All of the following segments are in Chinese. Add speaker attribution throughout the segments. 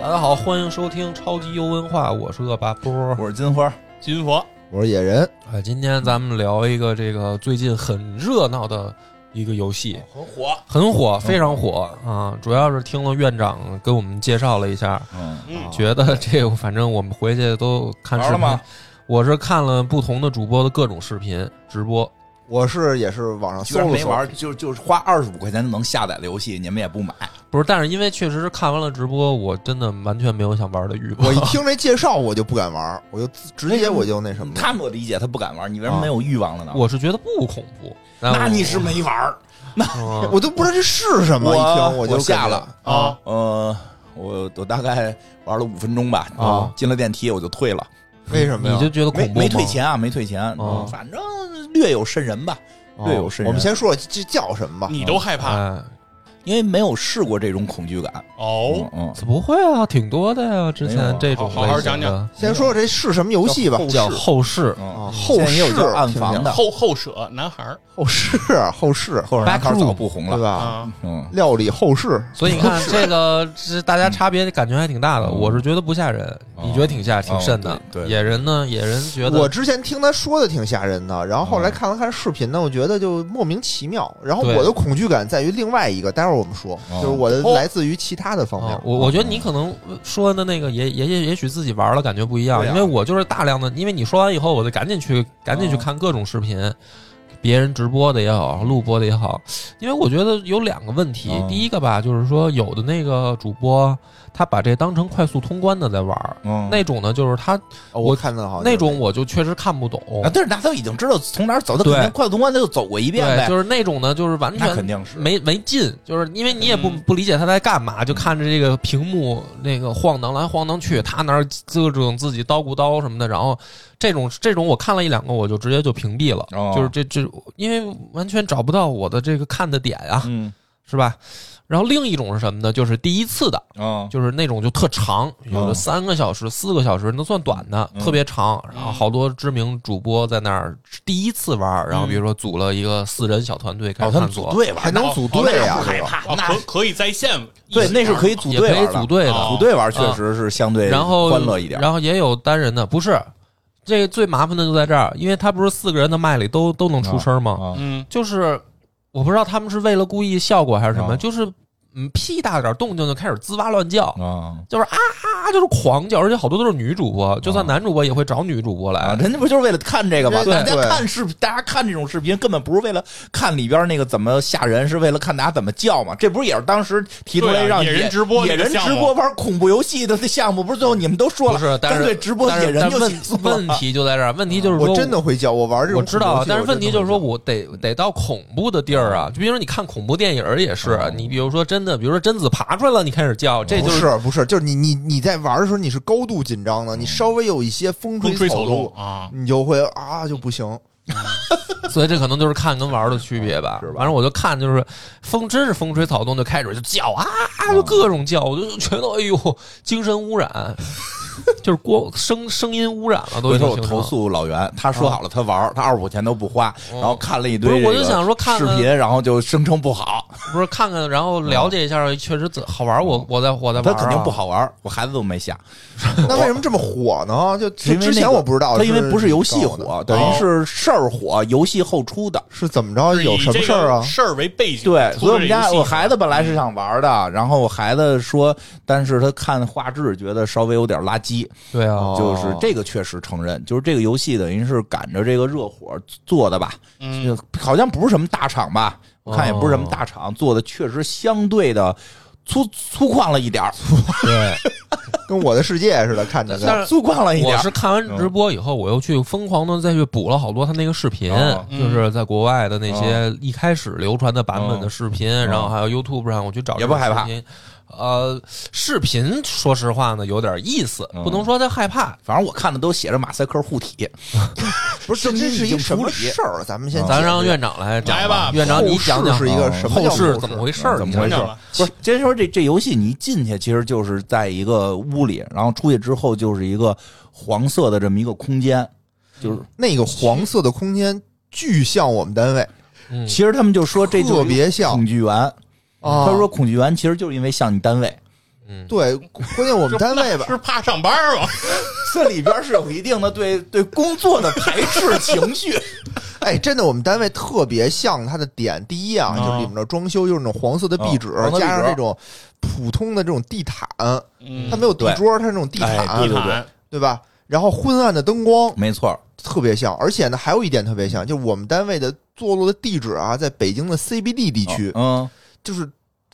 Speaker 1: 大家好，欢迎收听超级优文化，我是恶霸波。
Speaker 2: 我是金花，
Speaker 3: 金佛
Speaker 4: 我是野人，
Speaker 1: 哎，今天咱们聊一个这个最近很热闹的一个游戏，
Speaker 3: 很火，
Speaker 1: 很
Speaker 2: 嗯
Speaker 1: 火，非常火啊！主要是听了院长给我们介绍了一下，
Speaker 2: 嗯，
Speaker 3: 嗯，
Speaker 1: 觉得这个反正我们回去都看视
Speaker 2: 玩了
Speaker 1: 频
Speaker 2: 吗？？
Speaker 1: 我是看了不同的主播的各种视频直播，
Speaker 4: 我是也是网上
Speaker 2: 居
Speaker 4: 搜
Speaker 2: 然
Speaker 4: 了
Speaker 2: 没
Speaker 4: 搜，
Speaker 2: 玩，就就是花二十五块钱就能下载的游戏，你们也不买，
Speaker 1: 不是，但是因为确实是看完了直播，我真的完全没有想玩的欲望
Speaker 4: 我一。听这介绍我就不敢玩，我就自直接我就那什么了。
Speaker 2: 他们我理解他不敢玩，你为什么没有欲望了呢？
Speaker 1: 啊我是觉得不恐怖，但
Speaker 2: 那
Speaker 1: 我
Speaker 2: 你是没玩儿，
Speaker 1: 嗯
Speaker 4: 我都不知道这是什么，
Speaker 2: 我
Speaker 4: 一听就
Speaker 2: 我下
Speaker 4: 感觉
Speaker 2: 了
Speaker 3: 啊，
Speaker 2: 呃，我我大概玩了五分钟吧，嗯
Speaker 1: 啊
Speaker 2: 进了电梯我就退了，
Speaker 4: 为什么呀？
Speaker 1: 你就觉得恐
Speaker 2: 没
Speaker 1: 怖吗
Speaker 2: 没退，钱啊，没退钱
Speaker 1: 哦，
Speaker 2: 反正略有瘆人吧，
Speaker 1: 哦
Speaker 2: 略有瘆人。
Speaker 4: 我们先说这叫什么吧。
Speaker 3: 你都害怕
Speaker 1: 哎，
Speaker 2: 因为没有试过这种恐惧感，
Speaker 3: 哦
Speaker 2: 嗯，嗯，
Speaker 1: 不会啊，挺多的呀，之
Speaker 2: 没有
Speaker 1: 前
Speaker 2: 啊
Speaker 1: 这种
Speaker 3: 好好好
Speaker 1: 类型
Speaker 3: 讲讲
Speaker 1: 的
Speaker 4: 先说说这是什么游戏吧，
Speaker 1: 叫后 世
Speaker 2: 嗯
Speaker 4: 啊后
Speaker 2: 现在也有
Speaker 4: 世
Speaker 2: 叫暗房的，
Speaker 3: 后后舍男孩儿
Speaker 4: 后世后世
Speaker 2: 后边
Speaker 1: Back
Speaker 2: 开始
Speaker 1: room
Speaker 2: 早不红
Speaker 4: 对
Speaker 2: 了，
Speaker 4: 吧？
Speaker 3: 啊，
Speaker 2: 嗯，
Speaker 4: 料理后世，
Speaker 1: 所以你看这个是大家差别感觉还挺大的，
Speaker 2: 嗯
Speaker 1: 我是觉得不吓人，
Speaker 2: 哦
Speaker 1: 你觉得挺吓挺瘆的
Speaker 2: 哦。对对
Speaker 1: 野人呢，野人觉
Speaker 4: 我
Speaker 1: 得
Speaker 4: 之前听他说的挺吓人的，然后后来
Speaker 2: 嗯
Speaker 4: 看了看视频呢，我觉得就莫名其妙。然后
Speaker 1: 对
Speaker 4: 我的恐惧感在于另外一个，待会儿我们说，
Speaker 2: 哦
Speaker 4: 就是我的
Speaker 3: 哦
Speaker 4: 来自于其他的方面
Speaker 1: 啊。我我觉得你可能说的那个也也也也许自己玩了感觉不一样，
Speaker 2: 对啊
Speaker 1: 因为我就是大量的，因为你说完以后，我就赶紧去赶紧去
Speaker 2: 哦
Speaker 1: 看各种视频。别人直播的也好，录播的也好，因为我觉得有两个问题。
Speaker 2: 哦
Speaker 1: 第一个吧，就是说有的那个主播他把这当成快速通关的在玩儿，
Speaker 2: 嗯
Speaker 1: 那种呢就是他
Speaker 4: 哦
Speaker 1: 我
Speaker 4: 我看到好像
Speaker 1: 那种我就确实看不懂。
Speaker 2: 啊，但是那都已经知道从哪儿走，他
Speaker 1: 对
Speaker 2: 肯定快速通关，他就走过一遍
Speaker 1: 对，
Speaker 2: 呗，
Speaker 1: 就是那种呢，就是完
Speaker 2: 那肯
Speaker 1: 全
Speaker 2: 定是。
Speaker 1: 没没劲，就是因为你也不、
Speaker 3: 嗯
Speaker 1: 不理解他在干嘛，就看着这个屏幕那个晃荡来晃荡去，他那儿各种自己叨咕叨什么的，然后这种这种我看了一两个，我就直接就屏蔽了，
Speaker 2: 哦
Speaker 1: 就是这这因为完全找不到我的这个看的点啊，
Speaker 2: 嗯
Speaker 1: 是吧？然后另一种是什么呢？就是第一次的，
Speaker 2: 啊，
Speaker 1: 就是那种就特长，有的
Speaker 2: 嗯
Speaker 1: 三个小时、四个小时能算短的，
Speaker 2: 嗯
Speaker 1: 特别长。然后好多知名主播在那儿第一次玩儿，然后比如说组了一个四人小团队开
Speaker 2: 嗯哦，
Speaker 1: 始
Speaker 2: 他
Speaker 1: 探
Speaker 2: 们组
Speaker 1: 索，
Speaker 2: 队玩
Speaker 4: 还
Speaker 2: 呢，
Speaker 4: 能组队啊，
Speaker 2: 害
Speaker 4: 这个
Speaker 2: 怕
Speaker 3: 啊，
Speaker 2: 那
Speaker 3: 可可以在线一
Speaker 2: 对
Speaker 3: 起
Speaker 2: 那是可以组
Speaker 1: 也
Speaker 2: 队嗯
Speaker 1: 可以
Speaker 2: 玩的
Speaker 1: 组队的
Speaker 3: 哦。
Speaker 2: 组队玩确实是相对
Speaker 1: 然后
Speaker 2: 欢乐一点。
Speaker 1: 然后也有单人的，不是这个最麻烦的就在这儿，因为他不是四个人的麦里都都能出声吗？
Speaker 2: 啊
Speaker 3: 嗯，
Speaker 1: 就是我不知道他们是为了故意效果还是什么，
Speaker 2: 哦
Speaker 1: 就是嗯屁大点动静就开始滋哇乱叫。
Speaker 2: 啊
Speaker 1: 就是啊啊，就是狂叫，而且好多都是女主播，就算
Speaker 2: 哦
Speaker 1: 男主播也会找女主播来
Speaker 2: 啊！。人家不就是为了看这个吗？
Speaker 4: 对
Speaker 2: 大家
Speaker 4: 对
Speaker 2: 看视频，大家看这种视频根本不是为了看里边那个怎么吓人，是为了看大家怎么叫嘛。这不是也是当时提出来
Speaker 3: 对啊
Speaker 2: 让
Speaker 3: 野人直播
Speaker 2: 野
Speaker 3: 那个
Speaker 2: 人
Speaker 3: 项目
Speaker 2: 直播玩恐怖游戏的项目，不是最后你们都说
Speaker 1: 不
Speaker 2: 了，
Speaker 1: 是，但
Speaker 2: 干
Speaker 1: 是
Speaker 2: 脆直播
Speaker 1: 但
Speaker 2: 野
Speaker 1: 是
Speaker 2: 人
Speaker 1: 但
Speaker 2: 就
Speaker 1: 问
Speaker 2: 结束了
Speaker 1: 问题就在这儿，问题就是说
Speaker 4: 我真的会叫，我玩这种
Speaker 1: 我知道啊
Speaker 4: 恐怖游，戏
Speaker 1: 但是问题就是说，
Speaker 4: 我
Speaker 1: 我得得到恐怖的地儿
Speaker 2: 嗯
Speaker 1: 啊，就比如说你看恐怖电影儿也是
Speaker 2: 哦，
Speaker 1: 你比如说真的，比如说贞子爬出来了，你开始叫，这
Speaker 4: 真
Speaker 1: 就
Speaker 4: 的会不是不是，就是你你你在玩的时候你是高度紧张的，你
Speaker 1: 嗯
Speaker 4: 稍微有一些风
Speaker 3: 风吹
Speaker 4: 草
Speaker 3: 草动，啊，
Speaker 4: 你就会啊就 不行。
Speaker 1: 所以这可能就是看跟玩儿的区别吧。反正我就看就是风，真是风吹草动就开始就叫啊，
Speaker 2: 嗯
Speaker 1: 就各种叫，我就觉得哎呦，精神污 染，就是光声声音污染了，都
Speaker 2: 回
Speaker 1: 已经
Speaker 2: 头我
Speaker 1: 形
Speaker 2: 投
Speaker 1: 成。
Speaker 2: 诉老袁，他说好了他玩儿，他二十五块钱都不花，然后看了一
Speaker 1: 啊哦不
Speaker 2: 堆
Speaker 1: 是
Speaker 2: 这个
Speaker 1: 我就想说看
Speaker 2: 视
Speaker 1: 看
Speaker 2: 频，然后就声称不好，
Speaker 1: 不是看看，然后了解一下，确实怎好玩儿，我我在我在玩
Speaker 2: 嗯他
Speaker 1: 儿啊，
Speaker 2: 肯定不好玩儿，我孩子都没下，
Speaker 4: 那为什么这么火呢？就
Speaker 2: 因为
Speaker 4: 之前我不知道，
Speaker 2: 他因为不
Speaker 4: 是
Speaker 2: 是游戏
Speaker 4: 搞的，哦
Speaker 2: 火，等于是事儿火，游戏后出的。
Speaker 4: 是怎么着？有什么事儿
Speaker 3: 以这个
Speaker 4: 啊？
Speaker 3: 事儿为背景，
Speaker 2: 对，所以我们家我
Speaker 3: 出了这游戏
Speaker 2: 孩子本
Speaker 1: 嗯
Speaker 2: 来是想玩的，然后我孩子说，但是他看画质觉得稍微有点垃圾，
Speaker 1: 对啊，
Speaker 4: 哦
Speaker 2: 就是这个确实承认，就是这个游戏等于是赶着这个热火做的吧，
Speaker 3: 嗯，
Speaker 2: 就好像不是什么大厂吧，我看也不是什么
Speaker 1: 哦
Speaker 2: 大厂做的，确实相对的粗粗犷了一点儿，
Speaker 1: 对。
Speaker 4: 跟我的世界似的，看 着
Speaker 1: 但
Speaker 4: 的。
Speaker 1: 是
Speaker 2: 粗犷了一点
Speaker 1: 我
Speaker 2: 儿。
Speaker 1: 是看完直播以后，我又去疯狂的再去补了好多他那个视频
Speaker 2: 哦，嗯
Speaker 1: 就是在国外的那些一开始流传的版本的视频，然后还有 YouTube 上我去找这
Speaker 2: 哦也
Speaker 1: 个
Speaker 2: 不
Speaker 1: 视
Speaker 2: 害怕
Speaker 1: 频。呃，视频说实话呢有点意思，
Speaker 2: 嗯
Speaker 1: 不能说他害怕。
Speaker 2: 反正我看的都写着马赛克护体，
Speaker 4: 不是，
Speaker 2: 证据
Speaker 4: 这是
Speaker 2: 已
Speaker 4: 一
Speaker 2: 经
Speaker 4: 什么
Speaker 2: 处理
Speaker 4: 事儿？啊咱们
Speaker 2: 嗯
Speaker 4: 先
Speaker 1: 咱
Speaker 4: 解
Speaker 1: 让
Speaker 4: 释
Speaker 1: 院长来讲
Speaker 3: 来吧
Speaker 1: 院长你讲讲啊
Speaker 4: 后世是一个什么
Speaker 1: 后
Speaker 4: 叫
Speaker 1: 世
Speaker 4: 后
Speaker 1: 怎么
Speaker 4: 世
Speaker 1: 回事儿？
Speaker 2: 嗯怎么
Speaker 1: 你
Speaker 2: 回
Speaker 1: 讲
Speaker 2: 事
Speaker 1: 讲
Speaker 2: 儿
Speaker 3: 讲吧
Speaker 2: 不是，先说这这游戏，你一进去其实就是在一个屋里，然后出去之后就是一个黄色的这么一个空间，就是
Speaker 4: 那个黄色的空间巨像我们单位，
Speaker 1: 嗯
Speaker 2: 其实他们就说这就
Speaker 4: 特
Speaker 2: 是一个
Speaker 4: 别像
Speaker 2: 恐惧园，
Speaker 4: 啊
Speaker 2: 他说恐惧园其实就是因为像你单位，
Speaker 1: 嗯，
Speaker 4: 对，关键我们单位吧，
Speaker 3: 是怕上班吗？
Speaker 2: 这里边是有一定的对对工作的排斥情绪。
Speaker 4: 哎，真的，我们单位特别像它的点。第一啊，
Speaker 3: 嗯
Speaker 4: 就是里面的装修就是那种黄色的壁纸，
Speaker 2: 嗯黄色壁纸
Speaker 4: 加上这种普通的这种地毯，
Speaker 3: 嗯
Speaker 4: 它没有地桌，它是那种地毯，
Speaker 2: 哎对对
Speaker 3: 对，
Speaker 4: 对吧？然后昏暗的灯光
Speaker 2: 没错，
Speaker 4: 特别像，而且呢，还有一点特别像，就是我们单位的坐落的地址啊，在北京的 CBD 地区，
Speaker 2: 嗯，
Speaker 4: 就是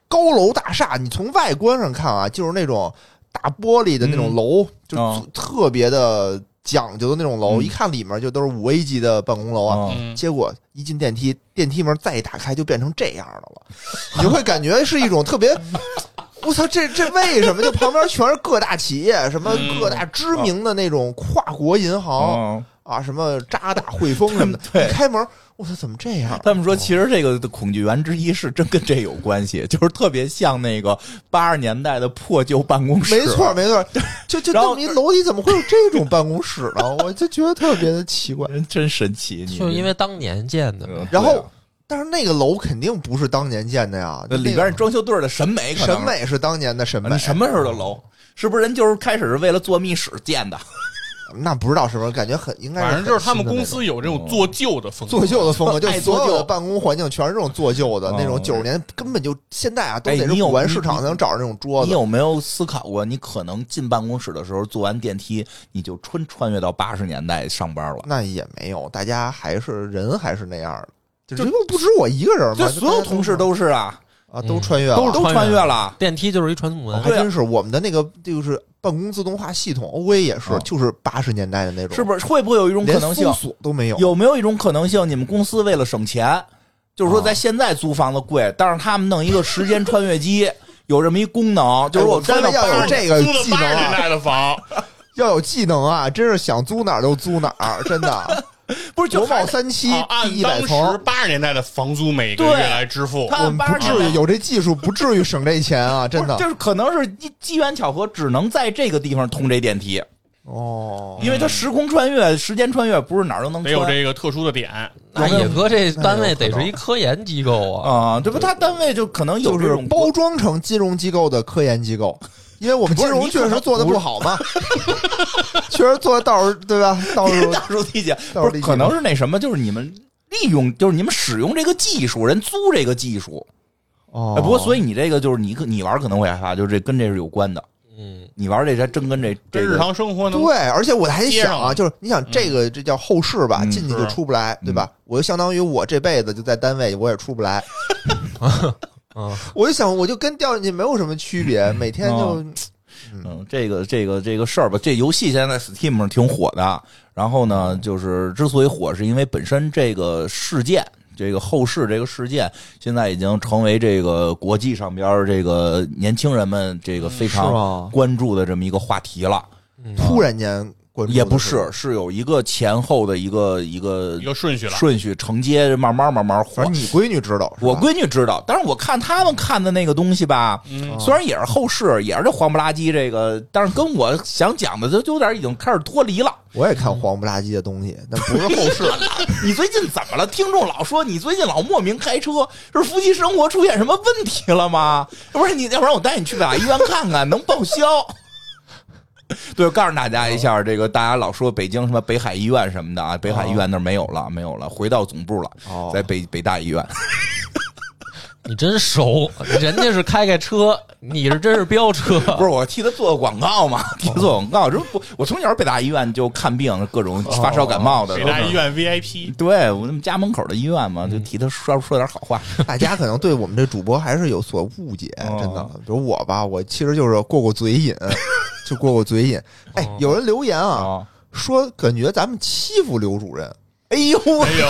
Speaker 4: 高楼大厦，你从外观上看啊，就是那种大玻璃的那种楼，就
Speaker 2: 嗯
Speaker 4: 特别的讲究的那种楼，
Speaker 2: 嗯
Speaker 4: 一看里面就都是五 A 级的办公楼啊。
Speaker 2: 嗯
Speaker 3: 嗯
Speaker 4: 结果一进电梯，电梯门再一打开就变成这样的了， 你就会感觉是一种特别， 我操，这这为什么？就旁边全是各大企业，什么
Speaker 3: 嗯
Speaker 4: 各大知名的那种跨国银行
Speaker 2: 嗯，
Speaker 4: 啊，什么渣打、汇丰什么的，
Speaker 2: 对
Speaker 4: 一开门，我操，怎么这样？
Speaker 2: 他们说其实这个的恐惧源之一是真跟这有关系，就是特别像那个八十年代的破旧办公室，
Speaker 4: 没错，没错，就就
Speaker 2: 啊然
Speaker 4: 这
Speaker 2: 后
Speaker 4: 么一楼里怎么会有这种办公室呢？ 我就觉得特别的奇怪。
Speaker 2: 人真神奇，你
Speaker 1: 就因为当年建的，
Speaker 2: 嗯
Speaker 4: 然
Speaker 2: 对
Speaker 4: 后
Speaker 2: 啊，
Speaker 4: 但是那个楼肯定不是当年建的呀，
Speaker 2: 那呃里边装修队的审美
Speaker 4: 那
Speaker 2: 可
Speaker 4: 个
Speaker 2: 能
Speaker 4: 审美是当年的审
Speaker 2: 啊
Speaker 4: 美
Speaker 2: 你，什么时候的楼？是不是人就是开始是为了做密室建的？
Speaker 4: 那不知道什么，感觉很应该
Speaker 3: 反正就是他们
Speaker 4: 很新的
Speaker 3: 公
Speaker 4: 那种
Speaker 3: 司有这种做旧的风格，
Speaker 4: 做旧的 风格，就
Speaker 2: 爱做
Speaker 4: 所有的
Speaker 2: 旧
Speaker 4: 办公环境全是这种做旧的
Speaker 2: 哦
Speaker 4: 那种，九十年根本就现在啊都
Speaker 2: 哎
Speaker 4: 得
Speaker 2: 你
Speaker 4: 是
Speaker 2: 有
Speaker 4: 古玩
Speaker 2: 你
Speaker 4: 市场才能找着那种桌
Speaker 2: 你
Speaker 4: 子。
Speaker 2: 有没有思考过，你可能进办公室的时候坐完电梯，你就穿穿越到八十年代上班了？
Speaker 4: 那也没有，大家还是人还是那样的，就是因为不止我一个人嘛，
Speaker 2: 就
Speaker 4: 就
Speaker 2: 所有同事都是啊，
Speaker 4: 啊
Speaker 1: 嗯
Speaker 4: 都穿越了，
Speaker 2: 都
Speaker 1: 穿越
Speaker 2: 穿越了。
Speaker 1: 电梯就是一传送门，
Speaker 4: 还
Speaker 2: 对啊
Speaker 4: 真是我们的那个就是办公自动化系统，OA 也是
Speaker 2: 嗯，
Speaker 4: 就是八十年代的那种，
Speaker 2: 是不是会不会有一种可
Speaker 4: 连
Speaker 2: 能性
Speaker 4: 搜？索都没有？
Speaker 2: 有没有一种可能性，你们公司为了省钱，就是
Speaker 4: 啊
Speaker 2: 说在现在租房子贵，但是他们弄一个时间穿越机， 有这么一功能，就是
Speaker 4: 哎
Speaker 2: 我
Speaker 4: 我
Speaker 2: 穿
Speaker 4: 单
Speaker 2: 到
Speaker 4: 位要
Speaker 2: 八
Speaker 4: 有
Speaker 2: 十年
Speaker 4: 这个
Speaker 3: 租了
Speaker 4: 技
Speaker 3: 八十
Speaker 4: 能
Speaker 3: 年
Speaker 4: 啊，
Speaker 3: 代的房，
Speaker 4: 要有技能啊，真是想租哪儿就租哪儿，真的。
Speaker 2: 不是就
Speaker 4: 国贸
Speaker 2: 还
Speaker 4: 三期
Speaker 3: 啊
Speaker 4: 第
Speaker 3: 按
Speaker 4: 一百
Speaker 3: 当时
Speaker 4: 层，
Speaker 3: 八十年代的房租每个月
Speaker 2: 对
Speaker 3: 来支付
Speaker 2: 他，
Speaker 4: 我
Speaker 2: 按
Speaker 4: 们
Speaker 2: 八
Speaker 4: 不
Speaker 2: 十年
Speaker 4: 至
Speaker 2: 代
Speaker 4: 于有这技术，不至于省这钱啊，真
Speaker 2: 不
Speaker 4: 的
Speaker 2: 是。就是可能是机机缘巧合，只能在这个地方通这电梯，
Speaker 4: 哦，
Speaker 2: 因为它时空穿越、时间穿越不是哪儿都能
Speaker 3: 得有
Speaker 2: 穿。
Speaker 3: 这个特殊的点。
Speaker 1: 那野哥哎这单
Speaker 2: 哎
Speaker 1: 位
Speaker 4: 那有
Speaker 1: 得
Speaker 4: 可能
Speaker 1: 是一科研机构啊，
Speaker 2: 啊，对不？他单位就可能有
Speaker 4: 就
Speaker 2: 这
Speaker 4: 是
Speaker 2: 种
Speaker 4: 包装成金融机构的科研机构，因为我们
Speaker 2: 不
Speaker 4: 金
Speaker 2: 是
Speaker 4: 融
Speaker 2: 你
Speaker 4: 确
Speaker 2: 可
Speaker 4: 实
Speaker 2: 能
Speaker 4: 做的
Speaker 2: 不
Speaker 4: 不好嘛，确实做的到时候对吧？到时候
Speaker 2: 大数理 解，
Speaker 4: 到
Speaker 2: 不
Speaker 4: 时候理
Speaker 2: 是
Speaker 4: 解
Speaker 2: 可能是那什么，就是你们利用，就是你们使用这个技术，人租这个技术。
Speaker 4: 哦
Speaker 2: 哎，不过所
Speaker 4: 以
Speaker 2: 以你这个就是你可你玩可能会害怕，就是这跟这是有关的。
Speaker 1: 嗯，
Speaker 2: 你玩这还真跟这这
Speaker 3: 这日
Speaker 2: 个
Speaker 3: 常生活能
Speaker 4: 对，而且我还
Speaker 3: 接
Speaker 4: 想
Speaker 3: 上
Speaker 4: 啊，
Speaker 3: 了
Speaker 4: 就是你想这个这叫后事吧，
Speaker 2: 嗯
Speaker 4: 进去就是出不来，对吧？我就相当于我这辈子就在单位，我也出 不来。
Speaker 1: 啊，
Speaker 4: 我就想，我就跟掉进去没有什么区别，每天就
Speaker 2: 嗯，这个这个这个事儿吧，这游戏现在在 Steam 上挺火的。然后
Speaker 4: 嗯
Speaker 2: 呢，就是之所以火，是因为本身这个事件，这个后世这个事件，现在已经成为这个国际上边儿这个年轻人们这个非
Speaker 4: 是
Speaker 2: 常
Speaker 4: 吗
Speaker 2: 关注的这么一个话题了。
Speaker 4: 突然间关注的
Speaker 2: 嗯也不
Speaker 4: 是
Speaker 2: 是，，是有一个前后的一个一个
Speaker 3: 一个顺序了。
Speaker 2: 顺序承接，慢慢慢慢火
Speaker 4: 反。正你闺女知道，是吧
Speaker 2: 我闺女知道，但是我看他们看的那个东西吧，
Speaker 3: 嗯
Speaker 2: 虽然也是后世，也是这黄不拉几这个，但是跟我想讲的就有点已经开始脱离了。
Speaker 4: 我也看黄不拉几的东西，但不是后世。
Speaker 2: 你最近怎么了？听众老说你最近老莫名开车，是夫妻生活出现什么问题了吗？要不然你，要不然我带你去吧，医院看看能报销。 对，告诉大家一下，这个大家老说北京什么北海医院什么的啊，北海医院那儿没有了，没有了，回到总部了，
Speaker 4: 哦
Speaker 2: 在北北大医院。
Speaker 1: 你真熟，人家是开开车，你是真是飙车，
Speaker 2: 不是我替他做个广告嘛，替
Speaker 4: 哦
Speaker 2: 他做广告。这不，我从小北大医院就看病，各种发烧感冒的。
Speaker 3: 哦北
Speaker 2: 都
Speaker 3: 大
Speaker 2: 是
Speaker 3: 医院 VIP，
Speaker 2: 对我们家门口的医院嘛，
Speaker 4: 嗯
Speaker 2: 就替他说说点好话。
Speaker 4: 大家可能对我们这主播还是有所误解，
Speaker 2: 哦
Speaker 4: 真的。比如我吧，我其实就是过过嘴瘾，就过过嘴瘾。哎，有人留言 啊，
Speaker 2: 啊，
Speaker 4: 说感觉咱们欺负刘主任，
Speaker 2: 哎呦，
Speaker 3: 哎 呦，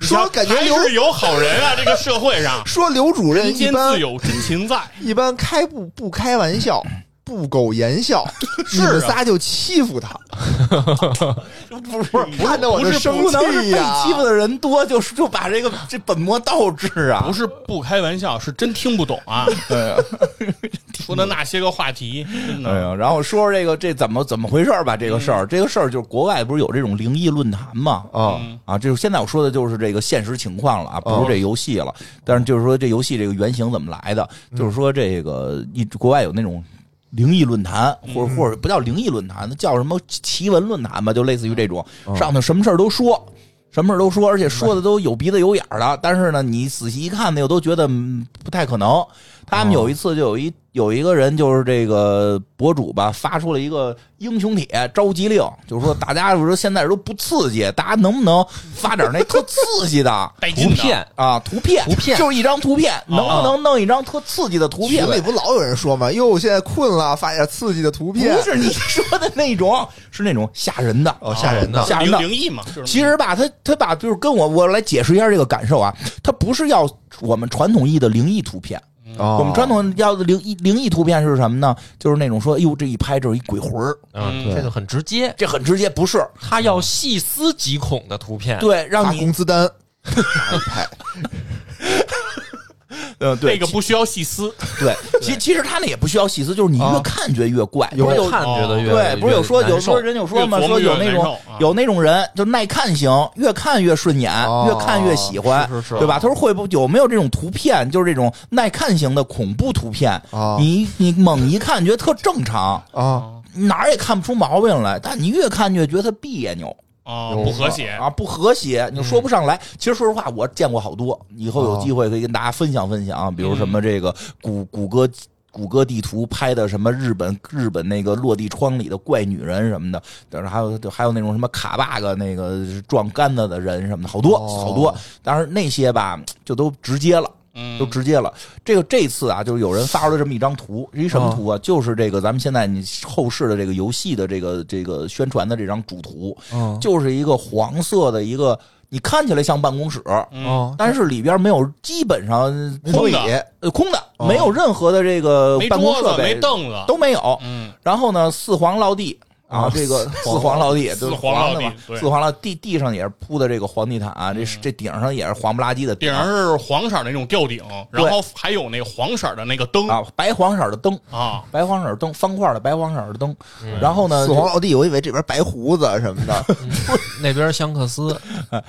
Speaker 4: 说感觉
Speaker 3: 还
Speaker 4: 刘
Speaker 3: 是有好人啊，这个社会 上
Speaker 4: 说刘主任
Speaker 3: 人
Speaker 4: 一
Speaker 3: 间
Speaker 4: 般
Speaker 3: 自有真情在。
Speaker 4: 一般开不不开玩笑，不苟言笑，你们仨就欺负他，
Speaker 2: 不是不是
Speaker 4: 看得我
Speaker 2: 不
Speaker 4: 就是生
Speaker 2: 不能是
Speaker 4: 气
Speaker 2: 被
Speaker 4: 呀、
Speaker 2: 欺负的人多，就是就把这个这本末倒置啊！
Speaker 3: 不是不开玩笑，是真听不懂 啊！ 说的那些个话题，真
Speaker 2: 哎
Speaker 3: 的
Speaker 2: 呀，然后说说这个这怎么怎么回事儿吧？
Speaker 4: 嗯
Speaker 2: 这个事儿，这个事儿就是国外不是有这种灵异论坛吗？
Speaker 4: 啊
Speaker 2: 啊，就是现在我说的就是这个现实情况了啊，不
Speaker 4: 哦
Speaker 2: 是这游戏了。但是就是说这游戏这个原型怎么来的？就是说这个一国外有那种灵异论坛，或者或者不叫灵异论坛，那叫什么奇闻论坛吧，就类似于这种，上头什么事儿都说。什么事儿都说，而且说的都有鼻子有眼儿的。但是呢，你仔细一看呢，又都觉得嗯不太可能。他
Speaker 1: 哦
Speaker 2: 们有一次就有一有一个人，就是这个博主吧，发出了一个英雄帖召集令，就是说大家说现在都不刺激，大家能不能发点那特刺 激的
Speaker 3: 带
Speaker 1: 图
Speaker 3: 劲的
Speaker 1: 片，
Speaker 2: 啊图片？
Speaker 1: 哎图片哦
Speaker 2: 就是一张图片，
Speaker 3: 哦
Speaker 2: 能不能弄一张特刺激的图片
Speaker 4: 群？里不老有人说吗？哟，现在困了，发点刺激的图片
Speaker 2: 不。是你说的那种，是那种吓人的
Speaker 4: 哦，吓人的
Speaker 2: 吓人
Speaker 3: 灵
Speaker 2: 的
Speaker 3: 啊灵异嘛，就是
Speaker 2: 其实吧，他他把就是跟我我来解释一下这个感受啊，他不是要我们传统意义的灵异图片，
Speaker 4: 哦
Speaker 2: 我们传统要的灵异灵异图片是什么呢？就是那种说，哎呦，这一拍这是一鬼魂儿，
Speaker 1: 嗯，
Speaker 3: 对
Speaker 1: 这就很直接，
Speaker 2: 这很直接，不是？
Speaker 1: 他要细思极恐的图片，
Speaker 2: 对，
Speaker 4: 发
Speaker 2: 让你
Speaker 4: 工资单，
Speaker 2: 呃
Speaker 3: 那
Speaker 2: 对
Speaker 3: 个不需要细思，
Speaker 2: 对， 其其实他那也不需要细思，就是你越
Speaker 4: 啊
Speaker 2: 看觉越怪，
Speaker 1: 越
Speaker 2: 不是有
Speaker 1: 看觉得越
Speaker 2: 对，不是有说有
Speaker 1: 时候
Speaker 2: 说人有说嘛，
Speaker 3: 越
Speaker 2: 说
Speaker 3: 琢磨越
Speaker 2: 有那种
Speaker 3: 难受啊
Speaker 2: 有那种人就耐看型，越看越顺眼，
Speaker 4: 哦
Speaker 2: 越看越喜欢，
Speaker 1: 是是是
Speaker 2: 对吧？他说会不有没有这种图片，就是这种耐看型的恐怖图片，
Speaker 4: 哦
Speaker 2: 你你猛一看觉得特正常，
Speaker 4: 啊
Speaker 2: 哪儿也看不出毛病来，但你越看越觉得别扭
Speaker 3: 啊，不和谐，嗯
Speaker 2: 啊，不和谐，你说不上来。其实说实话，我见过好多，以后
Speaker 3: 哦
Speaker 2: 有机会可以跟大家分享分享啊，比如什
Speaker 3: 嗯
Speaker 2: 么这个谷谷歌。谷歌地图拍的什么日本日本那个落地窗里的怪女人什么的，但是还有还有那种什么卡 bug 那个撞杆子的人什么的，好多
Speaker 4: 哦
Speaker 2: 好多。当然那些吧，就都直接了。
Speaker 3: 嗯
Speaker 2: 都直接了。这个这次啊，就是有人发出来这么一张图，是一什么图
Speaker 3: 嗯
Speaker 2: 啊？就是这个咱们现在你后世的这个游戏的这个这个宣传的这张主图，
Speaker 4: 嗯
Speaker 2: 就是一个黄色的一个，你看起来像办公室，
Speaker 3: 嗯
Speaker 4: 啊，
Speaker 2: 但是里边没有，基本上
Speaker 4: 座
Speaker 3: 空
Speaker 4: 椅
Speaker 3: 的嗯
Speaker 2: 呃空的，
Speaker 4: 哦
Speaker 2: 没有任何的这个
Speaker 3: 没
Speaker 2: 办公
Speaker 3: 桌
Speaker 2: 设
Speaker 3: 子，
Speaker 2: 备，
Speaker 3: 没凳子，
Speaker 2: 都没有。
Speaker 3: 嗯，
Speaker 2: 然后呢，四皇落地啊
Speaker 4: 啊，
Speaker 2: 这个四皇落地，
Speaker 3: 四
Speaker 2: 就是
Speaker 3: 皇
Speaker 2: 黄的
Speaker 3: 落地
Speaker 2: 嘛
Speaker 3: 对嗯
Speaker 2: 四皇落地，地上也是铺的这个黄地毯啊，这是这顶上也是黄不拉几的
Speaker 3: 顶上是黄色儿的那种吊顶，然后还有那个黄色儿的那个灯
Speaker 2: 啊，白黄色的灯。
Speaker 3: 啊，
Speaker 2: 白黄色灯，方块的白黄色的灯。然后呢，
Speaker 4: 四皇老弟，我以为这边白胡子什么的，
Speaker 1: 那边香克斯，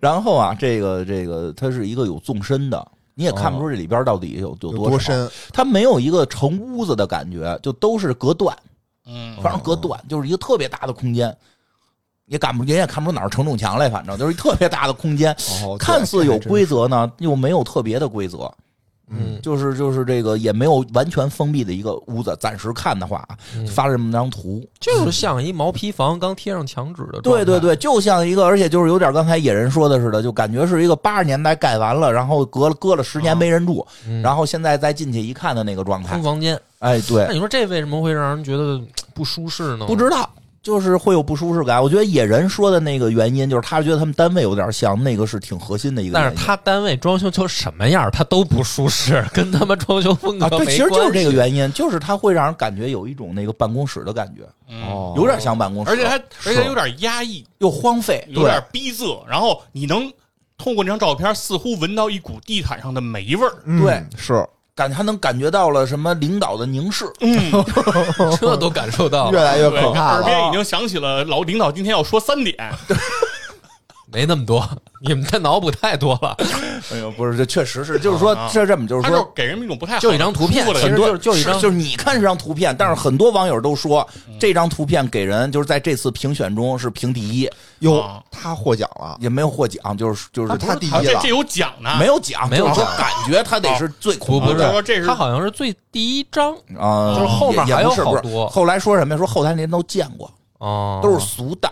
Speaker 2: 然后啊，这个这个，它是一个有纵深的，你也看不出这里边到底有有
Speaker 4: 哦有
Speaker 2: 多
Speaker 4: 多
Speaker 2: 少。
Speaker 4: 深？
Speaker 2: 它没有一个成屋子的感觉，就都是隔断，
Speaker 4: 哦
Speaker 3: 嗯，
Speaker 2: 反正隔断就是一个特别大的空间，也感不人也看不出哪儿承重墙来，反正就是一特别大的空间。
Speaker 4: 哦
Speaker 2: 看似有规，则呢，又没有特别的规则，
Speaker 1: 嗯，
Speaker 2: 就是就是这个也没有完全封闭的一个屋子。暂时看的话啊，发了这么张图，
Speaker 1: 就是像一毛坯房刚贴上墙纸的，
Speaker 2: 对对，对，就像一个，而且就是有点刚才野人说的似的，就感觉是一个八十年代盖完了，然后隔了搁了十年没人住，
Speaker 1: 嗯
Speaker 2: 然后现在再进去一看的那个状态
Speaker 1: 空。房间。
Speaker 2: 哎，
Speaker 1: 那
Speaker 2: 对，
Speaker 1: 你说这为什么会让人觉得不舒适呢？
Speaker 2: 不知道，就是会有不舒适感。我觉得野人说的那个原因，就是他觉得他们单位有点像，那个是挺核心的一个
Speaker 1: 但
Speaker 2: 原
Speaker 1: 是
Speaker 2: 因。
Speaker 1: 他单位装修就什么样，他都不舒适， 跟他们装修风格
Speaker 2: 啊，对，
Speaker 1: 没
Speaker 2: 其实就是
Speaker 1: 关系
Speaker 2: 这个原因，就是它会让人感觉有一种那个办公室的感觉，
Speaker 3: 嗯
Speaker 4: 哦，
Speaker 2: 有点像办公室，
Speaker 3: 而且还
Speaker 2: 是
Speaker 3: 而且有点压抑，
Speaker 2: 又荒废，
Speaker 3: 有
Speaker 2: 对
Speaker 3: 点逼仄，然后你能通过那张照片，似乎闻到一股地毯上的霉味儿，
Speaker 4: 嗯
Speaker 2: 对
Speaker 4: 是
Speaker 2: 感还能感觉到了什么领导的凝视，
Speaker 1: 这都感受到
Speaker 4: 越
Speaker 1: 了，
Speaker 4: 来越
Speaker 3: 对，
Speaker 4: 可怕
Speaker 3: 耳
Speaker 4: 了。
Speaker 3: 边已经响起了老领导今天要说三 点，
Speaker 1: 没那么多，你们这脑补太多 了。
Speaker 2: 哎呦，不是，这确实是，就是说
Speaker 3: 啊，
Speaker 2: 这这么就是
Speaker 3: 他就
Speaker 2: 说，
Speaker 3: 给人一种不太好
Speaker 1: 就一张图片
Speaker 3: 舒服的
Speaker 1: 其
Speaker 3: 感
Speaker 1: 实就是
Speaker 3: 觉
Speaker 1: 就是一张嗯
Speaker 2: 就是你看这张图片，但是很多网友都说这张图片给人就是在这次评选中是评第一，
Speaker 4: 哟
Speaker 3: 啊，
Speaker 2: 哦
Speaker 4: 他获奖了，
Speaker 2: 也没有获奖，就是就是
Speaker 4: 他第
Speaker 3: 啊
Speaker 4: 一
Speaker 3: 这
Speaker 4: 了
Speaker 3: 这，有奖呢，
Speaker 2: 没有奖，
Speaker 1: 没有
Speaker 2: 就是说
Speaker 1: 奖
Speaker 2: 感觉他得是最恐怖
Speaker 1: 不
Speaker 3: 啊，
Speaker 1: 是
Speaker 3: 就是
Speaker 2: 的
Speaker 3: 说这是
Speaker 1: 他好像是最第一章
Speaker 2: 啊，
Speaker 1: 就是后面
Speaker 2: 也
Speaker 1: 还有
Speaker 2: 也不是
Speaker 1: 好
Speaker 2: 不是
Speaker 1: 多
Speaker 2: 后来说什么呀？说后台人都见过，
Speaker 1: 哦，
Speaker 2: 都是俗的。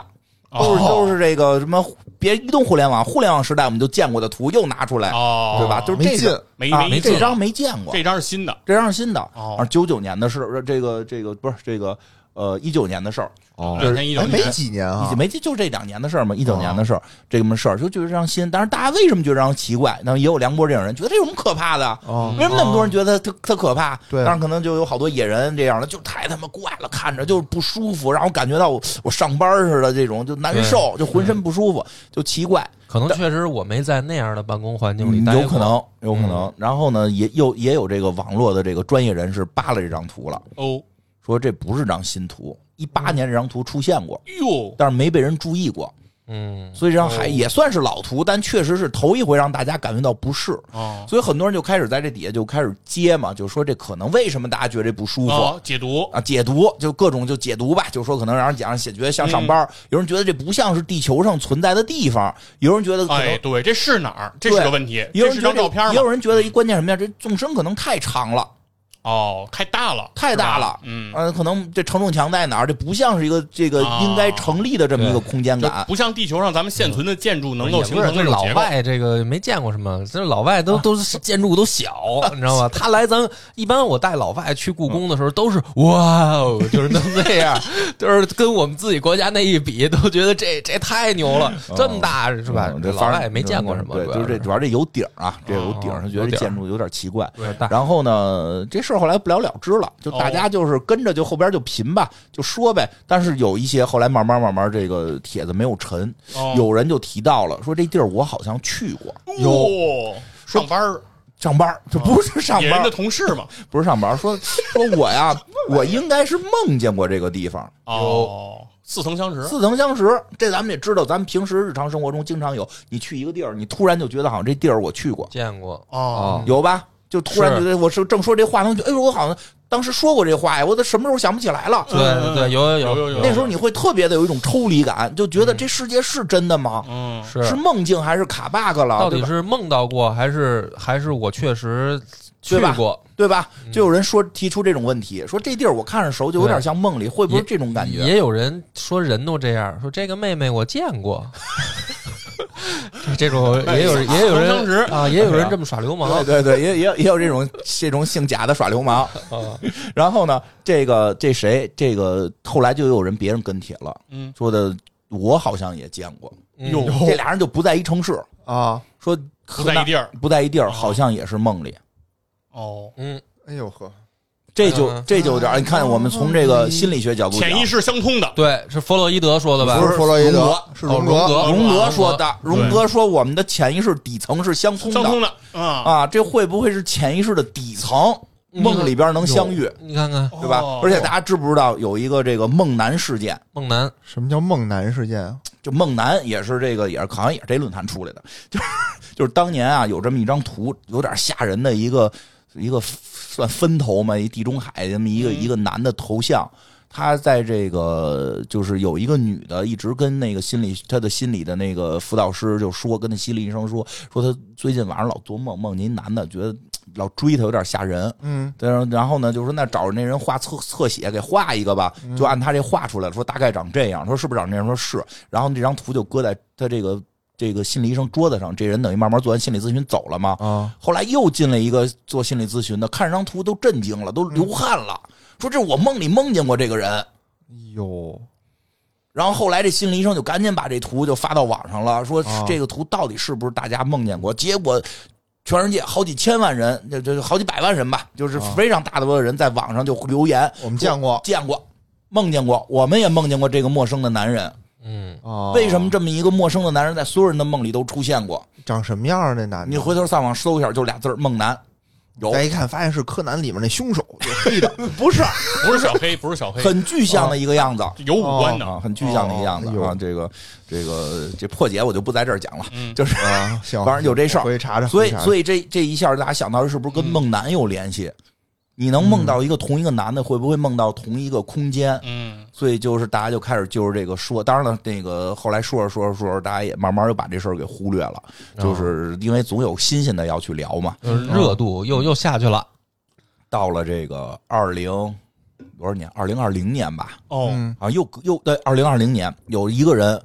Speaker 2: 都
Speaker 3: 哦
Speaker 2: 是都是这个什么，别移动互联网，互联网时代我们就见过的图又拿出来，
Speaker 3: 哦，
Speaker 2: 对吧？就是这
Speaker 4: 没劲
Speaker 2: 个
Speaker 3: 没
Speaker 2: 啊
Speaker 3: 没劲
Speaker 2: 这张没见过，
Speaker 3: 这张是新的，
Speaker 2: 这张是新的，
Speaker 3: 哦
Speaker 2: 啊，九九年的事儿，这个这个不是这个呃一九年的事儿，
Speaker 4: 哦
Speaker 3: 两千一九
Speaker 4: 哎没
Speaker 3: 年，
Speaker 4: 几年啊哦
Speaker 2: 你，没记就这两年的事儿吗？一九年的事儿，这个事儿就觉得让新。但是大家为什么觉得让奇怪？那也有梁波这种人觉得这有什么可怕的？
Speaker 4: 哦
Speaker 2: 为什么那么多人觉得他他可怕？
Speaker 4: 对
Speaker 2: 但是可能就有好多野人这样的，就太他妈怪了，看着就是不舒服，然后感觉到我我上班似的这种就难受，就浑身不舒服，就奇怪。
Speaker 1: 可能确实我没在那样的办公环境里
Speaker 2: 嗯
Speaker 1: 待过，
Speaker 2: 有可能，有可能。
Speaker 4: 嗯
Speaker 2: 然后呢，也有也有这个网络的这个专业人士扒了这张图了，
Speaker 3: 哦
Speaker 2: 说这不是张新图，一八
Speaker 4: 嗯
Speaker 2: 年这张图出现过，
Speaker 3: 哟，
Speaker 2: 但是没被人注意过，
Speaker 1: 嗯，
Speaker 2: 所以这张
Speaker 3: 哦
Speaker 2: 还也算是老图，但确实是头一回让大家感觉到不适。
Speaker 3: 哦
Speaker 2: 所以很多人就开始在这底下就开始接嘛，就说这可能为什么大家觉得这不舒服，
Speaker 3: 哦，解读
Speaker 2: 啊，解读就各种就解读吧，就说可能让人讲解决像上班儿，
Speaker 3: 嗯
Speaker 2: 有人觉得这不像是地球上存在的地方，有人觉得可能。
Speaker 3: 哎，对，这是哪儿？这是
Speaker 2: 对
Speaker 3: 个问题。
Speaker 2: 也有
Speaker 3: 这
Speaker 2: 人
Speaker 3: 是
Speaker 2: 觉
Speaker 3: 张
Speaker 2: 得
Speaker 3: 照片
Speaker 2: 也有
Speaker 3: 吗？
Speaker 2: 人觉得一关键什么呀？这纵深可能太长了，
Speaker 3: 哦，太大了，
Speaker 2: 太大
Speaker 3: 是吧
Speaker 2: 了
Speaker 3: 嗯，
Speaker 2: 呃，可能这承重墙在哪儿？这不像是一个这个
Speaker 3: 啊
Speaker 2: 应该成立的这么一个空间
Speaker 3: 就
Speaker 2: 感。
Speaker 3: 不像地球上咱们现存的建
Speaker 2: 嗯
Speaker 3: 筑能
Speaker 1: 也
Speaker 3: 够
Speaker 1: 不
Speaker 3: 形
Speaker 1: 是
Speaker 3: 成
Speaker 1: 就
Speaker 3: 那
Speaker 1: 是
Speaker 3: 种
Speaker 1: 老
Speaker 3: 结构。
Speaker 1: 外这个没见过什么，这老外
Speaker 3: 啊
Speaker 1: 都都是建筑都小， 你知道吗？他来咱一般我带老外去故宫的时候都是哇哦，就是都那 样，就是跟我们自己国家那一比，都觉得这这太牛了，这么大是吧
Speaker 2: 哦嗯？这
Speaker 1: 这
Speaker 2: 反
Speaker 1: 老
Speaker 2: 正
Speaker 1: 外也没见过什么，
Speaker 2: 对，就是这主要这有顶儿啊，这有顶儿，
Speaker 1: 哦
Speaker 2: 他觉
Speaker 1: 有
Speaker 2: 得这
Speaker 1: 顶儿
Speaker 2: 建筑有点奇怪。
Speaker 1: 这大哦
Speaker 2: 然后呢，这事儿后来不了了之了，就大家就是跟着就后边就贫吧，就说呗。但是有一些后来慢慢慢慢这个帖子没有沉，
Speaker 3: 哦
Speaker 2: 有人就提到了说这地儿我好像去过，
Speaker 1: 哦
Speaker 3: 哟，上班儿，
Speaker 2: 上班儿这不是上
Speaker 3: 野
Speaker 2: 班
Speaker 3: 人
Speaker 2: 儿
Speaker 3: 的，同事嘛。
Speaker 2: 不是上班 儿，说说我呀，我应该是梦见过这个地方，
Speaker 3: 哦，似曾相识。
Speaker 2: 似曾相识。这咱们也知道，咱们平时日常生活中经常有，你去一个地儿，你突然就觉得好像这地儿我去过，
Speaker 1: 见过
Speaker 3: 哦，
Speaker 1: 嗯
Speaker 2: 啊有吧？就突然
Speaker 1: 是
Speaker 2: 觉得我是正说这话，然后就哎呦，我好像当时说过这话呀，我怎么什么时候想不起来了？
Speaker 1: 对
Speaker 3: 嗯
Speaker 1: 对，有
Speaker 3: 有
Speaker 1: 有
Speaker 3: 有有
Speaker 2: 那时候你会特别的有一种抽离感，就觉得这世界是真的吗？
Speaker 3: 嗯，
Speaker 1: 是
Speaker 2: 是梦境还是卡 bug 了？
Speaker 1: 到
Speaker 2: 对
Speaker 1: 底
Speaker 2: 吧
Speaker 1: 是梦到过还是还是我确实去
Speaker 2: 对吧
Speaker 1: 过？
Speaker 2: 对吧？
Speaker 1: 嗯
Speaker 2: 就有人说提出这种问题，说这地儿我看着熟，就有点像梦里，会不会这种感觉？
Speaker 1: 也有人说人都这样，说这个妹妹我见过， 这这种也有也有
Speaker 3: 同乡值
Speaker 1: 人啊，也有人这么耍流氓
Speaker 2: 对对对，也也有也有这种这种姓贾的耍 流氓。
Speaker 1: 啊，
Speaker 2: 然后呢，这个这谁，这个后来就有人别人跟帖了，
Speaker 3: 嗯，
Speaker 2: 说的我好像也见过，
Speaker 1: 嗯
Speaker 3: 哟
Speaker 2: 这俩人就不在一城市，
Speaker 4: 啊，
Speaker 2: 说
Speaker 3: 不在一地儿。啊
Speaker 2: 不在一地儿，好像也是梦里。
Speaker 3: 哦，
Speaker 1: 嗯，
Speaker 4: 哎呦呵，
Speaker 2: 这就
Speaker 1: 嗯
Speaker 2: 这就有点儿，你看我们从这个心理学角度讲，
Speaker 3: 潜意识相通的。
Speaker 1: 对，是弗洛伊德说的吧？
Speaker 4: 不是弗洛伊
Speaker 2: 荣
Speaker 4: 德
Speaker 2: 格，
Speaker 4: 是
Speaker 1: 哦
Speaker 4: 荣
Speaker 1: 荣格
Speaker 2: 荣格
Speaker 1: 荣
Speaker 2: 说的，
Speaker 3: 对
Speaker 2: 荣格说我们的潜意识底层是相通
Speaker 3: 相
Speaker 2: 的
Speaker 3: 通的啊，
Speaker 2: 啊，这会不会是潜意识的底层梦里边能相遇，
Speaker 1: 你看看
Speaker 2: 对吧
Speaker 3: 嗯哦？
Speaker 2: 而且大家知不知道有一个这个梦男事件？
Speaker 1: 梦男，
Speaker 4: 什么叫梦男事件啊？
Speaker 2: 就梦男也是这个，也是好像也是这论坛出来的，就是就是当年啊有这么一张图，有点吓人的一个一个算分头嘛，一地中海这么一个、
Speaker 3: 嗯
Speaker 2: 一个男的头像。他在这个就是有一个女的，一直跟那个心理他的心理的那个辅导师就说，跟那心理医生说，说他最近晚上老做梦，梦见一男的，觉得老追他有点吓人。
Speaker 4: 嗯，
Speaker 2: 对，然后呢，就说那找那人画侧侧写给画一个吧，就按他这画出来了，说大概长这样，说是不是长这样？说是，然后这张图就搁在他这个这个心理医生桌子上，这人等于慢慢做完心理咨询走了嘛。
Speaker 4: 啊，
Speaker 2: 后来又进来一个做心理咨询的，看这张图都震惊了，都流汗了，说这是我梦里梦见过这个人。
Speaker 4: 哎哟，
Speaker 2: 然后后来这心理医生就赶紧把这图就发到网上了，说
Speaker 4: 啊
Speaker 2: 这个图到底是不是大家梦见过？结果全世界好几千万人，这这好几百万人吧，就是
Speaker 4: 啊
Speaker 2: 非常大的多的人在网上就留言，
Speaker 4: 我们见过
Speaker 2: 见过。梦见过，我们也梦见过这个陌生的男人。
Speaker 1: 嗯，
Speaker 4: 啊，
Speaker 2: 为什么这么一个陌生的男人在所有人的梦里都出现过？
Speaker 4: 长什么样啊？那男的，
Speaker 2: 你回头上网搜一下，就俩字儿“梦男”。有
Speaker 4: 再一看，发现是柯南里面那凶手，就黑的，
Speaker 2: 哎不是
Speaker 3: 不是小黑，不是小黑，
Speaker 2: 很具象的一个样子
Speaker 3: 有五官的。
Speaker 2: 啊，很具象的一个样子
Speaker 4: 哦哎
Speaker 2: 啊
Speaker 4: 呦。
Speaker 2: 这个这个这破解我就不在这儿讲了，
Speaker 3: 嗯
Speaker 2: 就是
Speaker 4: 啊，行，
Speaker 2: 反正有这事儿
Speaker 4: 回去查查。
Speaker 2: 所以，所
Speaker 4: 以
Speaker 2: 以这这一下，大家想到是不是跟梦男有联系？你能梦到一个同一个男的，会不会梦到同一个空间？
Speaker 3: 嗯，
Speaker 2: 所以就是大家就开始就是这个说，当然了，那个后来说着说着说着，大家也慢慢又把这事儿给忽略了，就是因为总有新鲜的要去聊嘛。
Speaker 1: 就是热度又又下去了，
Speaker 2: 到了这个二零多少年？二零二零年吧，
Speaker 3: 哦，
Speaker 4: 嗯
Speaker 2: 啊，又又对，二零二零年有一个人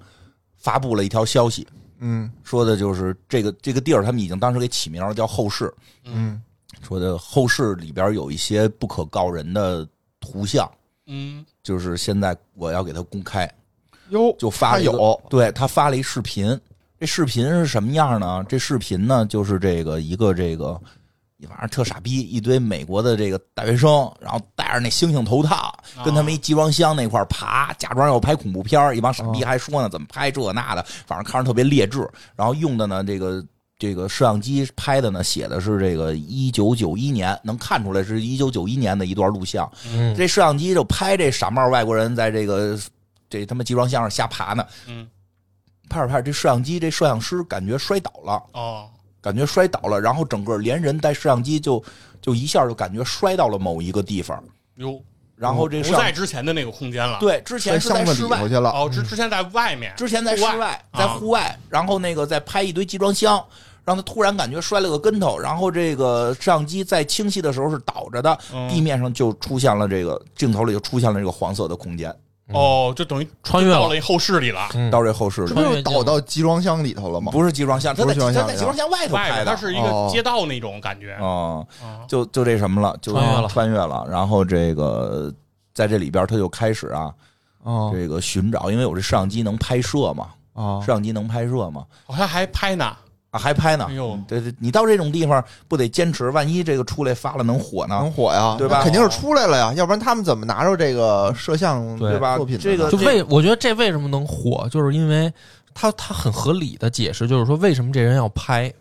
Speaker 2: 发布了一条消息，
Speaker 4: 嗯
Speaker 2: 说的就是这个这个地儿，他们已经当时给起名了，叫后世。
Speaker 4: 嗯
Speaker 2: 说的后世里边有一些不可告人的图像，
Speaker 3: 嗯，
Speaker 2: 就是现在我要给他公开，
Speaker 4: 哟，
Speaker 2: 就发了一个
Speaker 4: 他有
Speaker 2: 对他发了一视频。这视频是什么样呢？这视频呢，就是这个一个这个，反正特傻逼，一堆美国的这个大学生，然后戴着那猩猩头套，跟他们一集装箱那块儿爬，假装要拍恐怖片儿一帮傻逼还说呢，怎么拍这那的，反正看着特别劣质。然后用的呢，这个这个摄像机拍的呢，写的是这个一九九一年，能看出来是一九九一年的一段录像。
Speaker 1: 嗯
Speaker 2: 这摄像机就拍这傻帽外国人在这个这他妈集装箱上瞎爬呢。
Speaker 3: 嗯，
Speaker 2: 拍着拍着，这摄像机这摄像师感觉摔倒了，
Speaker 3: 哦，
Speaker 2: 感觉摔倒了，然后整个连人带摄像机就就一下就感觉摔到了某一个地方。
Speaker 3: 哟，
Speaker 2: 然后这
Speaker 3: 嗯不
Speaker 2: 摄像
Speaker 3: 在之前的那个空间了。，
Speaker 2: 对之前是在
Speaker 4: 箱子
Speaker 2: 室
Speaker 4: 里
Speaker 2: 外
Speaker 4: 头，去了，
Speaker 3: 哦，之之前在外面，
Speaker 2: 之前在室
Speaker 3: 户
Speaker 2: 外，在
Speaker 3: 啊
Speaker 2: 户外，然后那个在拍一堆集装箱，然后他突然感觉摔了个跟头，然后这个摄像机在清晰的时候是倒着的，
Speaker 3: 嗯
Speaker 2: 地面上就出现了这个镜头里就出现了这个黄色的空间，
Speaker 3: 哦，就等于
Speaker 1: 穿越了
Speaker 3: 到了一后室里了。
Speaker 1: 嗯
Speaker 2: 到这后视里
Speaker 4: 这不
Speaker 1: 穿
Speaker 4: 是
Speaker 1: 越
Speaker 4: 倒到集装箱里头了吗？
Speaker 2: 不是集装箱，他在
Speaker 4: 不是集装箱
Speaker 2: 他在集装箱外头
Speaker 3: 外
Speaker 2: 拍
Speaker 3: 面
Speaker 2: 的
Speaker 3: 它，是一个
Speaker 4: 哦
Speaker 3: 街道那种感觉。
Speaker 2: 哦，
Speaker 3: 啊
Speaker 2: 就就这什么了，就
Speaker 1: 穿越了
Speaker 2: 穿越了，然后这个在这里边他就开始啊，
Speaker 4: 啊
Speaker 2: 这个寻找，因为我这摄像机能拍摄嘛，
Speaker 4: 啊
Speaker 2: 摄，像机能拍摄嘛，
Speaker 3: 好像还拍呢。
Speaker 2: 啊还拍呢
Speaker 3: 哎，呦，
Speaker 2: 对对，你到这种地方不得坚持，万一这个出来发了能火呢
Speaker 4: 能？火呀，
Speaker 2: 对吧
Speaker 4: 那肯定是出来了呀，要不然他们怎么拿着这个摄像
Speaker 1: 对
Speaker 2: 吧
Speaker 4: 作品的呢
Speaker 2: 这个
Speaker 1: 就为我觉得这为什么能火，就是因为他他很合理的解释，就是说为什么这人要拍。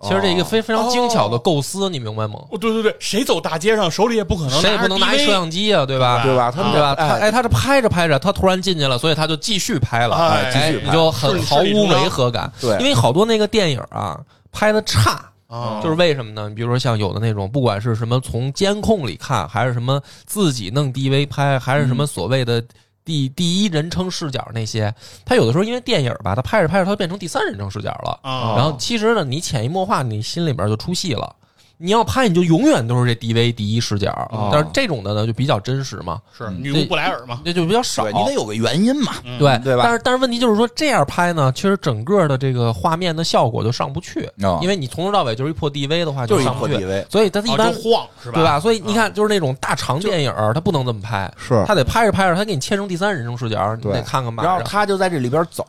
Speaker 1: 其实这一个非非常精巧的构思，你明白吗？
Speaker 3: 哦，对对对，谁走大街上手里也不可能
Speaker 1: 谁也不能拿一
Speaker 3: DV
Speaker 1: 摄像机啊，对吧？
Speaker 2: 对吧？他们
Speaker 1: 对
Speaker 2: 得
Speaker 1: 吧？他
Speaker 2: 哎，
Speaker 1: 哎，他这拍着拍着，他突然进去了，所以他就继续拍了，哎，
Speaker 3: 哎
Speaker 2: 继续拍
Speaker 1: 你就很毫
Speaker 3: 顺理
Speaker 1: 无
Speaker 3: 成章
Speaker 1: 违和感。
Speaker 2: 对
Speaker 1: 因为好多那个电影啊，拍的差，
Speaker 2: 嗯
Speaker 3: 啊，
Speaker 1: 就是为什么呢？你比如说像有的那种，不管是什么从监控里看，还是什么自己弄 DV 拍，还是什
Speaker 2: 嗯
Speaker 1: 么所谓的第第一人称视角那些，它有的时候因为电影吧，它拍着拍着它变成第三人称视角了。
Speaker 3: 啊，
Speaker 2: 哦
Speaker 1: 然后其实呢，你潜移默化，你心里边就出戏了。你要拍，你就永远都是这 DV 第一视角，
Speaker 4: 哦
Speaker 1: 但是这种的呢就比较真实嘛，
Speaker 3: 是女巫布莱尔嘛？
Speaker 1: 那就比较少。
Speaker 2: 对你得有个原因嘛，
Speaker 3: 嗯
Speaker 1: 对
Speaker 2: 对吧
Speaker 1: 但是但是问题就是说，这样拍呢，其实整个的这个画面的效果就上不去，
Speaker 2: 哦
Speaker 1: 因为你从头到尾就是一破 DV 的话，
Speaker 2: 就是一
Speaker 1: 上不
Speaker 2: 破啊
Speaker 1: 去。
Speaker 2: DV，
Speaker 1: 所以它一
Speaker 3: 哦
Speaker 1: 般、
Speaker 3: 就晃是吧？啊
Speaker 1: 对吧？所以
Speaker 2: 啊
Speaker 1: 你看，就是那种大长电影儿，它不能这么拍，
Speaker 4: 是
Speaker 1: 它得拍着拍着，它给你切成第三人称视角，你
Speaker 4: 对
Speaker 1: 得看看
Speaker 2: 然
Speaker 1: 吧
Speaker 2: 后。他就在这里边走，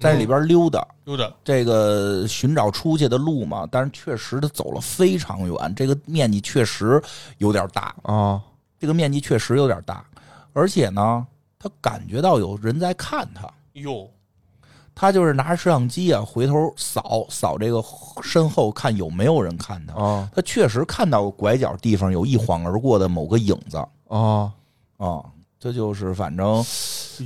Speaker 2: 在这里边溜达。
Speaker 3: 有点
Speaker 2: 这个寻找出去的路嘛，但是确实他走了非常远，这个面积确实有点大，
Speaker 4: 啊，
Speaker 2: 这个面积确实有点大，而且呢，他感觉到有人在看他，
Speaker 3: 哟，
Speaker 2: 他就是拿着摄像机啊，回头扫扫这个身后看有没有人看他，
Speaker 4: 啊
Speaker 2: 他确实看到拐角地方有一晃而过的某个影子
Speaker 4: 啊！
Speaker 2: 啊，这就是反正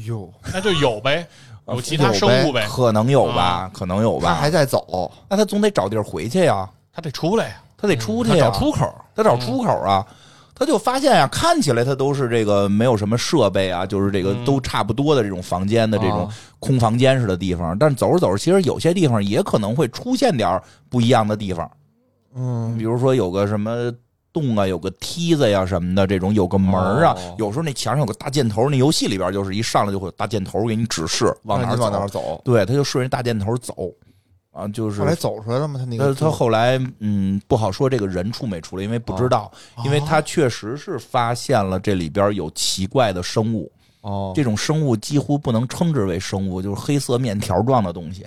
Speaker 4: 哟，
Speaker 3: 那就有呗，
Speaker 2: 呃
Speaker 3: 有其他生物呗，啊
Speaker 2: 可能有吧，可能有
Speaker 4: 他
Speaker 2: 吧
Speaker 4: 还，在走，
Speaker 2: 那他总得找地儿回去呀，
Speaker 3: 他得出来呀。
Speaker 2: 他得出去
Speaker 1: 它
Speaker 2: 呀，
Speaker 1: 找出口，
Speaker 2: 他找出口啊，他就发现啊，看起来他都是这个没有什么设备啊，就是这个
Speaker 3: 嗯
Speaker 2: 都差不多的这种房间的这种
Speaker 4: 啊
Speaker 2: 空房间似的地方，但走着走着，其实有些地方也可能会出现点儿不一样的地方，比
Speaker 4: 嗯，
Speaker 2: 如说有个什么。洞啊，有个梯子呀、什么的，这种有个门儿啊，
Speaker 4: 哦
Speaker 2: 有时候那墙上有个大箭头，那游戏里边就是一上来就会有大箭头给你指示往哪
Speaker 4: 那
Speaker 2: 儿
Speaker 4: 你
Speaker 2: 走，
Speaker 4: 往哪儿走？
Speaker 2: 对，他就顺着大箭头走，啊，就是呃
Speaker 4: 后来走出来了吗？他那
Speaker 2: 他
Speaker 4: 个
Speaker 2: 他后来嗯不好说这个人出没出来，因为不知道，
Speaker 4: 哦
Speaker 2: 因为他确实是发现了这里边有奇怪的生物，
Speaker 4: 哦
Speaker 2: 这种生物几乎不能称之为生物，就是黑色面条状的东西，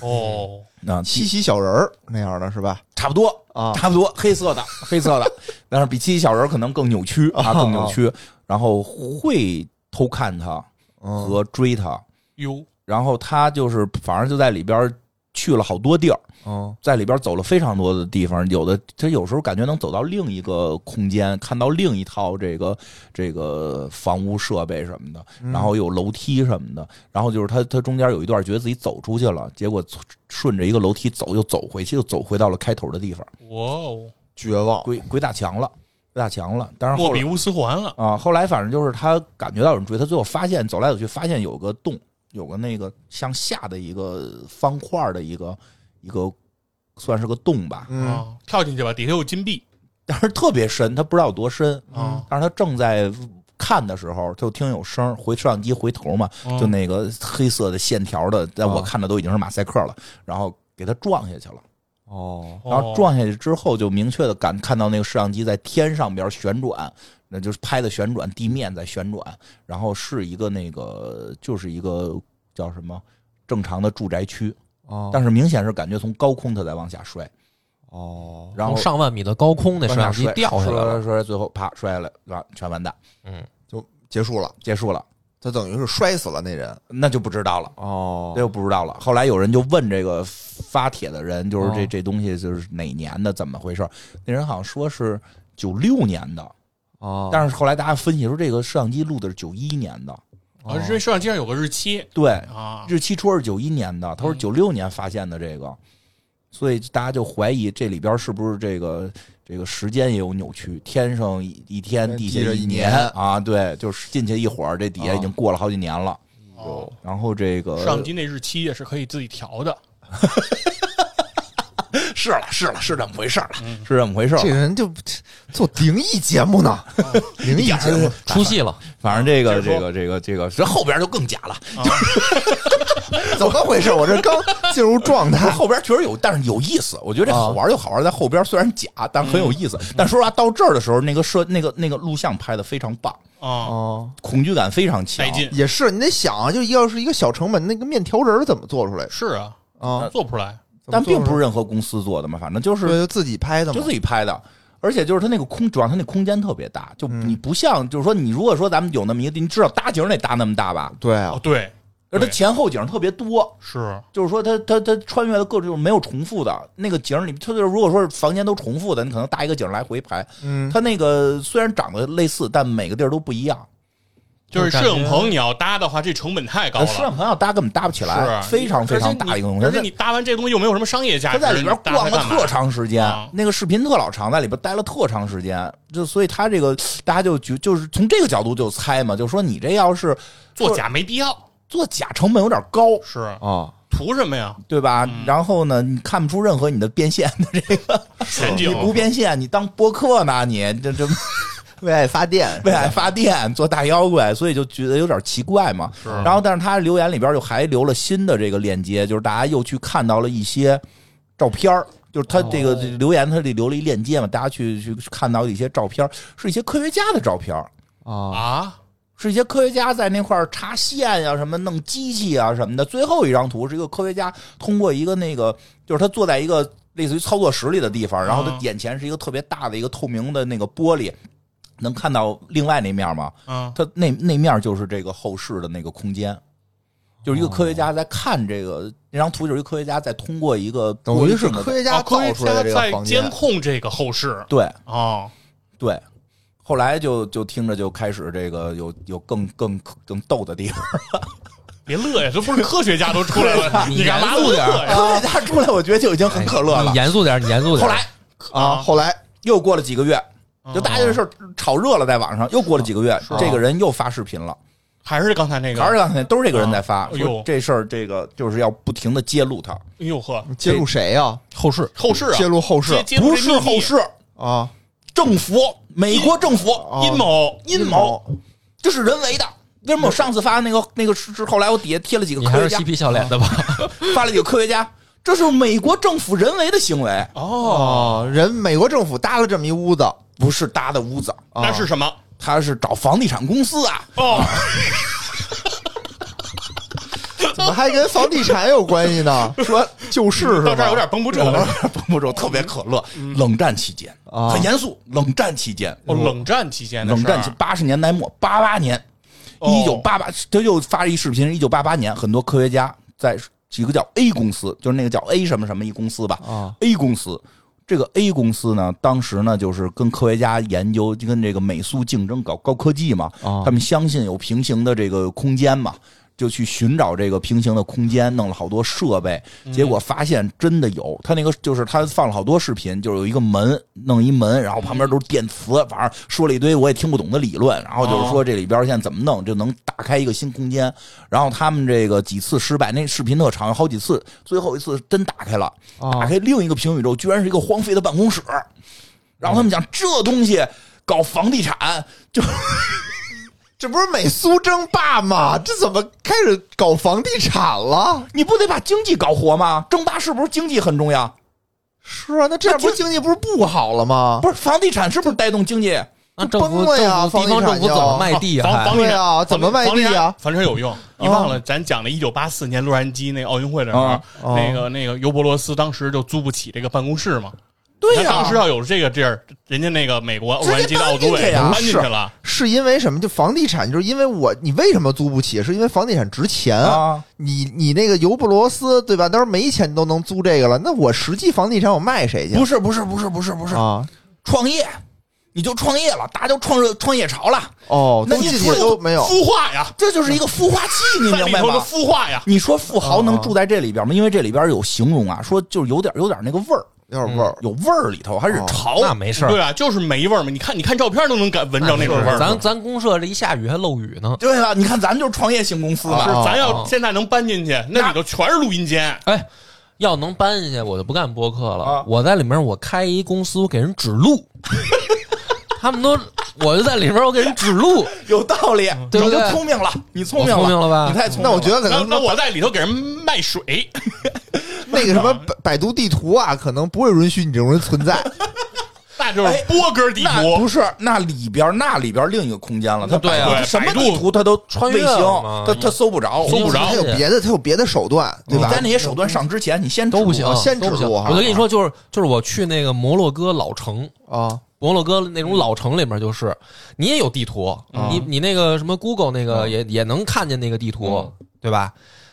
Speaker 3: 哦，
Speaker 2: 那
Speaker 4: 七喜小人儿那样的是吧？
Speaker 2: 差不多
Speaker 4: 啊
Speaker 2: 差不多黑色的黑色的， 但是比七小人可能更扭曲啊，
Speaker 4: 啊
Speaker 2: 更扭曲，然后会偷看他
Speaker 4: 嗯
Speaker 2: 和追他，
Speaker 3: 哟，
Speaker 2: 然后他就是反正就在里边去了好多地儿。
Speaker 4: 嗯
Speaker 2: 在里边走了非常多的地方，有的他有时候感觉能走到另一个空间，看到另一套这个这个房屋设备什么的，
Speaker 4: 嗯
Speaker 2: 然后有楼梯什么的，然后就是他他中间有一段觉得自己走出去了，结果顺着一个楼梯走又走回去，又走回到了开头的地方，
Speaker 3: 哇哦，
Speaker 4: 绝望
Speaker 2: 鬼鬼打墙了，鬼打墙了，但是
Speaker 3: 莫
Speaker 2: 后
Speaker 3: 比
Speaker 2: 来
Speaker 3: 乌斯环了，
Speaker 2: 啊，后来反正就是他感觉到有人追他，最后发现走来走去发现有个洞，有个那个向下的一个方块的一个一个算是个洞吧，
Speaker 4: 嗯
Speaker 3: 啊，跳进去吧，底下有金币
Speaker 2: 但是特别深，他不知道有多深。
Speaker 3: 啊，
Speaker 2: 但是他正在看的时候，就听有声儿，回摄像机回头嘛，
Speaker 3: 嗯
Speaker 2: 就那个黑色的线条的，在我
Speaker 4: 啊
Speaker 2: 看的都已经是马赛克了，然后给他撞下去了。哦，
Speaker 3: 哦
Speaker 2: 然后撞下去之后，就明确的感看到那个摄像机在天上边旋转，那就是拍的旋转，地面在旋转，然后是一个那个就是一个叫什么正常的住宅区，
Speaker 1: 哦
Speaker 2: 但是明显是感觉从高空它在往下摔，
Speaker 1: 哦，
Speaker 2: 然后
Speaker 1: 从上万米的高空那摄像机
Speaker 2: 往
Speaker 1: 掉下来
Speaker 2: 摔
Speaker 1: 了
Speaker 2: 摔，摔，最后啪摔下来，完全完蛋，
Speaker 4: 就结束了。
Speaker 2: 结束了，
Speaker 4: 他等于是摔死了那人，
Speaker 2: 那就不知道了。
Speaker 1: 哦
Speaker 2: 这就不知道了。后来有人就问这个发帖的人，就是这
Speaker 1: 哦
Speaker 2: 这东西就是哪年的，怎么回事儿？那人好像说是九六年的，
Speaker 1: 哦，
Speaker 2: 但是后来大家分析说，这个摄像机录的是九一年的，
Speaker 3: 啊，是因为摄像机上有个日期
Speaker 2: 对，
Speaker 3: 啊，
Speaker 2: 日期说是九一年的，他说
Speaker 3: 嗯
Speaker 2: 九六年发现的这个，所以大家就怀疑这里边是不是这个这个时间也有扭曲，天上一一天，
Speaker 4: 天
Speaker 2: 地下
Speaker 4: 地下
Speaker 2: 一
Speaker 4: 一年
Speaker 2: 啊，对，就是进去一会儿，这底下已经过了好几年了。
Speaker 3: 哦
Speaker 2: 然后这个
Speaker 3: 摄像机那日期也是可以自己调的，
Speaker 2: 是了，是了，是这么回事儿了，是这么回事儿
Speaker 4: 这
Speaker 2: 了。
Speaker 4: 人就做灵异节 目呢，灵异节目
Speaker 1: 出戏了，
Speaker 2: 反正这个
Speaker 3: 接着
Speaker 2: 这
Speaker 3: 说
Speaker 2: 个这个这个，这后边就更假了，
Speaker 4: 怎么回事？我这刚进入状态，
Speaker 2: 后边确实有，但是有意思。我觉得这
Speaker 4: 啊
Speaker 2: 好玩就好玩在后边，虽然假，但很有意
Speaker 4: 嗯
Speaker 2: 思。但说实话，到这儿的时候，那个摄那个那个录像拍的非常棒，
Speaker 3: 啊，
Speaker 4: 哦，
Speaker 2: 恐惧感非常强
Speaker 3: 带。劲
Speaker 4: 也是，你得想啊，就要是一个小成本，那个面条人儿怎么做出来的
Speaker 3: 是啊，
Speaker 4: 啊？
Speaker 3: 做不出来，
Speaker 4: 怎么
Speaker 2: 但
Speaker 4: 做
Speaker 2: 并
Speaker 4: 出
Speaker 2: 不是
Speaker 4: 来
Speaker 2: 任何公司做的嘛，反正就是
Speaker 4: 对，就自己拍的嘛
Speaker 2: 就自。己拍的。而且就是它那个空，主要它那空间特别大，就
Speaker 4: 嗯
Speaker 2: 你不像，就是说你如果说咱们有那么一个地，你至少搭景得搭那么大吧，
Speaker 4: 对
Speaker 3: 哦
Speaker 4: 啊，
Speaker 3: 对，
Speaker 2: 而它
Speaker 3: 对
Speaker 2: 前后景特别多，
Speaker 3: 是
Speaker 2: 就是说它它它穿越的各种没有重复的那个景儿里，它就是如果说是房间都重复的，你可能搭一个景儿来回拍。
Speaker 4: 嗯，
Speaker 2: 它那个虽然长得类似，但每个地儿都不一样。
Speaker 3: 就是摄
Speaker 1: 感
Speaker 3: 影
Speaker 1: 觉
Speaker 3: 棚你要搭的话，这成本太高
Speaker 2: 呃摄
Speaker 3: 了
Speaker 2: 影。棚要搭根本搭不起来，
Speaker 3: 是
Speaker 2: 啊非常非常
Speaker 3: 而且
Speaker 2: 大一个东
Speaker 3: 你
Speaker 2: 西。
Speaker 3: 而
Speaker 2: 它
Speaker 3: 且你搭完这东西又没有什么商业价
Speaker 2: 他
Speaker 3: 值，
Speaker 2: 在里边
Speaker 3: 你搭它
Speaker 2: 逛了
Speaker 3: 干嘛
Speaker 2: 特长时间
Speaker 3: 啊，
Speaker 2: 那个视频特老长，在里边待了特长时间，就所以他这个大家就觉就是从这个角度就猜嘛，就说你这要是
Speaker 3: 做假没必要，
Speaker 2: 做假成本有点高，
Speaker 3: 是
Speaker 1: 哦，
Speaker 3: 图什么呀？
Speaker 2: 对吧？
Speaker 3: 嗯
Speaker 2: 然后呢，你看不出任何你的变现的这个，
Speaker 3: 全景
Speaker 2: 你不变现，你当播客呢，你这这
Speaker 4: 为爱发 电，
Speaker 2: 为爱发电做大妖怪，所以就觉得有点奇怪嘛。然后，但是他留言里边就还留了新的这个链接，就是大家又去看到了一些照片儿就是他这个留言，他这留了一链接嘛，大家去去看到一些照片儿是一些科学家的照片儿
Speaker 4: 哦
Speaker 1: 啊
Speaker 3: 啊，
Speaker 2: 是一些科学家在那块儿插线啊呀、什么弄机器啊什么的。最后一张图是一个科学家通过一个那个，就是他坐在一个类似于操作室里的地方，然后他
Speaker 3: 嗯
Speaker 2: 眼前是一个特别大的一个透明的那个玻璃，能看到另外那面吗？
Speaker 3: 嗯，
Speaker 2: 它那那面就是这个后世的那个空间，就是一个科学家在看这个那张图，就是一个科学家在通过一个
Speaker 4: 等于是
Speaker 2: 玻璃镜的
Speaker 4: 科学家
Speaker 3: 啊，科
Speaker 4: 造
Speaker 3: 学
Speaker 4: 出来
Speaker 3: 家
Speaker 4: 的这个
Speaker 3: 在
Speaker 4: 房
Speaker 3: 监
Speaker 4: 间，
Speaker 3: 控这个后世
Speaker 2: 对
Speaker 3: 哦，
Speaker 2: 对。后来就就听着就开始这个有有更更更逗的地方，
Speaker 3: 别乐呀，这不是科学家都出来 了，
Speaker 1: 你
Speaker 3: 你干
Speaker 1: 严
Speaker 3: 嘛
Speaker 1: 肃
Speaker 3: 乐
Speaker 1: 点 儿
Speaker 3: 呀？
Speaker 2: 科学家出来我觉得就已经很可乐
Speaker 3: 哎
Speaker 2: 了
Speaker 1: 你。严肃点，你严肃点。
Speaker 2: 后来
Speaker 4: 啊，后来
Speaker 2: 又过了几个月，
Speaker 3: 嗯
Speaker 2: 就大家这事儿炒热了，在网上又过了几个月，
Speaker 3: 啊
Speaker 2: 这个人又发视频了，
Speaker 3: 还是刚才那个，
Speaker 2: 还是刚才都是这个人在发，
Speaker 3: 啊哎呦
Speaker 2: 说这事儿这个就是要不停的揭露他，
Speaker 3: 哎呦呵，
Speaker 4: 揭露谁呀？
Speaker 1: 后世
Speaker 3: 后世啊，
Speaker 4: 揭露后世
Speaker 3: 揭揭
Speaker 2: 不
Speaker 3: 露这
Speaker 2: 是
Speaker 3: 秘密
Speaker 2: 后世，
Speaker 4: 啊，
Speaker 2: 政府，美国政府
Speaker 4: 哦
Speaker 3: 阴谋，
Speaker 2: 阴谋，这是人为的。为什么我上次发那个那个是是后来我底下贴了几个
Speaker 1: 你
Speaker 2: 科
Speaker 1: 还
Speaker 2: 学
Speaker 1: 是
Speaker 2: 家
Speaker 1: 嬉，皮笑脸的 吧？
Speaker 2: 发了几个科学家，这是美国政府人为的行为，
Speaker 4: 哦，人美国政府搭了这么一屋子，
Speaker 2: 不是搭的屋子，
Speaker 4: 啊
Speaker 3: 那是什么？
Speaker 2: 他是找房地产公司啊，
Speaker 3: 哦，
Speaker 4: 怎么还跟房地产有关系 呢？说就是是
Speaker 3: 到这儿
Speaker 4: 吧
Speaker 3: 有点绷不住
Speaker 2: 我
Speaker 3: 了。嗯
Speaker 2: 绷 不住，特别可乐。冷战期间，
Speaker 4: 啊
Speaker 2: 很严肃，冷战期间，
Speaker 3: 哦，冷战期间的
Speaker 2: 冷
Speaker 3: 事儿
Speaker 2: 战期八十年代末，八八年，
Speaker 3: 哦
Speaker 2: 一九八八，他又发一视频，一九八八年，很多科学家在几个叫 A 公司，就是那个叫 A 什么什么一公司吧，
Speaker 4: 啊
Speaker 2: a 公司。这个 A 公司呢，当时呢就是跟科学家研究，就跟这个美苏竞争搞高科技嘛，
Speaker 4: 啊
Speaker 2: 他们相信有平行的这个空间嘛，就去寻找这个平行的空间，弄了好多设备，结果发现真的有。他那个就是他放了好多视频，就是有一个门，弄一门，然后旁边都是电磁，反正说了一堆我也听不懂的理论，然后就是说这里边现在怎么弄就能打开一个新空间。然后他们这个几次失败，那视频特长，有好几次，最后一次真打开了，打开另一个平行宇宙，居然是一个荒废的办公室。然后他们讲这东西搞房地产就。
Speaker 4: 这不是美苏争霸吗？这怎么开始搞房地产了？
Speaker 2: 你不得把经济搞活吗？争霸是不是经济很重要？
Speaker 4: 是啊，那这样不是经济不是不好了吗？
Speaker 2: 不是房地产是不是带动经济？
Speaker 1: 那政府
Speaker 4: 崩了呀
Speaker 1: 政府地
Speaker 4: 房
Speaker 1: 方
Speaker 4: 地
Speaker 1: 政
Speaker 4: 产
Speaker 1: 府怎么卖地
Speaker 3: 房
Speaker 1: 啊？
Speaker 3: 房
Speaker 1: 还
Speaker 3: 地
Speaker 4: 对
Speaker 3: 产
Speaker 4: 啊怎么卖地啊
Speaker 3: 房地产房地产有用，你忘了咱讲的1984年洛杉矶那奥运会的时候
Speaker 2: 啊，
Speaker 4: 啊
Speaker 3: 那个那个尤伯罗斯当时就租不起这个办公室嘛。
Speaker 2: 对啊
Speaker 3: 他
Speaker 2: 呀、
Speaker 3: 当时要有这个地儿，人家那个美国洛杉矶的奥组
Speaker 2: 直
Speaker 3: 委
Speaker 2: 接搬
Speaker 3: 搬
Speaker 4: 进
Speaker 3: 进
Speaker 4: 去呀啊
Speaker 3: 去了。
Speaker 4: 是因为什么？就房地产，就是因为我你为什么租不起？是因为房地产值钱
Speaker 2: 啊
Speaker 4: 你你那个尤布罗斯对吧？当时没钱都能租这个了，那我实际房地产我卖谁去？
Speaker 2: 不是不是不是不是不是、
Speaker 4: 啊，
Speaker 2: 创业，你就创业了，大家都创热创业潮了，
Speaker 4: 哦，
Speaker 2: 那
Speaker 4: 东
Speaker 2: 你
Speaker 4: 西
Speaker 2: 出
Speaker 4: 里
Speaker 2: 来
Speaker 4: 都没有
Speaker 3: 孵化呀，
Speaker 2: 这就是一个孵化器，你
Speaker 3: 在
Speaker 2: 明
Speaker 3: 里
Speaker 2: 白
Speaker 3: 头的
Speaker 2: 吗？
Speaker 3: 孵化呀，
Speaker 2: 你说富豪
Speaker 4: 啊
Speaker 2: 能
Speaker 4: 啊
Speaker 2: 住在这里边吗？因为这里边有形容啊，说就是有点有点那个味儿，
Speaker 4: 有点味
Speaker 3: 嗯
Speaker 4: 儿。
Speaker 2: 有味儿里头还是
Speaker 4: 哦
Speaker 2: 潮。
Speaker 1: 那没事儿
Speaker 3: 对，啊，就是霉味儿嘛。你看，你看照片都能感闻着那种味儿。
Speaker 1: 咱咱公社这一下雨还漏雨呢。
Speaker 2: 对啊，你看咱哦就是创业型公司嘛，
Speaker 4: 啊
Speaker 3: 咱要现在能搬进去，那里头全是录音间。
Speaker 1: 哎，要能搬进去，我就不干播客了。
Speaker 2: 啊
Speaker 1: 我在里面，我开一公司，我给人指路。他们都，我就在里面，我给人指路。
Speaker 2: 有道理。
Speaker 1: 嗯对不
Speaker 2: 你就
Speaker 1: 对
Speaker 2: 聪明了，你聪明
Speaker 1: 我聪明了吧
Speaker 2: 你太聪明了。
Speaker 4: 那我觉得可
Speaker 3: 那
Speaker 4: 能
Speaker 3: 那我在里头给人卖水，
Speaker 4: 那个什么百百度地图啊，可能不会允许你这种人存在。
Speaker 3: 那就是波哥地
Speaker 2: 那
Speaker 3: 图
Speaker 2: 不。是那里边那里边另一个空间了，它
Speaker 1: 对啊
Speaker 2: 百度
Speaker 3: 对
Speaker 2: 嗯什么
Speaker 3: 百度
Speaker 2: 地图它都穿卫
Speaker 1: 穿
Speaker 2: 星
Speaker 1: 越了嘛，
Speaker 2: 它它啊搜不着，嗯
Speaker 3: 搜不着
Speaker 4: 他有别的，他有别的手段，对
Speaker 2: 你
Speaker 4: 吧
Speaker 2: 在？那些手段上之前，你先
Speaker 1: 都不行
Speaker 4: 啊，先指
Speaker 1: 都不行。
Speaker 4: 路哈
Speaker 1: 我就跟你说，就是就是我去那个摩洛哥老城，
Speaker 3: 嗯
Speaker 4: 啊，
Speaker 1: 摩洛哥那种老城里面，就是你也有地图，
Speaker 2: 啊
Speaker 1: 你你那个什么 Google 那个也也能看见那个地图，
Speaker 2: 嗯
Speaker 1: 对吧？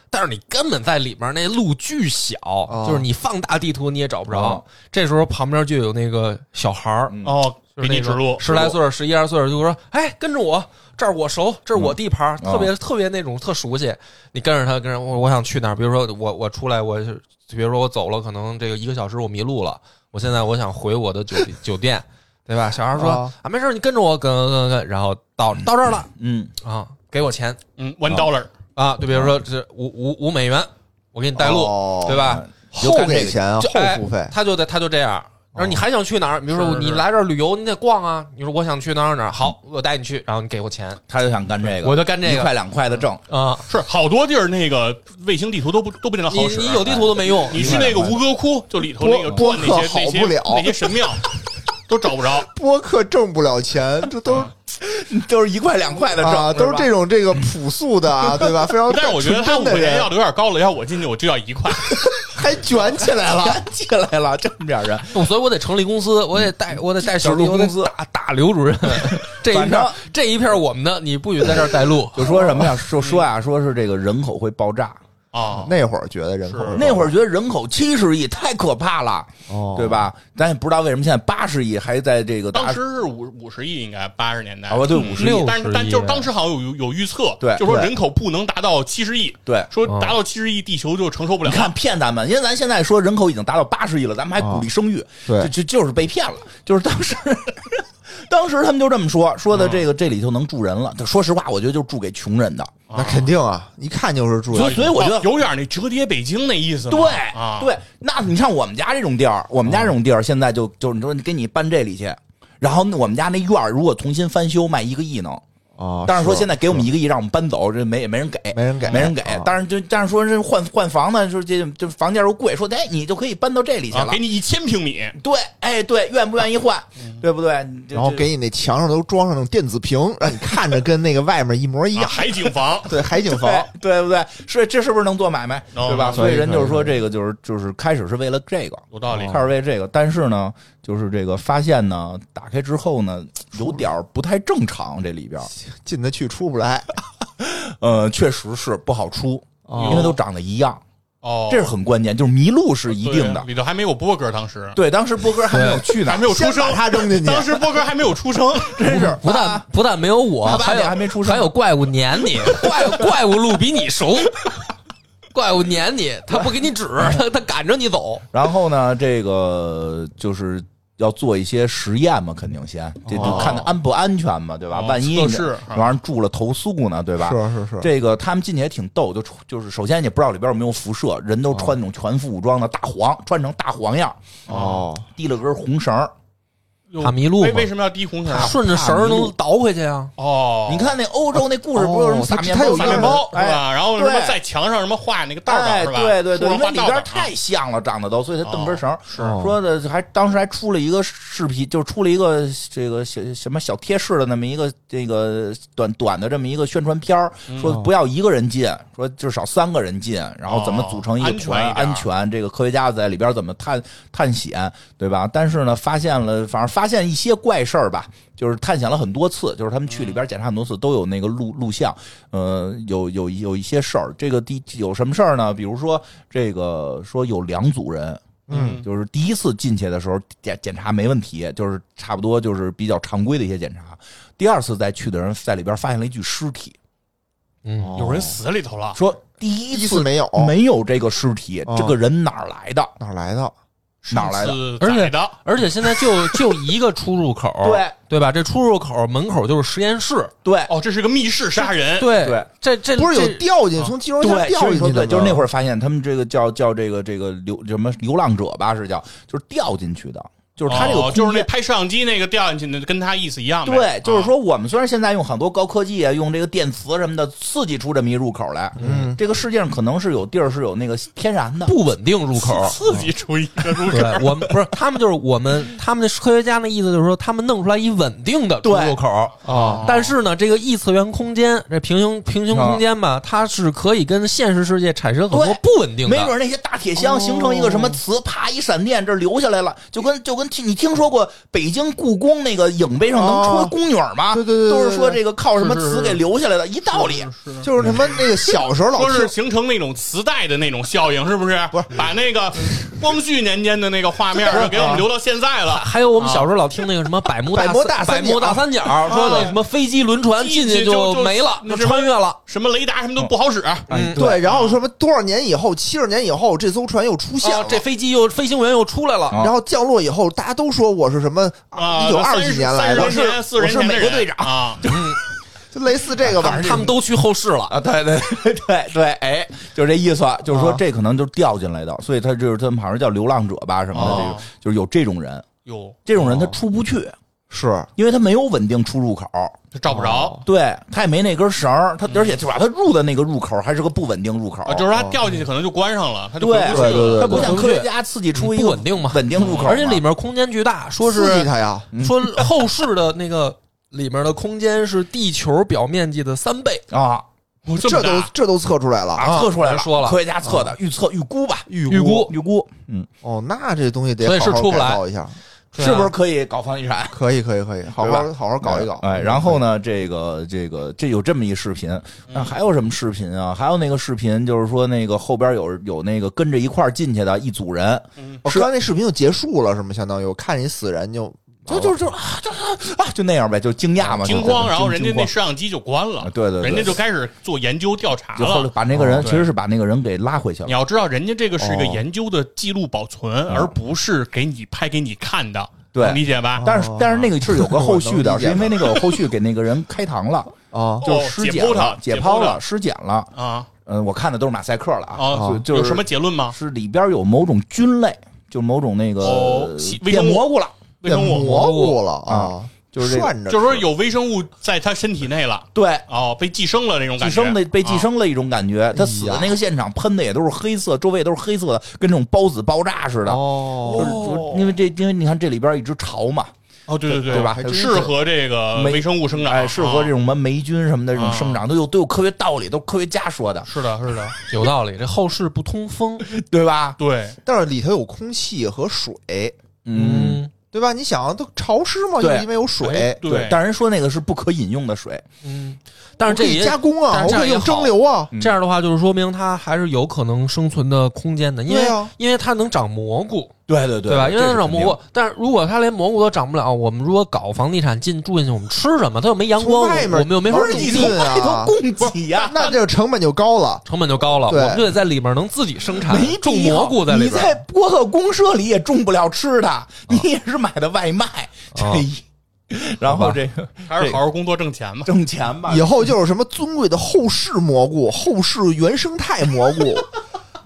Speaker 1: 但是你根本在里面那路巨小，
Speaker 2: 啊
Speaker 1: 就是你放大地图你也找不着
Speaker 2: 哦。
Speaker 1: 这时候旁边就有那个小孩儿，
Speaker 2: 嗯
Speaker 3: 哦，
Speaker 1: 就是
Speaker 3: 给
Speaker 1: 那
Speaker 3: 你
Speaker 1: 个
Speaker 3: 指路。
Speaker 1: 十来岁儿、十一二岁儿就说：“哎，跟着我，这儿我熟，这是
Speaker 3: 嗯
Speaker 1: 我地盘儿，
Speaker 3: 啊
Speaker 1: 特别特别那种特熟悉。你跟着他，跟着我，我想去哪儿？比如说我我出来，我是比如说我走了，可能这个一个小时我迷路了，我现在我想回我的酒酒店，对吧？小孩儿说
Speaker 4: 啊
Speaker 1: 啊，没事儿，你跟着我，跟跟跟，然后到到这儿了
Speaker 2: 嗯，
Speaker 1: 啊，给我钱
Speaker 3: 嗯，one dollar。
Speaker 1: 啊，就比如说这五五五美元，我给你带路，
Speaker 4: 哦
Speaker 1: 对吧？
Speaker 4: 后给钱啊
Speaker 1: 就
Speaker 4: 后付费
Speaker 1: 哎，他就得他就这样。然后你还想去哪儿？比如说
Speaker 3: 是是
Speaker 1: 你来这儿旅游，你得逛啊。你说我想去哪儿哪儿，好，我带你去，然后你给我钱
Speaker 2: 他就想干这个，
Speaker 1: 我就干这个
Speaker 2: 一块两块的挣，
Speaker 1: 啊。
Speaker 3: 是好多地儿那个卫星地图都不都不见得
Speaker 1: 你
Speaker 3: 好使。啊
Speaker 1: 你有地图都没用，
Speaker 3: 你去那个吴哥窟，就里头那个
Speaker 4: 播
Speaker 3: 转那些
Speaker 4: 播客
Speaker 3: 那些
Speaker 4: 好不了
Speaker 3: 那些神庙， 都找不着。
Speaker 4: 播客挣不了钱，这都
Speaker 3: 啊
Speaker 2: 都是一块两块的挣，
Speaker 4: 啊，都是
Speaker 2: 吧
Speaker 4: 这种这个朴素的啊，对吧？非常
Speaker 3: 但是我觉得他
Speaker 4: 纯
Speaker 3: 五
Speaker 4: 真
Speaker 3: 块
Speaker 4: 的
Speaker 3: 钱
Speaker 4: 人
Speaker 3: 要的有点高了，要我进去我就要一块。
Speaker 4: 还卷起来了，
Speaker 2: 了，起来了，这么点人，
Speaker 1: 嗯所以我得成立公司，我得带我得带小弟，
Speaker 2: 小
Speaker 1: 我
Speaker 2: 鹿
Speaker 1: 得
Speaker 2: 公司
Speaker 1: 打打刘主任。 这一
Speaker 2: 反
Speaker 1: 片
Speaker 2: 正。
Speaker 1: 儿这一片儿我们的，你不许在这儿带路
Speaker 2: 就说什么呀？说说呀，说是这个人口会爆炸。
Speaker 3: 啊，
Speaker 4: 那会儿觉得人口
Speaker 3: 是
Speaker 2: 那会儿觉得人口七十亿太可怕了，
Speaker 4: 哦
Speaker 2: 对吧？咱也不知道为什么现在八十亿还在这个
Speaker 3: 当
Speaker 2: 大
Speaker 3: 时是五五十亿，应该八十年代。
Speaker 2: 啊，对
Speaker 3: 嗯
Speaker 2: 五十亿
Speaker 1: 六，
Speaker 3: 但是但
Speaker 1: 50亿
Speaker 3: 就是当时好像有有有预测，
Speaker 2: 对
Speaker 3: 就说
Speaker 2: 对
Speaker 3: 人口不能达到七十亿，
Speaker 2: 对
Speaker 3: 说达到七十亿地球就承受不
Speaker 2: 嗯
Speaker 3: 了
Speaker 2: 你
Speaker 3: 了。
Speaker 2: 看骗咱们，因为咱现在说人口已经达到八十亿了，咱们还鼓励生育，
Speaker 4: 啊对
Speaker 2: 这就就是被骗了，就是当时。 当时他们就这么说，说的这个
Speaker 4: 嗯
Speaker 2: 这里头能住人了。就说实话，我觉得就住给穷人的。
Speaker 4: 那肯定啊，一看就是住
Speaker 2: 所以，所以我觉得
Speaker 3: 哦有点那折叠北京那意思嘛。
Speaker 2: 对、
Speaker 3: 啊，
Speaker 2: 对，那你像我们家这种地儿，我们家这种
Speaker 4: 嗯
Speaker 2: 地儿现在就就你说你给你搬这里去，然后我们家那院儿如果重新翻修卖一个亿能，
Speaker 4: 啊。
Speaker 2: 但是说现
Speaker 4: 在
Speaker 2: 在给我们一个亿让我们搬走，这没也没人给，
Speaker 4: 没人给
Speaker 2: 没人给
Speaker 4: 啊。
Speaker 2: 但是就但是说这换换房呢，说这这房价又贵，说哎你就可以搬到这里去
Speaker 3: 啊，
Speaker 2: 了
Speaker 3: 给。你一千平米，
Speaker 2: 对，哎对，愿不愿意换，对不对？你这
Speaker 4: 嗯然后
Speaker 2: 这
Speaker 4: 给你那墙上都装上那种电子屏，让你看着跟那个外面一模一
Speaker 3: 啊
Speaker 4: 样。
Speaker 3: 海景房
Speaker 4: 对，海景房
Speaker 2: 对对不对？是这是不是能做买卖，
Speaker 3: 哦
Speaker 2: 对吧？
Speaker 3: 可以
Speaker 2: 所以人
Speaker 4: 可以
Speaker 2: 就是说这个就是就是开始是为了这个，
Speaker 3: 有道理。
Speaker 2: 开始为这个，但是呢，就是这个发现呢，打开之后呢，有点儿不太正常，这里边儿，
Speaker 4: 进得去出不来，
Speaker 2: 呃，确实是不好出，因为都长得一样，
Speaker 3: 哦，
Speaker 2: 这是很关键，就是迷路是一定的
Speaker 3: 对。里头还没有波哥，当时
Speaker 2: 对，当时波哥还没有去呢，
Speaker 3: 还没有出
Speaker 4: 先
Speaker 3: 生
Speaker 4: 把，他扔进去。
Speaker 3: 当时波哥还没有出生，
Speaker 2: 真是
Speaker 1: 不但不但没有我，
Speaker 2: 啊他爸
Speaker 1: 还有
Speaker 2: 也还没出生
Speaker 1: 还有怪物撵 你，怪 怪物路比你熟，怪物撅你，他不给你指， 他他赶着你走。
Speaker 2: 然后呢，这个就是要做一些实验嘛，肯定先这就看它安不安全嘛，对吧？
Speaker 3: 哦
Speaker 2: 万一
Speaker 3: 测
Speaker 2: 你
Speaker 3: 试
Speaker 2: 这玩意儿住了投诉呢，对吧？
Speaker 4: 是是是
Speaker 2: 这个他们进去也挺逗，就出就是首先也不知道里边有没有辐射，人都穿那种全副武装的大黄，穿成大黄样，
Speaker 4: 哦，
Speaker 2: 提了根红绳儿
Speaker 3: 哟
Speaker 1: 怕迷路
Speaker 3: 为
Speaker 1: 嘛
Speaker 3: 为什么要滴红绳啊？
Speaker 1: 顺着绳儿能倒回去啊。
Speaker 3: 哦，
Speaker 2: 你看那欧洲那故事，不是有什么撒面
Speaker 4: 哦
Speaker 2: 包、
Speaker 4: 它它有
Speaker 3: 撒
Speaker 4: 一个
Speaker 3: 面包是
Speaker 2: 哎
Speaker 3: 吧？然后什
Speaker 2: 对
Speaker 3: 么在墙上什么画那个道道
Speaker 2: 哎，
Speaker 3: 是吧？
Speaker 2: 对对对，
Speaker 3: 树
Speaker 2: 因为
Speaker 3: 上画
Speaker 2: 里
Speaker 3: 道道啊
Speaker 2: 边
Speaker 3: 哦
Speaker 2: 太像了，长得都，所以他蹬根绳儿。
Speaker 3: 是
Speaker 2: 说的还当时还出了一个视频，就出了一个这个小什么小贴士的那么一个这个短短的这么一个宣传片儿，说
Speaker 3: 嗯
Speaker 2: 不要一个人进，说至少三个人进，然后怎么组成一个
Speaker 3: 哦
Speaker 2: 团，
Speaker 3: 安全一点
Speaker 2: 安全，这个科学家在里边怎么探探险，对吧？但是呢，发现了，反正发现一些怪事儿吧，就是探险了很多次，就是他们去里边检查很多次，都有那个录录像，呃，有有有一些事儿。这个第有什么事儿呢？比如说这个说有两组人，
Speaker 3: 嗯
Speaker 2: 就是第一次进去的时候检检查没问题，就是差不多就是比较常规的一些检查。第二次再去的人在里边发现了一具尸体，
Speaker 1: 嗯，
Speaker 2: 哦
Speaker 3: 有人死里头了，
Speaker 2: 说第
Speaker 4: 第
Speaker 2: 一
Speaker 4: 一次
Speaker 2: 次
Speaker 4: 没有，
Speaker 2: 没有这个尸体，
Speaker 4: 哦
Speaker 2: 这个人哪儿来的？
Speaker 4: 哪儿来的？
Speaker 2: 哪儿来
Speaker 4: 哦
Speaker 2: 的？
Speaker 3: 的
Speaker 1: 而且
Speaker 3: 的
Speaker 1: 而且现在就就一个出入口，
Speaker 2: 对
Speaker 1: 对吧？这出入口门口就是实验室，
Speaker 2: 对
Speaker 3: 哦，这是个密室杀人，
Speaker 1: 对
Speaker 2: 对，
Speaker 1: 这这
Speaker 4: 不是
Speaker 1: 这
Speaker 4: 有掉进从金融下
Speaker 2: 对，
Speaker 4: 掉
Speaker 2: 其实
Speaker 4: 进
Speaker 2: 说
Speaker 4: 去
Speaker 2: 对，
Speaker 4: 的吗？
Speaker 2: 就是那会儿发现他们这个叫叫这个这个流什么流浪者吧，是叫就是掉进去的，就是他这个
Speaker 3: 哦就是
Speaker 2: 空
Speaker 3: 那
Speaker 2: 间。
Speaker 3: 拍摄像机那个掉进去的，跟他意思一样呗。
Speaker 2: 对，就是
Speaker 3: 啊，
Speaker 2: 说我们虽然现在用很多高科技啊，用这个电磁什么的刺激出这么一入口来，嗯，这个世界上可能是有地儿是有那个天然的，
Speaker 1: 不稳定入口。
Speaker 3: 刺激出一个
Speaker 2: 哦
Speaker 3: 入
Speaker 1: 对我们不是他们就是我们他们那科学家那意思就是说他们弄出来一稳定的出
Speaker 2: 对
Speaker 1: 入口，
Speaker 3: 啊
Speaker 1: 但是呢，这个异次元空间这平行平行空间吧，它是可以跟现实世界产生很多
Speaker 2: 对
Speaker 1: 不稳定的。
Speaker 2: 没准那些大铁箱形成一个什么磁，啪一闪电，这流下来了，就跟就跟你听说过北京故宫那个影碑上能
Speaker 4: 哦
Speaker 2: 出宫女儿吗？
Speaker 4: 对对对对
Speaker 2: 都是说这个靠什么
Speaker 3: 是是
Speaker 2: 磁给
Speaker 3: 是
Speaker 2: 流下来的，一道理。
Speaker 4: 就是他妈那个小时候老
Speaker 3: 说是
Speaker 4: 听
Speaker 3: 形成那种磁带的那种效应，是不是？不是，把那个光绪年间的那个画 面就给我们留到现在了。
Speaker 1: 还有我们小时候老听那个什么百慕
Speaker 4: 百慕
Speaker 1: 大
Speaker 4: 大
Speaker 1: 百
Speaker 4: 三角
Speaker 1: 慕大三角，说那什么飞机轮船进
Speaker 3: 进
Speaker 1: 去
Speaker 3: 去就就
Speaker 1: 没了，
Speaker 3: 那
Speaker 1: 就
Speaker 3: 什么
Speaker 1: 穿越了。
Speaker 3: 什么雷达什么都不好使，啊
Speaker 2: 哎，
Speaker 4: 对，然后什么多少年以后，七十年以后，这艘船又出现
Speaker 1: 啊
Speaker 4: 了，，
Speaker 1: 这飞机又飞行员又出来了，
Speaker 2: 啊
Speaker 4: 然后降落以后，大家都说我是什么
Speaker 3: 啊，
Speaker 4: 一九二几年来的
Speaker 3: 三，十年前、四十年前的人
Speaker 2: 我是美国队长
Speaker 3: 啊，
Speaker 4: 就类似这个
Speaker 1: 他
Speaker 4: 吧
Speaker 1: 们。他们都去后世了。
Speaker 2: 啊，对对 对对对，哎，就是这意思，就是说
Speaker 4: 啊
Speaker 2: 这可能就是掉进来的，所以他就是他们好像叫流浪者吧什么的，这种
Speaker 3: 哦
Speaker 2: 就是有这种人，
Speaker 3: 哟，
Speaker 2: 这种
Speaker 4: 哦
Speaker 2: 人他出不去，
Speaker 4: 是
Speaker 2: 因为他没有稳定出入口，
Speaker 3: 这找不着
Speaker 2: 对他也没那根绳儿，
Speaker 4: 嗯
Speaker 2: 他而且就把他入的那个入口还是个不稳定入口，
Speaker 3: 啊，就是他掉进去可能就关上了，他就回
Speaker 2: 哦对
Speaker 3: 不去了。
Speaker 2: 他不像
Speaker 1: 对
Speaker 2: 科学家刺激出一个
Speaker 1: 不稳定嘛
Speaker 2: 稳定入口嘛，
Speaker 1: 而且里面空间巨大，说是
Speaker 4: 刺激他呀，
Speaker 1: 说后世的那个里面的空间是地球表面积的三倍，
Speaker 2: 啊
Speaker 3: 我
Speaker 4: 这
Speaker 3: 么
Speaker 4: 都
Speaker 3: 大
Speaker 4: 这都测出来了
Speaker 2: 啊测出来
Speaker 1: 人说了啊
Speaker 2: 科学家测的预测预估吧，预
Speaker 1: 预估
Speaker 2: 预估，嗯，
Speaker 4: 哦，那这东西得
Speaker 1: 所以
Speaker 4: 好
Speaker 1: 是
Speaker 4: 好
Speaker 1: 出不来
Speaker 4: 改造一下，
Speaker 1: 对啊
Speaker 2: 是不是可以搞房地产？
Speaker 4: 可以可以可以，好
Speaker 2: 对吧
Speaker 4: 好好好搞一搞。
Speaker 2: 哎，然后呢，这个这个这有这么一视频，那还有什么视频啊？还有那个视频就是说那个后边有有那个跟着一块儿进去的一组人，
Speaker 4: 嗯我刚才那视频就结束了，是吗？相当于我看你死人就
Speaker 2: 就就就啊就啊就那样呗，就惊讶嘛，
Speaker 3: 惊
Speaker 2: 就
Speaker 3: 慌，然后人家那
Speaker 2: 惊
Speaker 3: 摄像机就关了
Speaker 2: 啊，对对对
Speaker 3: 人家就开始做研究调查
Speaker 2: 就后来
Speaker 3: 了。
Speaker 2: 把那个人
Speaker 3: 哦对
Speaker 2: 其实是把那个人给拉回去
Speaker 3: 你
Speaker 2: 了，
Speaker 3: 要知道，人家这个是一个
Speaker 4: 哦
Speaker 3: 研究的记录保存，而不是给你拍给你看的，
Speaker 2: 嗯对
Speaker 3: 能理解吧？
Speaker 2: 但是但是那个是有个后续
Speaker 4: 我
Speaker 2: 的，
Speaker 4: 能理
Speaker 2: 是
Speaker 4: 解
Speaker 2: 因为那个有后续给那个人开膛了，
Speaker 4: 啊
Speaker 2: 就
Speaker 3: 哦
Speaker 2: 是尸
Speaker 3: 解
Speaker 2: 检
Speaker 3: 剖
Speaker 2: 了
Speaker 3: 他，
Speaker 2: 解
Speaker 3: 解剖
Speaker 2: 剖了，
Speaker 3: 他
Speaker 2: 尸检了，
Speaker 3: 啊
Speaker 2: 嗯，我看的都是马赛克了啊，
Speaker 3: 啊，
Speaker 2: 就就是
Speaker 3: 有什么结论吗？
Speaker 2: 是里边有某种菌类，就某种那
Speaker 3: 哦
Speaker 2: 个
Speaker 3: 细微
Speaker 2: 变
Speaker 3: 生物
Speaker 2: 蘑菇了。
Speaker 3: 微生物，
Speaker 4: 模糊了
Speaker 2: 啊
Speaker 4: 啊，
Speaker 2: 就是这个
Speaker 4: 涮着吃，
Speaker 3: 就是说有微生物在他身体内了，
Speaker 2: 对，
Speaker 3: 哦，被寄生了那种
Speaker 2: 寄
Speaker 3: 感觉，
Speaker 2: 生的被寄生的一种感觉。他死的那个现场喷的也都是黑色，周围都是黑色的，跟那种孢子爆炸似的。
Speaker 4: 哦，
Speaker 2: 就是就是因为这，因为你看这里边一直潮嘛，
Speaker 3: 啊，哦，对对对，
Speaker 2: 对吧
Speaker 3: 还真是适合这个微生物生长，
Speaker 2: 哎，适合这
Speaker 3: 种，
Speaker 2: 种什么霉菌什么的这种生长，都有都有科学道理，都是科学家说的，
Speaker 3: 是的，是的，
Speaker 1: 有道理。这后世不通风，
Speaker 2: 对吧？
Speaker 3: 对，
Speaker 4: 但是里头有空气和水，
Speaker 2: 嗯，，
Speaker 4: 对吧？你想都潮湿嘛，就
Speaker 2: 对
Speaker 4: 是因为有
Speaker 1: 哎
Speaker 4: 水，
Speaker 3: 对
Speaker 2: 对。但人说那个是不可饮用的水，
Speaker 1: 嗯，但是这
Speaker 4: 我可以
Speaker 1: 也
Speaker 4: 加工啊，
Speaker 1: 但
Speaker 4: 我
Speaker 1: 是这
Speaker 4: 可
Speaker 1: 样
Speaker 4: 以
Speaker 1: 也
Speaker 4: 用蒸
Speaker 1: 好
Speaker 4: 馏啊，
Speaker 1: 这样的话，就是说明它还是有可能生存的空间的，因为、
Speaker 4: 对啊
Speaker 1: 因为它能长蘑菇，
Speaker 2: 对对
Speaker 1: 对吧？因为它能长蘑菇，但是如果它连蘑菇都长不了，我们如果搞房地产进住进去，我们吃什么？它又没阳光，
Speaker 4: 从外面
Speaker 1: 我们又没法
Speaker 4: 不
Speaker 2: 不
Speaker 4: 是
Speaker 2: 是
Speaker 1: 种
Speaker 2: 你
Speaker 4: 你
Speaker 1: 地
Speaker 4: 从
Speaker 2: 从
Speaker 4: 外
Speaker 2: 外头
Speaker 4: 头
Speaker 2: 供给啊呀、
Speaker 4: 那这个成本就高了。
Speaker 1: 成本就高了，我
Speaker 4: 对
Speaker 1: 们就得在里面能自己生产
Speaker 2: 没，
Speaker 1: 种
Speaker 2: 必要
Speaker 1: 蘑菇在里
Speaker 2: 你
Speaker 1: 边啊
Speaker 2: 在播客公社里也种不了吃的，你也是买的外卖。这
Speaker 1: 啊
Speaker 2: 一， 然
Speaker 1: 好
Speaker 2: 后
Speaker 1: 吧
Speaker 2: 这个
Speaker 3: 还是好好工作挣钱嘛。
Speaker 2: 挣钱吧
Speaker 4: 以，后就是什么尊贵的后世蘑菇、后世原生态蘑菇，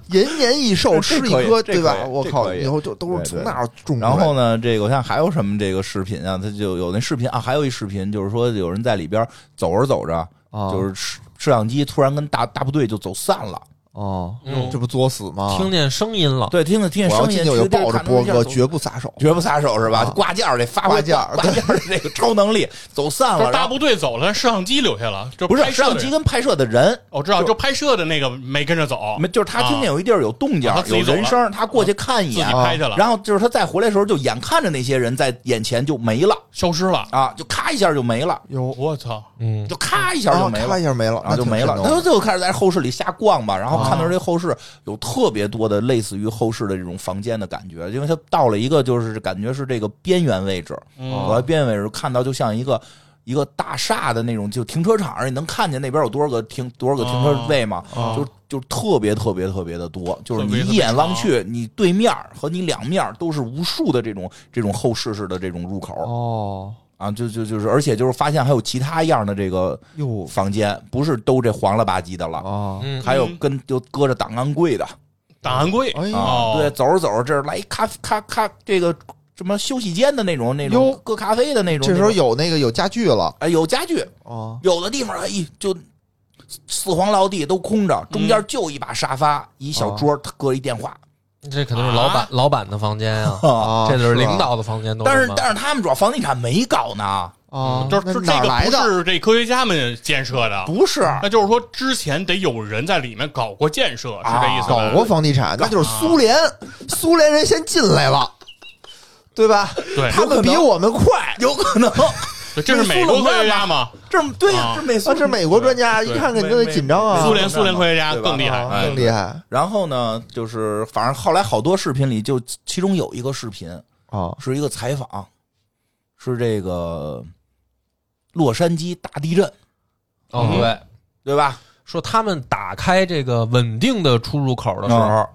Speaker 4: 延年益寿，
Speaker 2: 这
Speaker 4: 吃
Speaker 2: 这
Speaker 4: 一
Speaker 2: 可以
Speaker 4: 颗，
Speaker 2: 这
Speaker 4: 对吧
Speaker 2: 可？以
Speaker 4: 我
Speaker 2: 这
Speaker 4: 靠，
Speaker 2: 可以
Speaker 4: 以后就都是
Speaker 2: 对
Speaker 4: 从
Speaker 2: 对
Speaker 4: 那儿种出来
Speaker 2: 然
Speaker 4: 的。
Speaker 2: 后呢，这个我看还有什么这个视频啊，它就有那视频啊，还有一视频就是说有人在里边走着走着，
Speaker 4: 啊，
Speaker 2: 就是摄摄像机突然跟大大部队就走散了，
Speaker 4: 哦
Speaker 1: 嗯，
Speaker 4: 这不作死吗？
Speaker 1: 听见声音了，
Speaker 2: 对，听着听
Speaker 4: 我
Speaker 2: 着
Speaker 4: 要
Speaker 2: 声音，
Speaker 4: 进去我就
Speaker 2: 其实就是
Speaker 4: 抱着
Speaker 2: 看他
Speaker 4: 波
Speaker 2: 们
Speaker 4: 哥，
Speaker 2: 这样走
Speaker 4: 绝不撒手。
Speaker 2: 绝不撒手是吧？
Speaker 4: 啊
Speaker 2: 挂件儿得发
Speaker 4: 挂件儿
Speaker 2: 挂件儿这个超能力走散
Speaker 3: 不是
Speaker 2: 了，然
Speaker 3: 大
Speaker 2: 后
Speaker 3: 部队走了，摄像机留下了，就
Speaker 2: 不是
Speaker 3: 拍
Speaker 2: 摄
Speaker 3: 摄的
Speaker 2: 像
Speaker 3: 人
Speaker 2: 机跟拍摄的人，
Speaker 3: 我知道，
Speaker 2: 就
Speaker 3: 就拍摄的那个没跟着走，
Speaker 2: 没就是他听见有一地儿有动静
Speaker 3: 哦啊他，自己
Speaker 2: 有
Speaker 3: 走
Speaker 2: 人
Speaker 3: 了啊
Speaker 2: 声，他过去看一
Speaker 3: 自己
Speaker 2: 眼，
Speaker 3: 拍去了，
Speaker 2: 然后就是他再回来的时候，就眼看着那些人在眼前就没了
Speaker 3: 消失了。
Speaker 2: 啊，就咔一下就没了，
Speaker 4: 哟，
Speaker 3: 我操！
Speaker 1: 嗯，
Speaker 2: 就咔一下
Speaker 4: 然
Speaker 2: 就
Speaker 4: 后
Speaker 2: 没
Speaker 3: 哦
Speaker 4: 啊咔
Speaker 2: 了
Speaker 4: 一。下没了，
Speaker 2: 然后就没了。
Speaker 4: 那
Speaker 2: 他就
Speaker 4: 挺神的
Speaker 2: 就开始在后室里瞎逛吧，然后看到这后室有特别多的类似于后室的这种房间的感觉，因为他到了一个就是感觉是这个边缘位置，
Speaker 3: 嗯
Speaker 2: 我在边缘位置看到就像一个。一个大厦的那种，就停车场，你能看见那边有多少个停多少个停车位吗？
Speaker 3: 啊
Speaker 2: 就就特别特别特别的多，就是
Speaker 3: 特
Speaker 2: 你
Speaker 3: 别特
Speaker 2: 一
Speaker 3: 别
Speaker 2: 眼
Speaker 3: 长
Speaker 2: 望去，你对面和你两面都是无数的这种这种后室式的这种入口、
Speaker 4: 哦，
Speaker 2: 啊，就就就是，而且就是发现还有其他样的这个
Speaker 4: 哟
Speaker 2: 房间，不是都这黄了吧唧的了，
Speaker 4: 啊，
Speaker 1: 嗯，
Speaker 2: 还有跟就搁着档案柜的
Speaker 3: 档案柜
Speaker 4: 哎呀
Speaker 2: 啊，
Speaker 3: 哦
Speaker 2: 对，走着走着这儿来一咖咖咖这个什么休息间的那种那种
Speaker 4: 哟
Speaker 2: 搁咖啡的那种，
Speaker 4: 这时候
Speaker 2: 那种
Speaker 4: 有那个有家具了
Speaker 2: 哎有家具，
Speaker 4: 啊，
Speaker 2: 有的地方哎就四黄落地都空着，中
Speaker 4: 嗯
Speaker 2: 间就一把沙发一
Speaker 4: 哦
Speaker 2: 小桌，他搁一电话，
Speaker 1: 这可能是老板
Speaker 3: 啊
Speaker 1: 老板的房间啊，
Speaker 4: 啊
Speaker 1: 这就是
Speaker 4: 吧
Speaker 1: 领导的房间都
Speaker 2: 但是
Speaker 1: 吗
Speaker 2: 但是他们主要房地产没搞呢，
Speaker 4: 啊，
Speaker 3: 嗯就
Speaker 4: 那
Speaker 3: 是
Speaker 4: 哪
Speaker 3: 这
Speaker 4: 儿
Speaker 3: 个
Speaker 4: 来
Speaker 3: 不
Speaker 4: 的？
Speaker 3: 是这科学家们建设的，
Speaker 2: 不是
Speaker 4: 嗯
Speaker 3: 那就是说之前得有人在里面搞过建设，是这意思吧？
Speaker 4: 啊搞过房地产，那就是苏联，苏联人先进来了，对吧？
Speaker 3: 对
Speaker 4: 他们比我们快。
Speaker 2: 有可能，
Speaker 3: 对，这是美国科学家嘛？
Speaker 2: 这对呀，
Speaker 3: 啊
Speaker 2: 这美
Speaker 4: 啊，这美国专家一
Speaker 3: 对
Speaker 4: 看看就得紧张啊，
Speaker 3: 苏联苏联科学家
Speaker 2: 对吧
Speaker 3: 更厉害，
Speaker 4: 啊
Speaker 3: 哎
Speaker 4: 更厉害
Speaker 2: 然后呢，就是反正后来好多视频里就，其中有一个视频
Speaker 4: 啊
Speaker 2: 是一个采访，是这个洛杉矶大地震，
Speaker 1: 哦
Speaker 3: 嗯
Speaker 1: 对，
Speaker 2: 对吧？
Speaker 1: 说他们打开这个稳定的出入口的时候，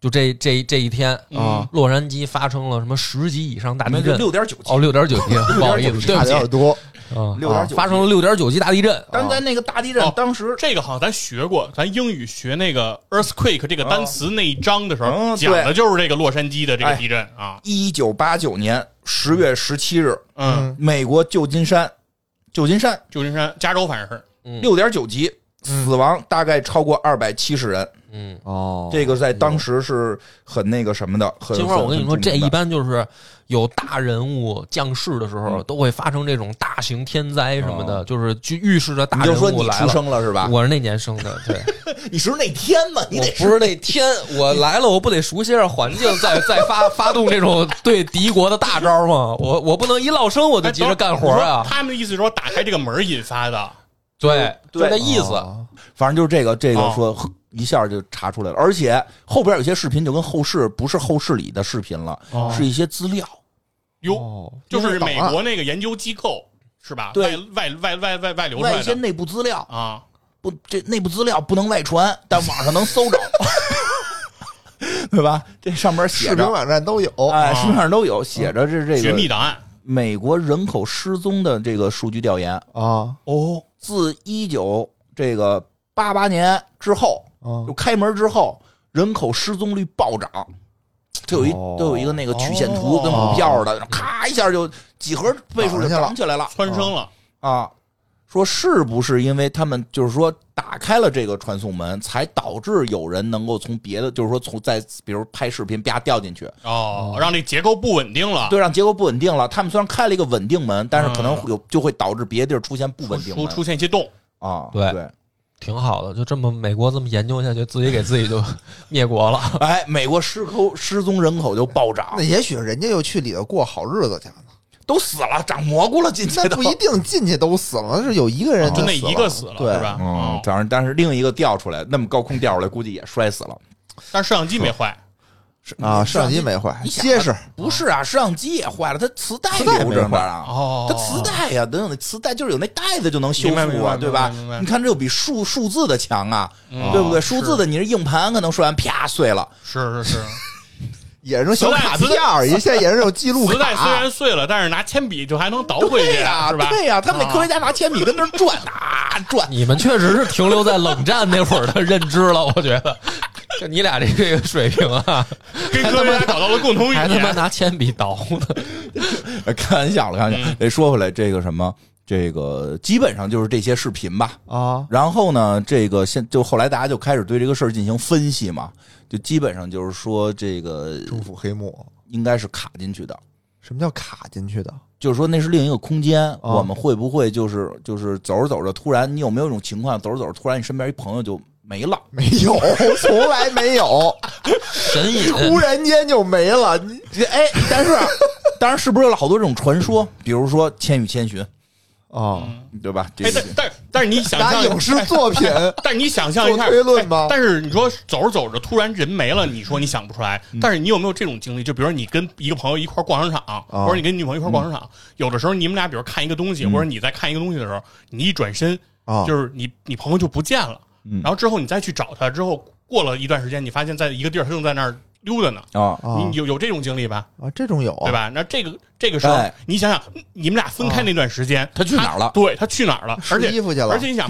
Speaker 1: 就这这这一天，
Speaker 3: 嗯
Speaker 4: 啊！
Speaker 1: 洛杉矶发生了什么十级以上大地震？
Speaker 2: 六点九级，
Speaker 1: 哦，六点九级，不好意思，对
Speaker 4: 差
Speaker 1: 不
Speaker 4: 点有点
Speaker 1: 起，
Speaker 4: 多
Speaker 1: 嗯，
Speaker 2: 六点九，
Speaker 1: 发生了。六点九级大地震。
Speaker 2: 但在那个大地震
Speaker 3: 哦
Speaker 2: 当时，
Speaker 3: 这个好像咱学过，咱英语学那个 earthquake 这个单词那一章的时
Speaker 2: 嗯
Speaker 3: 候，
Speaker 2: 对
Speaker 3: 讲的就是这个洛杉矶的这个地震啊。
Speaker 2: 一九八九年十月十七日，
Speaker 3: 嗯，
Speaker 2: 美国旧金山，旧金山
Speaker 3: 旧金山、加州反正是
Speaker 1: 嗯
Speaker 2: 六点九级，死亡大概超过二百七十人，
Speaker 1: 嗯，
Speaker 4: 哦
Speaker 2: 这个在当时是很那个什么的。很
Speaker 1: 金花，我跟你说，这一。
Speaker 2: 很很重的
Speaker 1: 般就是有大人物降世的时候，
Speaker 2: 嗯
Speaker 1: 都会发生这种大型天灾什么的，就是就预示着
Speaker 2: 哦你
Speaker 1: 大
Speaker 2: 就
Speaker 1: 人
Speaker 2: 说
Speaker 1: 物
Speaker 2: 你
Speaker 1: 来
Speaker 2: 出
Speaker 1: 了。
Speaker 2: 生了是吧？
Speaker 1: 我是那年生的，对，
Speaker 2: 你是那天嘛，你
Speaker 1: 我
Speaker 2: 得
Speaker 1: 不是那天我来了，我不得熟悉一下环境，再再发发动这种对敌国的大招吗？我我不能一落生我就急着干活
Speaker 3: 哎等会儿
Speaker 1: 啊
Speaker 3: 你说！他们的意思是说打开这个门儿引发的，
Speaker 1: 对，就
Speaker 2: 对
Speaker 1: 那意思。
Speaker 4: 啊
Speaker 2: 反正就是这个，这个
Speaker 3: 哦
Speaker 2: 说、一下就查出来了，而且后边有些视频就跟后世不是后世里的视频了，
Speaker 3: 哦
Speaker 2: 是一些资料。
Speaker 3: 哟，就是美
Speaker 4: 因为档
Speaker 3: 国那个研究机构是吧？
Speaker 2: 对
Speaker 3: 外外外外外外流出
Speaker 2: 外
Speaker 3: 来
Speaker 2: 一些
Speaker 3: 的
Speaker 2: 内部资料
Speaker 3: 啊。
Speaker 2: 不，这内部资料不能外传，但网上能搜 着，对吧？这上面
Speaker 4: 视
Speaker 2: 写
Speaker 4: 频
Speaker 2: 着，
Speaker 4: 网站都有
Speaker 2: 哎，
Speaker 3: 啊
Speaker 2: 视频上都有写着这这
Speaker 3: 嗯绝密
Speaker 2: 个
Speaker 3: 档案，
Speaker 2: 美国人口失踪的这个数据调研
Speaker 4: 啊
Speaker 2: 哦，自一九这个八八年之后，
Speaker 4: 啊
Speaker 3: 哦
Speaker 2: 就开门之后，人口失踪率暴涨，这有一
Speaker 4: 哦
Speaker 2: 都有一个那个曲线图
Speaker 3: 哦
Speaker 2: 跟股票似的，咔一下就几何倍数就涨起来了
Speaker 3: 蹿升了，
Speaker 2: 啊！说是不是因为他们就是说打开了这个传送门，才导致有人能够从别的，就是说从在比如拍视频啪掉进去，
Speaker 3: 哦，让这结构不稳定了，
Speaker 2: 对，让结构不稳定了。他们虽然开了一个稳定门，但是可能
Speaker 3: 嗯
Speaker 2: 会有就会导致别的地儿出现不稳定
Speaker 3: 出
Speaker 2: 门
Speaker 3: 出现一些洞，
Speaker 2: 啊。
Speaker 1: 对
Speaker 2: 对，
Speaker 1: 挺好的，就这么美国这么研究下去，自己给自己就 灭国了。
Speaker 2: 哎，美国失口失踪人口就暴涨
Speaker 4: 那，也许人家又去里头过好日子 去了呢，
Speaker 2: 都死了，长蘑菇了，进去
Speaker 4: 那
Speaker 2: 都
Speaker 4: 不 一定进去都死了，是有一个人
Speaker 3: 啊就那
Speaker 4: 哦死了
Speaker 3: 一个死了，
Speaker 2: 对
Speaker 3: 是吧？
Speaker 2: 嗯
Speaker 3: 哦，
Speaker 2: 当然，但是另一个掉出来，那么高空掉出来，估计也摔死了。
Speaker 3: 但是摄像机没坏，
Speaker 4: 啊，摄像机没坏，
Speaker 2: 你想
Speaker 4: 结实
Speaker 2: 哎不是啊，摄像机也坏了，它磁带
Speaker 4: 磁带
Speaker 2: 留
Speaker 4: 没
Speaker 2: 着呢
Speaker 4: 坏
Speaker 2: 啊。
Speaker 3: 哦
Speaker 2: 它磁带呀、等等的磁带就是有那袋子就能修
Speaker 3: 明白明
Speaker 2: 复啊，
Speaker 3: 白
Speaker 2: 对吧
Speaker 3: 明白明白？
Speaker 2: 你看这就比数数字的强啊，
Speaker 3: 嗯
Speaker 2: 对不对？
Speaker 4: 哦
Speaker 2: 数字的你是硬盘可能摔完啪碎了，
Speaker 3: 是是是，
Speaker 4: 也是那种小
Speaker 3: 磁带
Speaker 4: 卡
Speaker 3: 磁
Speaker 4: 片儿，现在也是那种记录
Speaker 3: 磁带虽
Speaker 4: 卡
Speaker 3: 然碎了，但是拿铅笔就还能倒回去，啊
Speaker 2: 对呀、
Speaker 3: 是吧？
Speaker 2: 对呀、他们那
Speaker 3: 啊
Speaker 2: 科学家拿铅笔跟那儿转啊转，
Speaker 1: 你们确实是停留在冷战那会儿的认知了，我觉得你俩这个水平啊，
Speaker 3: 跟科学家找到了共同语
Speaker 1: 还他妈
Speaker 3: 言。
Speaker 1: 拿铅笔捣鼓呢。
Speaker 2: 开玩笑了，开玩笑。得说回来，这个什么，这个基本上就是这些视频吧。
Speaker 4: 啊，
Speaker 2: 然后呢，这个现就后来大家就开始对这个事儿进行分析嘛，就基本上就是说这个
Speaker 4: 中府黑幕，
Speaker 2: 应该是卡进去的，
Speaker 4: 什么叫卡进去的？
Speaker 2: 就是说那是另一个空间，
Speaker 4: 哦
Speaker 2: 我们会不会就是就是走着走着，突然你有没有一种情况，走着走着突然你身边一朋友就没了？
Speaker 4: 没有，从来 没有，
Speaker 1: 神 隐，
Speaker 4: 突然间就没了。你
Speaker 2: 哎，但 是当然是不是有好多这种传说，比如说《千与千寻》，
Speaker 4: 啊，
Speaker 2: 对吧？这
Speaker 3: 哎，
Speaker 2: 个
Speaker 3: 但但但是你想
Speaker 4: 拿
Speaker 3: 象
Speaker 4: 影视作 品
Speaker 3: 但是你想象一下，
Speaker 4: 做推论吗
Speaker 3: 哎但是你说走着走着突然人没了，你说你想不出来。但是你有没有这种经历？就比如说你跟一个朋友一块儿逛商场，
Speaker 4: 啊
Speaker 3: 或者你跟女朋友一块儿逛商场，有的时候你们俩比如看一个东西，或者你在看一个东西的时候，你一转身，
Speaker 4: 啊，
Speaker 3: 就是你你朋友就不见了。
Speaker 2: 嗯
Speaker 3: 然后之后你再去找他，之后过了一段时间，你发现在一个地儿他正在那儿溜达呢。
Speaker 2: 啊，
Speaker 4: 啊
Speaker 3: 你有有这种经历吧？
Speaker 4: 啊，这种有啊
Speaker 3: 对吧？那这个这个时候
Speaker 2: 哦哎，哦
Speaker 3: 你想想，你们俩分开那段时间，
Speaker 2: 他去哪儿了
Speaker 3: 对他去哪儿了？而
Speaker 4: 试衣
Speaker 3: 且
Speaker 4: 服去了
Speaker 3: 而且你想，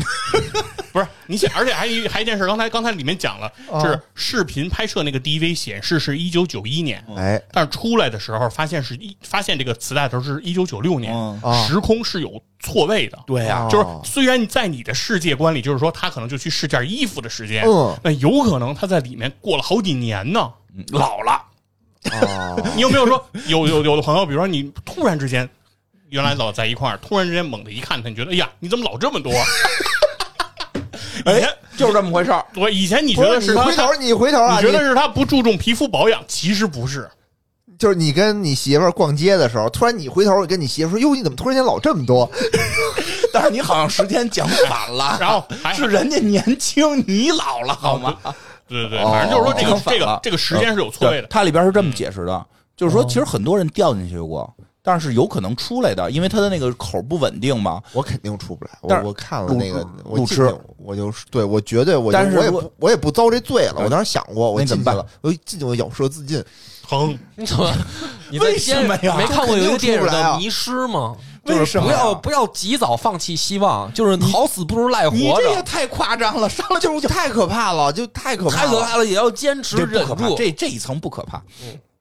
Speaker 3: 不是你想，而且还一还一件事，刚才刚才里面讲了，
Speaker 4: 啊
Speaker 2: 哦
Speaker 3: 是视频拍摄那个 DV 显示是一九九一年，
Speaker 2: 哦
Speaker 4: 哎
Speaker 3: 但是出来的时候发现是一发现这个磁带的时候是一九九六年
Speaker 2: 嗯
Speaker 4: 啊，
Speaker 3: 时空是有错位的。
Speaker 2: 对呀、
Speaker 4: 啊
Speaker 3: 就是虽然在你的世界观里，就是说他可能就去试件衣服的时间，
Speaker 2: 哦
Speaker 4: 嗯
Speaker 3: 那有可能他在里面过了好几年呢。
Speaker 2: 嗯老了，
Speaker 4: 啊，
Speaker 3: 你有没有说有有有的朋友，比如说你突然之间，原来老在一块儿，突然之间猛地一看他，你觉得哎呀，你怎么老这么多？啊以前
Speaker 2: 哎，就是这么回事儿。
Speaker 3: 我以前 你觉
Speaker 4: 不
Speaker 3: 得
Speaker 4: 是
Speaker 3: 是
Speaker 4: 你
Speaker 3: 他，
Speaker 4: 回头你回头啊，
Speaker 3: 你觉得是他不注重皮肤保养，其实不是。
Speaker 4: 你就是你跟你媳妇儿逛街的时候，突然你回头你跟你媳妇儿说：“哟，你怎么突然间老这么多
Speaker 2: 但是你好像时间讲反了，
Speaker 3: 然 后还哦
Speaker 2: 是人家年轻，你老了好吗？
Speaker 3: 对对对，反正就是说这
Speaker 2: 哦
Speaker 3: 个这
Speaker 2: 反
Speaker 3: 个
Speaker 2: 了
Speaker 3: 这个时间是有错位
Speaker 2: 对
Speaker 3: 的。
Speaker 2: 它里边是这么解释的，就是说其实很多人掉进去过，但是有可能出来的，因为他的那个口不稳定嘛。？”
Speaker 4: 我肯定出不来。我
Speaker 2: 但是
Speaker 4: 我看了那个
Speaker 2: 路，
Speaker 4: 我
Speaker 2: 路
Speaker 4: 进
Speaker 2: 痴
Speaker 4: 去我就对我绝对我就
Speaker 2: 但是
Speaker 4: 我也
Speaker 2: 如
Speaker 4: 不我也不遭这罪了。我当时想过，我
Speaker 2: 那
Speaker 4: 进
Speaker 2: 怎么
Speaker 4: 去
Speaker 2: 办
Speaker 4: 了，我一进去我咬舌自尽。
Speaker 3: 疼，
Speaker 1: 你怎么？你在电
Speaker 2: 为什么呀
Speaker 1: 没看过有一个电影
Speaker 4: 这肯定出不来
Speaker 1: 叫
Speaker 4: 啊
Speaker 1: 《迷失》吗？
Speaker 2: 为
Speaker 1: 就是
Speaker 2: 什
Speaker 1: 不
Speaker 2: 么
Speaker 1: 要
Speaker 2: 呀
Speaker 1: 不要及早放弃希望，就是好死不如赖
Speaker 2: 你
Speaker 1: 活
Speaker 2: 这也
Speaker 1: 着。
Speaker 2: 太夸张了，上来哦就
Speaker 4: 就太可怕了，就太可
Speaker 1: 太可怕了，也要坚持
Speaker 2: 啊这
Speaker 1: 忍
Speaker 2: 不可怕，
Speaker 1: 住。
Speaker 2: 这这一层不可怕，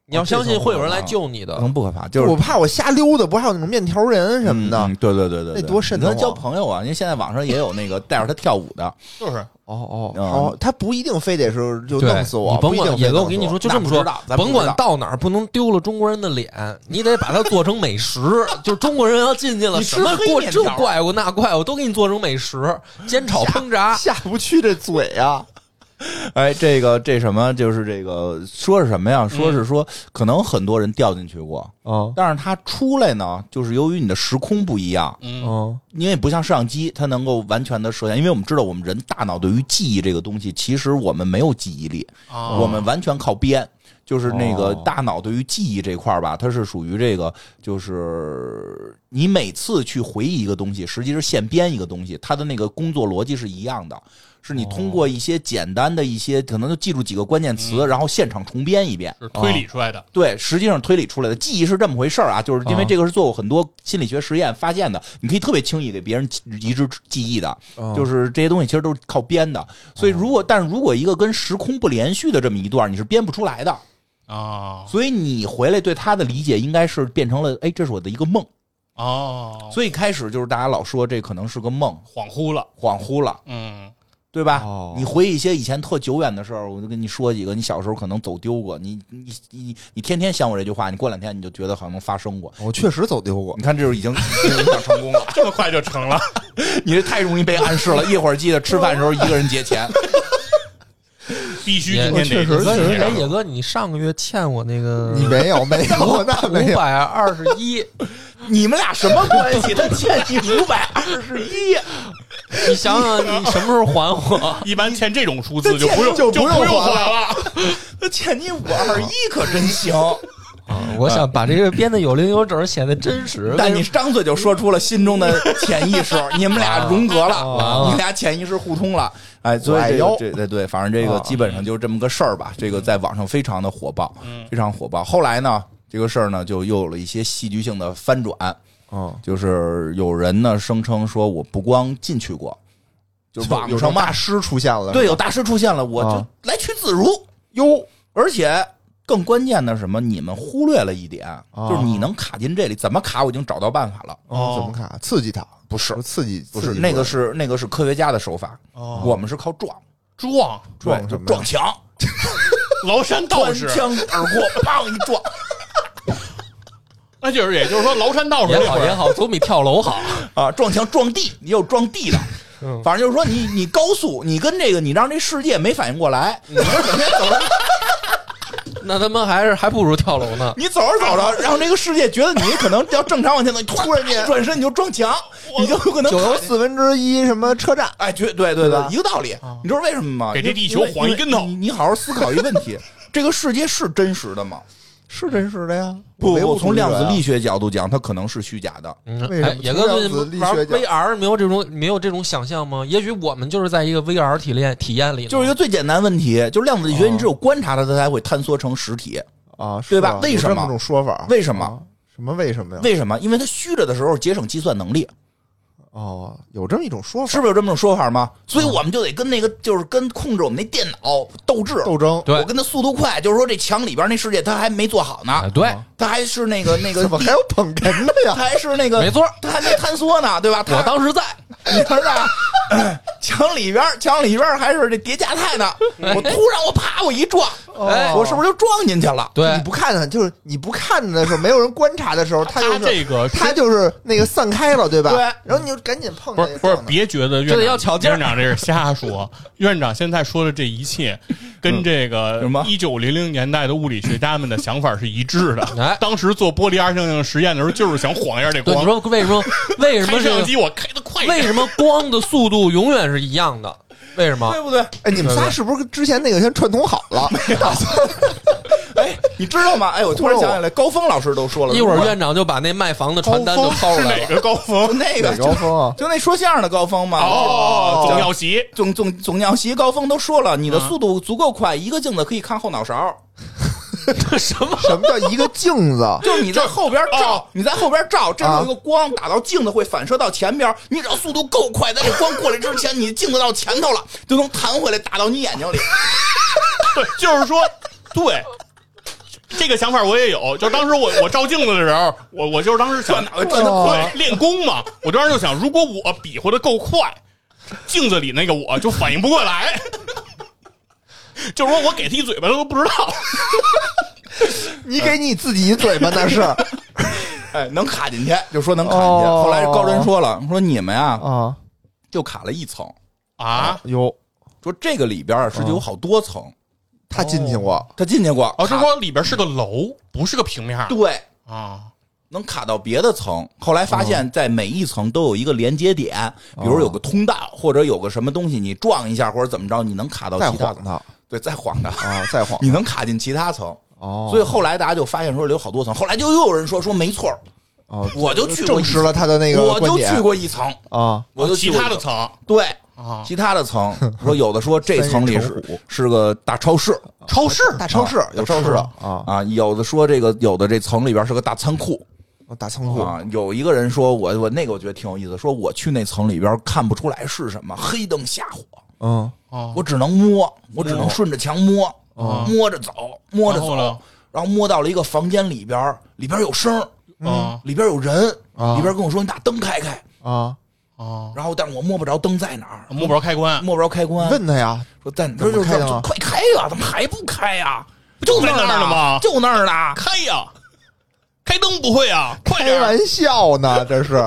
Speaker 1: 你要相信会有人来
Speaker 2: 这
Speaker 1: 救你的
Speaker 2: 一。层不可怕，就是
Speaker 4: 我怕我瞎溜达，不是还有那种面条人什么的
Speaker 2: 嗯。对对对对，对
Speaker 4: 那多瘆得
Speaker 2: 你跟他交
Speaker 4: 慌
Speaker 2: 朋友啊，因为现在网上也有那个带着他跳舞的，
Speaker 3: 就是
Speaker 4: 哦哦
Speaker 2: 嗯
Speaker 4: 哦，他不一定非得是就
Speaker 1: 对
Speaker 4: 弄死我，
Speaker 1: 你甭
Speaker 4: 不一定
Speaker 1: 管，
Speaker 4: 非
Speaker 1: 野哥，
Speaker 4: 弄死
Speaker 1: 我跟 你说，就
Speaker 2: 那
Speaker 1: 这么
Speaker 2: 不
Speaker 1: 说
Speaker 2: 知道咱，不
Speaker 1: 甭
Speaker 2: 知
Speaker 1: 管
Speaker 2: 道
Speaker 1: 到哪儿，不能丢了中国人的脸， 你得把它做成美食。 就是中国人要进去了，
Speaker 2: 你
Speaker 1: 什
Speaker 2: 吃
Speaker 1: 么
Speaker 2: 黑
Speaker 1: 过
Speaker 2: 面
Speaker 1: 这
Speaker 2: 条儿
Speaker 1: 怪物那怪物都给你做成美食，煎炒烹炸。
Speaker 4: 下不去这嘴啊，
Speaker 2: 哎，这个这什么就是这个说是什么呀？说是说可能很多人掉进去过，
Speaker 4: 啊
Speaker 2: 但是他出来呢，就是由于你的时空不一样，
Speaker 3: 嗯，
Speaker 4: 嗯
Speaker 2: 因为不像摄像机，它能够完全的摄像，因为我们知道我们人大脑对于记忆这个东西，其实我们没有记忆力，
Speaker 3: 啊
Speaker 2: 我们完全靠编。就是那个
Speaker 4: 哦
Speaker 2: 大脑对于记忆这块儿吧，它是属于这个，就是你每次去回忆一个东西，实际是现编一个东西，它的那个工作逻辑是一样的，是你通过一些简单的一些，可能就记住几个关键词，然后现场重编一遍。
Speaker 3: 是推理出来的。
Speaker 2: 对，实际上推理出来的记忆是这么回事儿啊，就是因为
Speaker 1: 啊
Speaker 2: 这个是做过很多心理学实验发现的，你可以特别轻易给别人记移植记忆的，就是这些东西其实都是靠编的。所以如果，但是如果一个跟时空不连续的这么一段，你是编不出来的。
Speaker 3: 哦
Speaker 2: 所以你回来对他的理解应该是变成了，哎，这是我的一个梦。
Speaker 3: 哦，
Speaker 2: 所以开始就是大家老说这可能是个梦，
Speaker 3: 恍惚了，
Speaker 2: 恍惚了。
Speaker 3: 嗯，
Speaker 2: 对吧？
Speaker 4: 哦
Speaker 2: 你回忆一些以前特久远的事儿，我就跟你说几个。你小时候可能走丢过，你你你你天天想我这句话，你过两天你就觉得好像发生过。
Speaker 4: 我确实走丢过
Speaker 2: 你看，这就已经 已经想成功了。
Speaker 3: 这么快就成了，
Speaker 2: 你这太容易被暗示了。一会儿记得吃饭的时候一个人结钱，
Speaker 3: 必须
Speaker 1: 也
Speaker 3: 今天得
Speaker 4: 确实
Speaker 1: 哥，
Speaker 4: 是
Speaker 3: 这
Speaker 4: 这
Speaker 1: 哎，
Speaker 3: 样
Speaker 4: 样
Speaker 1: 野哥，你上个月欠我那个
Speaker 4: 你没有没 有那没
Speaker 1: 五
Speaker 4: 有，
Speaker 1: 百二十一，
Speaker 2: 你们俩什么关系？他欠你五百二十一，
Speaker 1: 你想想你什么时候还我？
Speaker 3: 一般欠这种数字就不用
Speaker 4: 就不
Speaker 3: 不
Speaker 4: 用
Speaker 3: 用
Speaker 4: 还
Speaker 3: 还了。
Speaker 2: 他欠你五二一可真行。
Speaker 1: 啊， 我想把这个编的有零有整，显得真 实。
Speaker 2: 但你张嘴就说出了心中的潜意识，你们俩融合
Speaker 1: 啊
Speaker 2: 了，你们俩潜意识互通了。哎，所以这
Speaker 4: 我爱
Speaker 2: 个
Speaker 4: 腰
Speaker 2: 这对对，反正这个
Speaker 4: 啊
Speaker 2: 基本上就是这么个事儿吧。这个在网上非常的火爆，非常火爆。后来呢，这个事儿呢就又有了一些戏剧性的翻转。
Speaker 4: 嗯，
Speaker 2: 就是有人呢声称说我不光进去过，就是网
Speaker 4: 有
Speaker 2: 上
Speaker 4: 种
Speaker 2: 骂
Speaker 4: 大师出现了，
Speaker 2: 对有大师出现了，我
Speaker 4: 啊
Speaker 2: 就来去自如。哟，而且更关键的是什么？你们忽略了一点，
Speaker 4: 哦
Speaker 2: 就是你能卡进这里，怎么卡我已经找到办法了。
Speaker 3: 哦
Speaker 4: 怎么卡？刺激他？不是刺激，
Speaker 2: 不
Speaker 4: 刺
Speaker 2: 是
Speaker 4: 激
Speaker 2: 那
Speaker 4: 过
Speaker 2: 个是那个是科学家的手法，
Speaker 3: 哦
Speaker 2: 我们是靠撞
Speaker 3: 撞
Speaker 4: 撞
Speaker 2: 对
Speaker 4: 什么呀啊
Speaker 2: 撞墙，
Speaker 3: 崂山道
Speaker 2: 穿
Speaker 3: 士，
Speaker 2: 枪而过， 砰一撞。
Speaker 3: 那就是也就是说崂山道士
Speaker 1: 也
Speaker 3: 那
Speaker 1: 好
Speaker 3: 会
Speaker 1: 也
Speaker 3: 儿，
Speaker 1: 好，总比跳楼好。
Speaker 2: 啊，撞墙撞地，你有撞地的，反正就是说你你高速，你跟这个你让这世界没反应过来，
Speaker 4: 嗯
Speaker 2: 你是整天走着
Speaker 1: 那他妈还是还不如跳楼呢。
Speaker 2: 你走着走着，让这个世界觉得你可能要正常往前走，你突然间转身你就撞墙，你就有可能
Speaker 4: 九又四分之一什么车站？
Speaker 2: 哎，绝对对
Speaker 4: 对
Speaker 2: 对
Speaker 4: 吧，
Speaker 2: 一个道理。你知道为什么吗？
Speaker 3: 给这
Speaker 2: 因为
Speaker 3: 地球晃一跟头
Speaker 2: 因为你你好好思考一个问题：这个世界是真实的吗？
Speaker 4: 是真实的呀，
Speaker 2: 不
Speaker 4: 唯
Speaker 2: 不，
Speaker 4: 物
Speaker 2: 从
Speaker 4: 主义者
Speaker 2: 量子
Speaker 4: 呀
Speaker 2: 力学角度讲，它可能是虚假的。
Speaker 1: 嗯
Speaker 4: 为什么
Speaker 1: 哎野哥最
Speaker 4: 从量
Speaker 1: 近
Speaker 4: 子力
Speaker 1: 玩
Speaker 4: 学讲
Speaker 1: VR 没有这种没有这种想象吗？也许我们就是在一个 VR 体验体验里呢，
Speaker 2: 就是一个最简单问题，就是量子力学，你只有观察它，它才会坍缩成实体。
Speaker 4: 啊，是
Speaker 2: 对吧
Speaker 4: 啊
Speaker 2: 为
Speaker 4: 有
Speaker 2: 什
Speaker 4: 这
Speaker 2: 么
Speaker 4: 么种说法？
Speaker 2: 为什么
Speaker 4: 啊？什么为什么呀？
Speaker 2: 为什么？因为它虚着的时候节省计算能力，
Speaker 4: 哦，有这么一种说法，
Speaker 2: 是不是有这么种说法吗？所以我们就得跟那个，就是跟控制我们那电脑斗智。
Speaker 4: 斗争
Speaker 1: 对
Speaker 2: 我跟它速度快，就是说这墙里边那世界它还没做好
Speaker 1: 哎
Speaker 2: 呢，
Speaker 1: 对，
Speaker 2: 它还是那个那个
Speaker 4: 怎 么还有捧哏的
Speaker 2: 它
Speaker 4: 呀？
Speaker 2: 还是那个
Speaker 1: 没错
Speaker 2: 它还没坍缩呢，对吧？它
Speaker 1: 我当时在，
Speaker 2: 你 知道，墙里边儿墙里边儿还是这叠加态呢，我突然我啪我一撞，
Speaker 1: 哎
Speaker 2: 我是不是就撞进去了？
Speaker 1: 对
Speaker 4: 你不看看，就是你不看的时候，没有人观察的时候，他就
Speaker 3: 他
Speaker 4: 是
Speaker 3: 这个
Speaker 4: 他就是那个散开了，对吧？
Speaker 2: 对
Speaker 4: 然后你就赶紧碰
Speaker 3: 不
Speaker 4: 那
Speaker 3: 是
Speaker 4: 个
Speaker 3: 不是，
Speaker 4: 撞的
Speaker 3: 别觉得院
Speaker 1: 这
Speaker 3: 长
Speaker 1: 得要巧劲儿
Speaker 3: 院长这是 瞎说。院长现在说的这一切，
Speaker 1: 嗯
Speaker 3: 跟这个
Speaker 2: 什么
Speaker 3: 一九零零年代的物理学家们的想法是一致
Speaker 1: 哎
Speaker 3: 的。当时做玻璃二象性实验的时候，就是想晃一下这
Speaker 1: 对，你
Speaker 3: 光。
Speaker 1: 说为 什么？为什
Speaker 3: 开
Speaker 1: 么
Speaker 3: 摄
Speaker 1: 这
Speaker 3: 像
Speaker 1: 个？
Speaker 3: 机我开的快一点，
Speaker 1: 为什么光的速度永远是一样的？为 什么
Speaker 2: 对？不对？
Speaker 4: 哎，你们仨是不是之前那个先串通好了？
Speaker 2: 哎，你知道吗？哎，我突然想起来，高峰老师都说了，
Speaker 1: 一会
Speaker 2: 如
Speaker 1: 儿
Speaker 2: 果
Speaker 1: 院长就把那卖房的传单就掏出
Speaker 3: 是
Speaker 1: 来
Speaker 3: 哪
Speaker 1: 了。哦
Speaker 3: 个高峰？
Speaker 2: 就那 个
Speaker 4: 哪高峰啊
Speaker 2: 就就那说相声的高峰嘛。
Speaker 3: 哦，总要席。
Speaker 2: 总总总教习高峰都说了，你的速度足够快，一个镜子可以看后脑勺，
Speaker 1: 这 什么？
Speaker 4: 什么叫一个镜子？
Speaker 2: 就是你在后边照
Speaker 3: 哦，
Speaker 2: 你在后边照，这儿有
Speaker 4: 哎啊
Speaker 2: 一个光打到镜子会反射到前边，你只要速度够快，在这光过来之前，你镜子到前头了，就能弹回来打到你眼睛里。
Speaker 3: 对， 就是说，对。这个想法我也有，就当时我我照镜子的时候，我我就是当时想
Speaker 2: 脑袋转得
Speaker 4: 快
Speaker 3: 对练功嘛，我当时就想，如果我比划的够快，镜子里那个我就反应不过来， 就是说我给他一嘴巴他都不知道，
Speaker 4: 你给你自己一嘴巴那是
Speaker 2: 哎，能卡进去就说能卡进去。
Speaker 4: 哦
Speaker 2: 后来高真说了，说你们呀
Speaker 4: 啊
Speaker 2: 就卡了一层，
Speaker 3: 啊，
Speaker 4: 哟，
Speaker 2: 说这个里边啊是
Speaker 4: 嗯
Speaker 2: 有好多层，
Speaker 4: 他进去过，
Speaker 2: 他进去过，
Speaker 3: 哦，就是
Speaker 2: 卡
Speaker 3: 说里边是个楼，不是个平面
Speaker 2: 对，
Speaker 3: 啊，
Speaker 2: 能卡到别的层。后来发
Speaker 4: 嗯
Speaker 2: 现，在每一层都有一个连接点，比如有
Speaker 4: 哦
Speaker 2: 个通道或者有个什么东西，你撞一下或者怎么着，你能卡到
Speaker 4: 再
Speaker 2: 其他
Speaker 4: 晃他
Speaker 2: 对，再晃的，
Speaker 4: 啊，再晃
Speaker 2: 你能卡进其他层。
Speaker 4: 哦，
Speaker 2: 所以后来大家就发现说有好多层，后来就又有人说说没错儿，
Speaker 4: 哦，
Speaker 2: 我就去过
Speaker 4: 证
Speaker 2: 一
Speaker 4: 实
Speaker 2: 层，
Speaker 4: 了他的那个
Speaker 2: 我
Speaker 4: 观
Speaker 2: 就
Speaker 4: 点
Speaker 2: 去过一层，
Speaker 4: 啊，
Speaker 2: 我就去
Speaker 3: 其
Speaker 2: 过一
Speaker 3: 他的
Speaker 2: 层
Speaker 3: 层
Speaker 2: 对。
Speaker 3: 啊，
Speaker 2: 其他的层说有的说这层里
Speaker 4: 三人成
Speaker 2: 是是个大超市
Speaker 3: 超市
Speaker 4: 大超市
Speaker 2: 啊有超市的
Speaker 4: 啊
Speaker 2: 啊，有的说这个有的这层里边是个大仓库
Speaker 4: 啊，大仓库，
Speaker 2: 啊。有一个人说我我那个我觉得挺有意思，说我去那层里边看不出来是什么，黑灯瞎火，
Speaker 4: 嗯，
Speaker 3: 啊，
Speaker 2: 我只能摸，我只能顺着墙摸，
Speaker 3: 哦
Speaker 2: 摸着走，摸着
Speaker 3: 然后呢
Speaker 2: 走，然后摸到了一个房间里边，里边有声儿，
Speaker 3: 啊
Speaker 2: 里边有人，
Speaker 4: 啊
Speaker 2: 里边跟我说你把灯开开，
Speaker 4: 啊，
Speaker 3: 啊，
Speaker 2: 然后但是我摸不着灯在哪儿，
Speaker 3: 摸不着开关，
Speaker 2: 摸不着开关，
Speaker 4: 问他呀，
Speaker 2: 说在哪
Speaker 4: 怎么
Speaker 2: 就是
Speaker 4: 开的吗
Speaker 2: 快开呀、怎么还不开呀、不就
Speaker 3: 在那儿呢
Speaker 2: 呢
Speaker 3: 吗
Speaker 2: 就那儿呢。
Speaker 3: 开呀，开灯不会啊，快
Speaker 4: 开
Speaker 3: 点儿，
Speaker 4: 玩笑呢，这是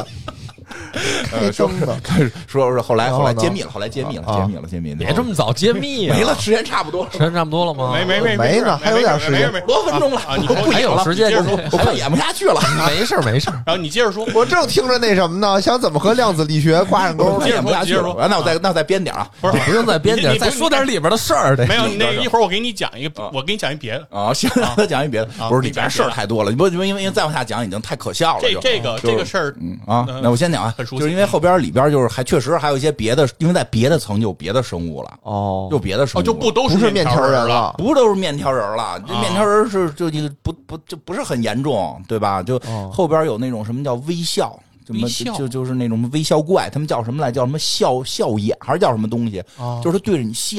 Speaker 4: 开灯
Speaker 3: 呃
Speaker 4: 的，
Speaker 2: 说说后来
Speaker 4: 然后
Speaker 2: 后来
Speaker 4: 呢
Speaker 2: 揭秘了，后来揭秘了，
Speaker 4: 啊
Speaker 2: 揭秘了，揭秘了。
Speaker 1: 别这么早揭秘啊！
Speaker 2: 没了，，时间差不多了，
Speaker 1: 时间差不多了吗？
Speaker 3: 没没没
Speaker 4: 没呢还有点时间
Speaker 3: 没事没事
Speaker 2: 多分钟了，
Speaker 3: 啊，你
Speaker 2: 我不
Speaker 1: 还
Speaker 2: 演
Speaker 1: 有
Speaker 2: 了，
Speaker 1: 时间
Speaker 2: 你接着说
Speaker 1: 还有
Speaker 2: 我快演不下去 了。
Speaker 1: 没事儿没 事儿。
Speaker 3: 然后你接着说，
Speaker 4: 我正听着那什么呢，想怎么和量子力学挂上钩
Speaker 2: 我
Speaker 4: 呢
Speaker 2: 快
Speaker 3: 接着
Speaker 2: 演不下去
Speaker 3: 接着
Speaker 2: 了
Speaker 3: 说，
Speaker 2: 那我再那我再编点啊
Speaker 3: 不是
Speaker 1: 不用再编
Speaker 3: 你
Speaker 1: 点，
Speaker 3: 你
Speaker 1: 再说点里边的事儿。得
Speaker 3: 没有，
Speaker 2: 你
Speaker 3: 那
Speaker 2: 你
Speaker 3: 一会儿我给你讲一
Speaker 2: 啊
Speaker 3: 个，我给你讲一别的。
Speaker 2: 啊！ 行，那再讲一别的，
Speaker 3: 啊
Speaker 2: 不是里
Speaker 3: 你讲
Speaker 2: 边事儿
Speaker 3: 别的
Speaker 2: 太多了，你不因为因为再往下讲已经太可笑了。
Speaker 3: 这
Speaker 2: 就
Speaker 3: 这个
Speaker 2: 就是
Speaker 3: 这个事儿，
Speaker 2: 嗯啊，
Speaker 3: 嗯
Speaker 2: 那我先讲啊，
Speaker 3: 很熟悉
Speaker 2: 就是因为后边里边就是还确实还有一些别的，因为在别的层就有别的生物了，
Speaker 4: 哦
Speaker 2: 就别的生物
Speaker 3: 哦，
Speaker 2: 了
Speaker 3: 就不都
Speaker 4: 不是面
Speaker 3: 面
Speaker 4: 条
Speaker 3: 人
Speaker 4: 人
Speaker 3: 了。
Speaker 4: 了，
Speaker 2: 不都是面条人了，这面条人是就一个不不就不是很严重，对吧？就
Speaker 4: 哦
Speaker 2: 后边有那种什么叫微笑。什么
Speaker 1: 微笑
Speaker 2: 就就是那种微笑怪，他们叫什么来？叫什么笑笑眼还是叫什么东西？
Speaker 3: 哦
Speaker 2: 就是对着你笑，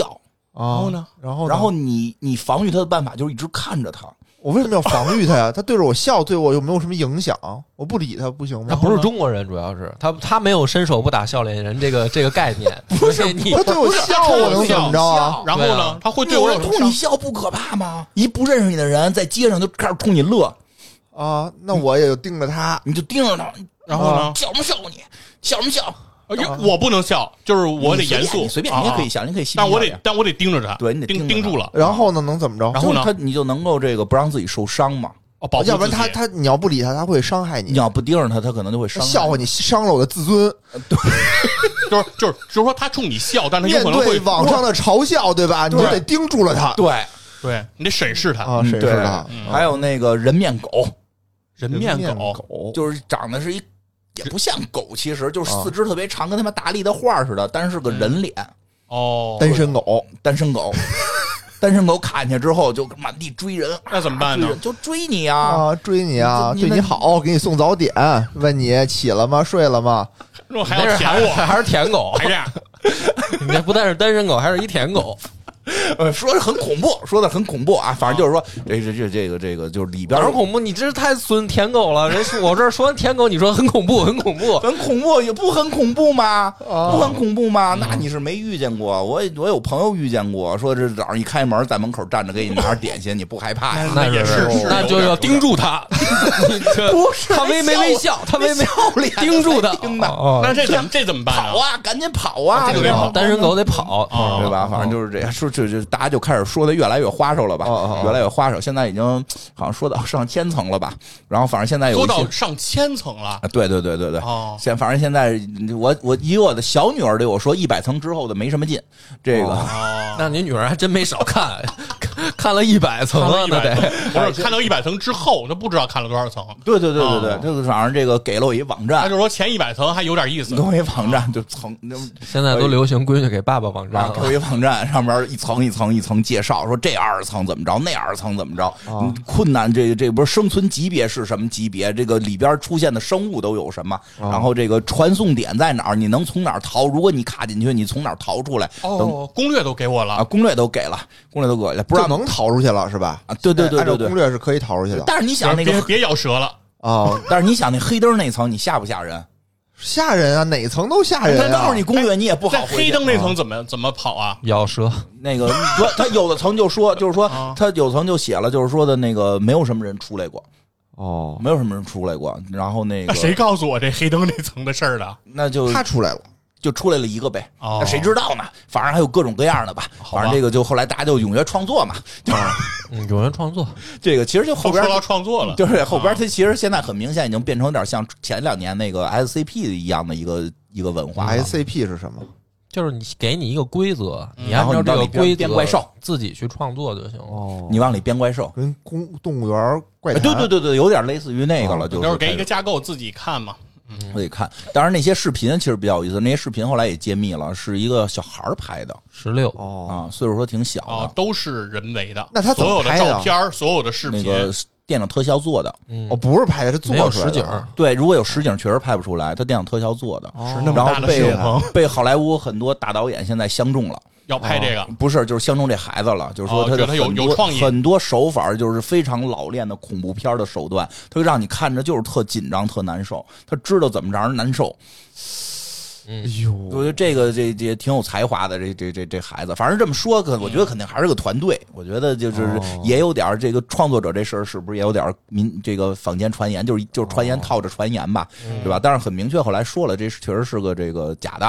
Speaker 4: 然
Speaker 2: 后呢？
Speaker 4: 哦然后呢
Speaker 2: 然后你你防御他的办法就是一直看着他，
Speaker 4: 我为什么要防御他呀？他对着我笑，对我又没有什么影响，我不理他不行
Speaker 1: 他
Speaker 4: 吗？
Speaker 1: 不是中国人，主要是他他没有伸手不打笑脸人这个这个概念。不是你
Speaker 4: 他对我笑，我能怎么着啊？
Speaker 3: 然后
Speaker 1: 对
Speaker 3: 呢
Speaker 1: 啊，
Speaker 3: 他会对
Speaker 2: 有
Speaker 3: 我
Speaker 2: 人
Speaker 3: 有什么
Speaker 2: 哎冲你
Speaker 3: 伤？
Speaker 2: 笑不可怕吗？一不认识你的人在街上就开始冲你乐，
Speaker 4: 啊，那我也就盯着他，
Speaker 2: 你就盯着他，啊
Speaker 3: 然后呢？
Speaker 2: 笑什么笑你，笑什么笑？
Speaker 3: 呃我不能笑，就是我得
Speaker 2: 你随
Speaker 3: 严
Speaker 2: 便
Speaker 3: 肃。
Speaker 2: 你随便
Speaker 3: 啊
Speaker 2: 你也可以笑，你可以嬉皮笑
Speaker 3: 但
Speaker 2: 脸，
Speaker 3: 我得但我得盯着他，
Speaker 2: 对你得
Speaker 3: 盯
Speaker 2: 盯着他
Speaker 3: 住了，
Speaker 4: 然后呢，能怎么着？
Speaker 3: 然后呢
Speaker 2: 他你就能够这个不让自己受伤嘛。
Speaker 3: 哦保护
Speaker 4: 要不然
Speaker 3: 自己
Speaker 4: 他他你要不理他，他会伤害
Speaker 2: 你
Speaker 4: 你，
Speaker 2: 要不盯着他，他可能就会
Speaker 4: 他
Speaker 2: 伤害
Speaker 4: 笑话你伤了我的自尊。
Speaker 3: 就是就是就是说他冲你笑，但他有
Speaker 4: 面
Speaker 3: 可能
Speaker 4: 对
Speaker 3: 会
Speaker 4: 网上的嘲笑，对吧？你就得盯住了他，
Speaker 2: 对，
Speaker 3: 啊对你得审视他。
Speaker 4: 啊，
Speaker 2: 嗯
Speaker 4: 谁知
Speaker 2: 对
Speaker 4: 道？
Speaker 2: 还有那个人面狗，
Speaker 3: 人
Speaker 4: 面
Speaker 3: 面
Speaker 4: 狗
Speaker 2: 狗就是长得是一。也不像狗，其实就是
Speaker 3: 啊
Speaker 2: 四肢特别长，跟他妈达利的画似的，但是是个
Speaker 3: 嗯
Speaker 2: 人脸，
Speaker 3: 哦，
Speaker 4: 单身狗，
Speaker 2: 单身 狗，单身狗砍下之后就满地追人，啊
Speaker 3: 那怎么办
Speaker 2: 追
Speaker 3: 呢
Speaker 2: 人？就追你啊！
Speaker 4: 啊，追你啊，
Speaker 2: 你
Speaker 4: 对你
Speaker 2: 那
Speaker 4: 好，给你送早点，问你起了吗？睡了吗？
Speaker 3: 如果还
Speaker 1: 还是
Speaker 3: 要 舔我，
Speaker 1: 还是舔狗
Speaker 3: 还，这样，
Speaker 1: 你这不但是单身狗，还是一舔狗。
Speaker 2: 呃，说的很恐怖，说的很恐怖啊！反正就是说，这这这这个这个就是里边
Speaker 1: 哪
Speaker 2: 有
Speaker 1: 儿恐怖？你这是太损舔狗了。人是我这儿说完舔狗，你说很恐怖，很恐怖。
Speaker 2: 很恐怖，也不很恐怖吗？
Speaker 4: 啊
Speaker 2: 不很恐怖吗？那你是没遇见过，我我有朋友遇见过，说这早上一开门在门口站着给你拿着点心，你不害怕呀？
Speaker 1: 也
Speaker 3: 是是
Speaker 1: 那就要盯住他。你这
Speaker 2: 不是
Speaker 1: 他微
Speaker 2: 没
Speaker 1: 没
Speaker 2: 笑
Speaker 1: 微笑，
Speaker 2: 啊
Speaker 1: 他微微
Speaker 2: 笑脸
Speaker 1: 盯住他。
Speaker 2: 盯的
Speaker 1: 哦
Speaker 3: 那这怎么这怎么办啊
Speaker 2: 跑？啊，赶紧跑啊！
Speaker 3: 这个
Speaker 2: 对吧
Speaker 3: 跑
Speaker 1: 单身狗得跑
Speaker 3: 啊
Speaker 2: 对吧？反正就是这样，说这这大家就开始说的越来越花哨了吧
Speaker 4: 哦哦哦，
Speaker 2: 越来越花哨，现在已经好像说到上千层了吧？然后反正现在有
Speaker 3: 说
Speaker 2: 一些
Speaker 3: 到上千层了
Speaker 2: 啊，对对对对对，
Speaker 3: 哦，
Speaker 2: 现反正现在我我以我的小女儿对我说，一百层之后的没什么劲，这个。
Speaker 3: 哦，
Speaker 1: 那你女儿还真没少看， 看看了一百
Speaker 2: 嗯
Speaker 1: 层
Speaker 3: 看到
Speaker 1: 了，
Speaker 3: 一
Speaker 1: 那
Speaker 3: 百
Speaker 1: 得。
Speaker 3: 层，不是看到一百层之后，那不知道看了多少层。
Speaker 2: 对对对对对，
Speaker 3: 哦
Speaker 2: 这个反正这个给了我一网
Speaker 3: 那
Speaker 2: 站
Speaker 3: 就，是说前一百层还有点意思
Speaker 2: 给，我一网站就层，那
Speaker 1: 现在都流行闺女给爸爸网站
Speaker 2: 然后给我
Speaker 1: 了。
Speaker 2: 一网站上面一层一层一层介绍，说这二十层怎么着，那二十层怎么着，嗯困难这这不是生存级别是什么级别，这个里边出现的生物都有什么，然后这个传送点在哪儿，你能从哪儿逃，如果你卡进去，你从哪儿逃出来，等
Speaker 3: 哦，攻略都给我
Speaker 2: 啊，
Speaker 3: 了，
Speaker 2: 攻略都给了，攻略都给了，不
Speaker 4: 不
Speaker 2: 知道
Speaker 4: 能逃出去了是吧？
Speaker 2: 啊，对对对
Speaker 4: 按
Speaker 2: 对
Speaker 4: 照攻
Speaker 2: 对，
Speaker 4: 略是可以逃出去的
Speaker 2: 但是你想那
Speaker 3: 别
Speaker 2: 个
Speaker 3: 别咬舌了，
Speaker 4: 啊，
Speaker 2: 但是你想那黑灯那层，你吓不吓人？
Speaker 4: 吓人啊，哪层都吓
Speaker 2: 哎他
Speaker 4: 人
Speaker 2: 告
Speaker 4: 啊
Speaker 2: 诉你！攻略，你也不好
Speaker 3: 在
Speaker 2: 回
Speaker 3: 黑
Speaker 2: 去。
Speaker 3: 灯那层怎么怎么跑啊？
Speaker 1: 咬舌，
Speaker 2: 那个不，他有的层就说，就是说
Speaker 3: 啊
Speaker 2: 他有层就写了，就是说的那个没有什么人出来过，
Speaker 4: 哦，
Speaker 2: 没有什么人出来过。然后那
Speaker 3: 那
Speaker 2: 个
Speaker 3: 谁告诉我这黑灯那层的事儿的？
Speaker 2: 那就
Speaker 4: 他出来了，
Speaker 2: 就出来了一个呗，
Speaker 3: 哦
Speaker 2: 那谁知道呢？反正还有各种各样的吧。
Speaker 3: 吧哦
Speaker 2: 反正这个就后来大家就踊跃创作嘛，
Speaker 1: 嗯，有人创作，
Speaker 2: 这个其实就后
Speaker 3: 都
Speaker 2: 边嗯
Speaker 3: 说啊到创作了，
Speaker 2: 就是后边，它其实现在很明显已经变成有点像前两年那个 SCP 一样的一个一个文
Speaker 4: 啊
Speaker 2: 化了。
Speaker 4: SCP 是什么？
Speaker 1: 就是你给你一个规则，你
Speaker 2: 嗯然
Speaker 1: 按
Speaker 2: 后
Speaker 1: 照
Speaker 2: 你
Speaker 1: 这
Speaker 2: 到
Speaker 1: 个
Speaker 2: 里边
Speaker 1: 规则
Speaker 2: 变怪兽
Speaker 1: 自己去创作就行了。
Speaker 4: 哦
Speaker 2: 你往里编怪兽，
Speaker 4: 跟公动物园怪
Speaker 2: 哎
Speaker 4: 谈
Speaker 2: 对对对对，有点类似于那个了，就
Speaker 3: 就是
Speaker 2: 是
Speaker 3: 给一
Speaker 2: 开
Speaker 3: 个
Speaker 2: 始
Speaker 3: 架构自己看嘛。
Speaker 2: 可以看。当然，那些视频其实比较有意思，那些视频后来也揭秘了，是一个小孩儿拍的
Speaker 1: 十六，
Speaker 4: 哦，
Speaker 2: 啊，岁数说挺小
Speaker 3: 啊，
Speaker 2: 的，
Speaker 3: 都是人为的。
Speaker 4: 那他怎
Speaker 3: 所有
Speaker 4: 么拍
Speaker 3: 的
Speaker 4: 的
Speaker 3: 照片儿，所有的视
Speaker 2: 啊那
Speaker 3: 频，
Speaker 2: 个电影特效做的。
Speaker 1: 嗯
Speaker 4: 哦，，不是拍的，是做
Speaker 1: 没有
Speaker 4: 出来
Speaker 1: 实
Speaker 4: 的
Speaker 1: 景儿，
Speaker 2: 对，如果有实景，确实拍不出来，他电影特效做的。
Speaker 4: 哦
Speaker 3: 是那么
Speaker 2: 然
Speaker 3: 大
Speaker 2: 后
Speaker 3: 的摄
Speaker 2: 被
Speaker 3: 影棚，
Speaker 2: 被好莱坞很多大导演现在相中了，
Speaker 3: 要拍这个，
Speaker 2: 不是就是相中这孩子了，就是说
Speaker 3: 哦
Speaker 2: 他的
Speaker 3: 觉得有
Speaker 2: 很多
Speaker 3: 有创意
Speaker 2: 很多手法就是非常老练的恐怖片的手段，他就让你看着就是特紧张、特难受，他知道怎么让人难受。嗯
Speaker 4: 哎
Speaker 2: 我觉
Speaker 4: 呦，
Speaker 2: 得这个这这挺有才华的，这这这这孩子，反正这么说，可
Speaker 1: 嗯
Speaker 2: 我觉得肯定还是个团队。我觉得就是
Speaker 4: 哦
Speaker 2: 也有点儿这个创作者这事儿是不是也有点儿民这个坊间传言，就是就是传
Speaker 1: 哦
Speaker 2: 言套着传言吧，
Speaker 1: 嗯
Speaker 2: 对吧？但是很明确，后来说了，这是确实是个这个假的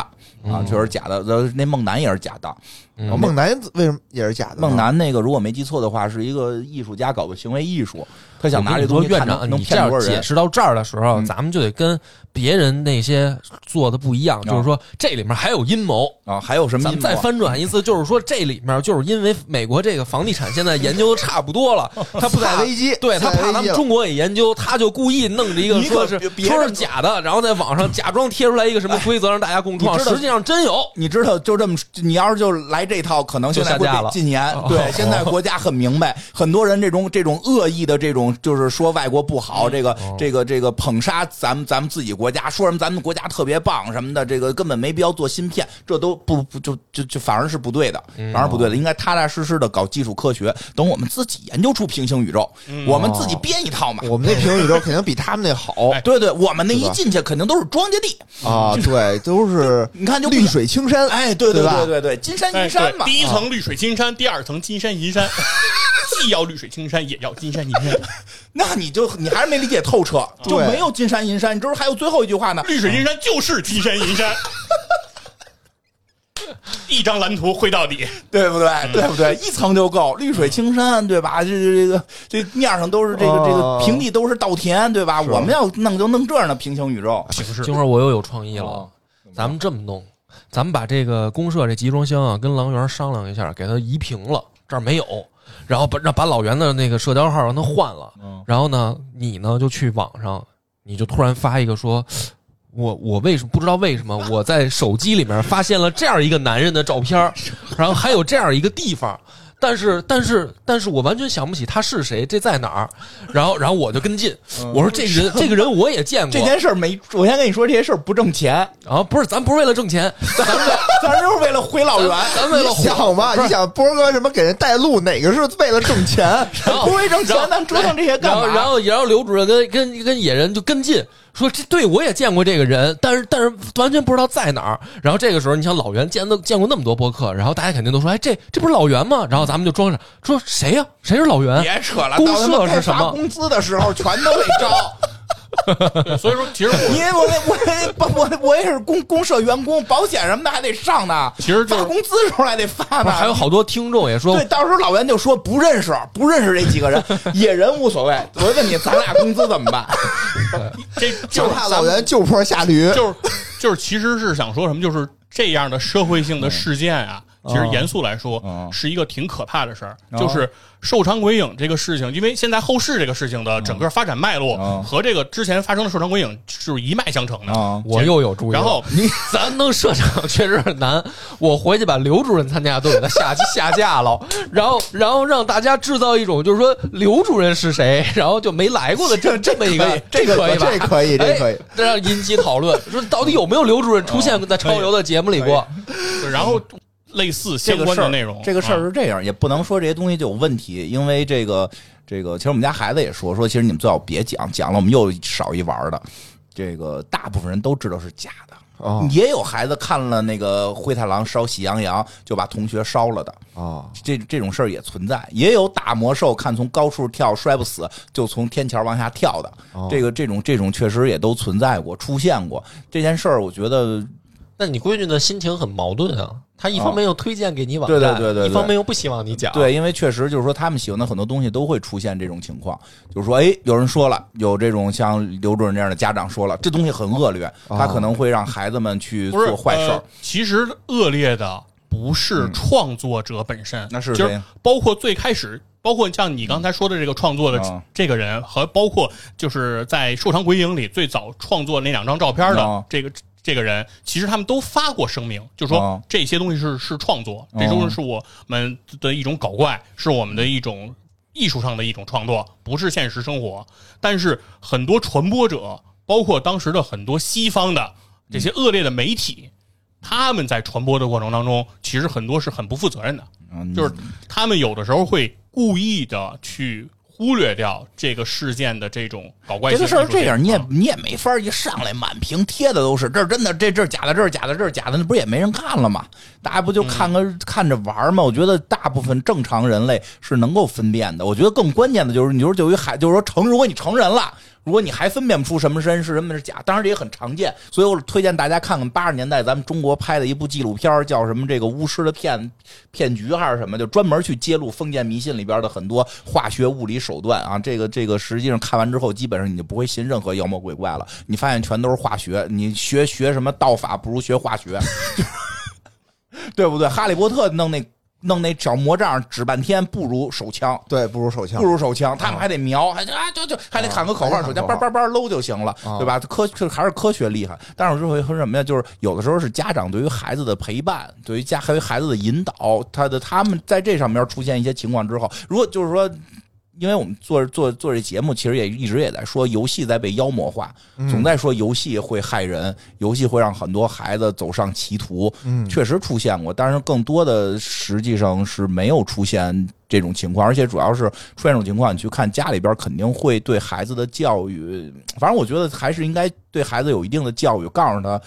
Speaker 2: 啊，确实假的。呃那孟楠也是假的，
Speaker 1: 嗯
Speaker 4: 哦孟楠为什么也是假的呢？
Speaker 2: 孟楠那个如果没记错的话，是一个艺术家搞的行为艺术，他想
Speaker 1: 我
Speaker 2: 拿
Speaker 1: 跟你
Speaker 2: 这东
Speaker 1: 说，
Speaker 2: 西
Speaker 1: 院
Speaker 2: 看能
Speaker 1: 长，
Speaker 2: 能
Speaker 1: 你这
Speaker 2: 骗
Speaker 1: 样
Speaker 2: 多少
Speaker 1: 解
Speaker 2: 人。
Speaker 1: 释到这儿的时候，
Speaker 2: 嗯
Speaker 1: 咱们就得跟别人那些做的不一样，就是说这里面还有阴谋。
Speaker 2: 啊，还有什么
Speaker 1: 咱
Speaker 2: 阴
Speaker 1: 们
Speaker 2: 谋啊？
Speaker 1: 再翻转一次，就是说这里面就是因为美国这个房地产现在研究的差不多 了，他
Speaker 4: 负
Speaker 1: 怕
Speaker 4: 载危机，
Speaker 1: 对他
Speaker 4: 负载
Speaker 1: 怕
Speaker 4: 危
Speaker 1: 咱们
Speaker 4: 机了
Speaker 1: 中国也研究，他就故意弄着一个
Speaker 2: 你可
Speaker 1: 说是
Speaker 2: 别别
Speaker 1: 说
Speaker 2: 让
Speaker 1: 是假的，然后在网上假装贴出来一个什么规则让大家共创
Speaker 2: 你，知道
Speaker 1: 实际上真有。
Speaker 2: 你知道，就这么，你要是就来这套可能现在
Speaker 1: 就
Speaker 2: 会
Speaker 1: 下架了
Speaker 2: 被禁言
Speaker 1: 哦。
Speaker 2: 对，现在国家很 明白，很多人这种这种恶意的这种，就是说外国不
Speaker 1: 哦
Speaker 2: 好，这个这个这个捧杀咱们咱们自己国家，说什么咱们国家特别棒什么的，这个根本没必要做芯片，这都不不就就就反而是不对的，
Speaker 1: 嗯
Speaker 2: 反而不对的，应该踏踏实实的搞基础科学，等我们自己研究出平行宇宙，
Speaker 1: 嗯
Speaker 2: 我们自己编一套嘛。
Speaker 1: 哦
Speaker 4: 我们那平行宇宙肯定比他们那好
Speaker 2: 对对，我们那
Speaker 4: 是
Speaker 2: 一
Speaker 4: 吧
Speaker 2: 进去肯定都是庄稼地，
Speaker 4: 啊，对，都是
Speaker 2: 你看就不
Speaker 4: 绿水青山，
Speaker 2: 哎，对
Speaker 4: 对吧
Speaker 2: 对对对，金山
Speaker 3: 哎
Speaker 2: 银山
Speaker 3: 对
Speaker 2: 嘛，
Speaker 3: 第一层绿水青山，第二层金山银山， 既要绿水青山，也要金山银山。
Speaker 2: 那你就你还是没理解透彻，
Speaker 4: 对
Speaker 2: 就没有金山银山。你知道还有最后一句话呢？
Speaker 3: 绿水青山就是金山银山， 一张蓝图绘到底。
Speaker 2: 对不对？
Speaker 1: 嗯
Speaker 2: 对不对？一层就够，绿水青山，对吧？这这这个这面上都是这个这个
Speaker 4: 哦
Speaker 2: 平地都是稻田，对吧？我们要弄就弄这样的平行宇
Speaker 1: 啊
Speaker 2: 宙，
Speaker 1: 金花，我又有创意了
Speaker 2: 哦，
Speaker 1: 咱们这么弄，咱们把这个公社这集装箱啊，跟狼园商量一下，给它移平了，这儿没有，然后把让把老袁的那个社交号让他换了，然后呢，你呢就去网上，你就突然发一个说。我我为什么不知道为什么我在手机里面发现了这样一个男人的照片儿，然后还有这样一个地方，但是但是但是我完全想不起他是谁，这在哪儿？然后然后我就跟进，我说这个人这个人我也见过，
Speaker 2: 这件事儿没，我先跟你说，这些事儿不挣钱，
Speaker 1: 啊，不是，咱不是为了挣 钱，咱们
Speaker 2: 咱就是为了回老 源。
Speaker 1: 咱为了
Speaker 4: 你想吧，你想波哥什么给人带路，哪个是为了挣 钱？
Speaker 2: 不为挣钱，咱折腾这些
Speaker 1: 然
Speaker 2: 干
Speaker 1: 后，然
Speaker 2: 嘛？
Speaker 1: 后，然后刘主任跟跟跟野人就跟进，说这对我也见过这个人，但是但是完全不知道在哪儿。然后这个时候，你想老袁见的见过那么多播客，然后大家肯定都说，哎，这这不是老袁吗？然后咱们就装上说谁呀、谁是老袁？
Speaker 2: 别扯了，
Speaker 1: 公
Speaker 2: 到他妈
Speaker 1: 社是
Speaker 2: 该
Speaker 1: 什
Speaker 2: 发
Speaker 1: 么
Speaker 2: 工资的时候全都得 招。
Speaker 3: 所以说，其实我
Speaker 2: 因为我那我那我那我也是公公社员工，保险什么的还得上呢。
Speaker 3: 其实就是
Speaker 2: 发工资的时候还得发
Speaker 1: 不
Speaker 2: 呢。
Speaker 1: 是还有好多听众也说
Speaker 2: 对，，到时候老袁就说不认识，不认识这几个人， 野人无所谓。我问你，咱俩工资怎么办？
Speaker 3: 这就
Speaker 4: 就是怕老袁就坡下驴，
Speaker 3: 就是就是，其实是想说什么，就是这样的社会性的事件啊，其实严肃来说、
Speaker 2: 嗯
Speaker 3: 是一个挺可怕的事儿，
Speaker 2: 哦
Speaker 3: 就是受伤鬼影这个事情，因为现在后世这个事情的整个发展脉络、
Speaker 2: 嗯
Speaker 3: 和这个之前发生的受伤鬼影是一脉相承的。
Speaker 2: 啊
Speaker 1: 我又有注意了。
Speaker 3: 然后
Speaker 1: 你咱弄社长确实很难，我回去把刘主任参加都给他下 下架了，然后然后让大家制造一种就是说刘主任是谁，然后就没来过的这这么一个，
Speaker 4: 这个
Speaker 1: 可以吧？
Speaker 4: 这可以，这可以
Speaker 1: 哎。，这让引起讨论，说到底有没有刘主任出现在超游的节目里过？
Speaker 3: 然后类似
Speaker 2: 这
Speaker 3: 相
Speaker 2: 个
Speaker 3: 关
Speaker 2: 事
Speaker 3: 的
Speaker 2: 儿
Speaker 3: 内容，
Speaker 2: 这个事儿
Speaker 3: 啊
Speaker 2: 是这样，也不能说这些东西就有问题，因为这个这个，其实我们家孩子也说说，其实你们最好别讲，讲了我们又少一玩儿的。这个大部分人都知道是假的。
Speaker 4: 哦
Speaker 2: 也有孩子看了那个灰太狼烧喜羊羊，就把同学烧了的，
Speaker 4: 哦，
Speaker 2: 这这种事儿也存在，也有打魔兽看从高处跳摔不死，就从天桥往下跳的，
Speaker 4: 哦
Speaker 2: 这个这种这种确实也都存在过，出现过这件事儿，我觉得
Speaker 1: 那你闺女的心情很矛盾啊，她一方面又推荐给你网
Speaker 2: 对
Speaker 1: 站，
Speaker 2: 对对对对
Speaker 1: 一方面又不希望你讲。
Speaker 2: 对，因为确实就是说，他们喜欢的很多东西都会出现这种情况，就是说，哎，有人说了，有这种像刘主任这样的家长说了，这东西很恶劣，他可能会让孩子们去
Speaker 3: 不是
Speaker 2: 做坏事儿嗯
Speaker 3: 呃。其实恶劣的不是创作者本身，
Speaker 2: 那是谁啊
Speaker 3: 就是包括最开始。包括像你刚才说的这个创作的
Speaker 2: 嗯
Speaker 3: 这个人，和包括就是在《受伤鬼影》里最早创作那两张照片
Speaker 2: 嗯
Speaker 3: 的这个这个人，其实他们都发过声明，就
Speaker 2: 嗯
Speaker 3: 说这些东西是是创作，
Speaker 2: 嗯
Speaker 3: 这东西是我们的一种搞怪，是我们的一种艺术上的一种创作，不是现实生活。但是很多传播者，包括当时的很多西方的这些恶劣的媒体，他们在传播的过程当中，其实很多是很不负责任的，
Speaker 2: 嗯，
Speaker 3: 就是他们有的时候会故意的去忽略掉这个事件的这种搞怪
Speaker 2: 这
Speaker 3: 性。
Speaker 2: 个事儿
Speaker 3: 艺术性
Speaker 2: 这样，你也
Speaker 3: 啊
Speaker 2: 你也没法儿一上来满屏贴的都是，这是真的，这这是假的，这是假的，这是假的，那不是也没人看了吗？大家不
Speaker 3: 嗯
Speaker 2: 就看个、看着玩儿吗？我觉得大部分正常人类是能够分辨的。我觉得更关键的就是，你说对于孩，就是说成，如果你成人了。如果你还分辨不出什么真是什么是假，当然这也很常见，所以我推荐大家看看八十年代咱们中国拍的一部纪录片儿，叫什么这个巫师的骗骗局还是什么，就专门去揭露封建迷信里边的很多化学物理手段啊。这个这个实际上看完之后，基本上你就不会信任何妖魔鬼怪了，你发现全都是化学，你学学什么道法不如学化学，对不对？哈利波特弄那弄那小魔杖指半天，不如手枪。
Speaker 4: 对，不如手枪啊
Speaker 2: 不。如手枪，他们还得瞄，还啊就就还得喊个口号，
Speaker 4: 还得喊
Speaker 2: 手枪
Speaker 4: 口
Speaker 2: 叭
Speaker 4: 啊号
Speaker 2: 叭叭搂就行了，对吧？科科还是科学厉害。但是我就会说什么呀？就是有的时候是家长对于孩子的陪伴，对于家对于孩子的引导，他的他们在这上面出现一些情况之后，如果就是说。因为我们做做做这节目，其实也一直也在说游戏在被妖魔化，
Speaker 4: 嗯
Speaker 2: 总在说游戏会害人，游戏会让很多孩子走上歧途。
Speaker 4: 嗯
Speaker 2: 确实出现过，但是更多的实际上是没有出现这种情况，而且主要是出现这种情况，你去看家里边肯定会对孩子的教育，反正我觉得还是应该对孩子有一定的教育，告诉他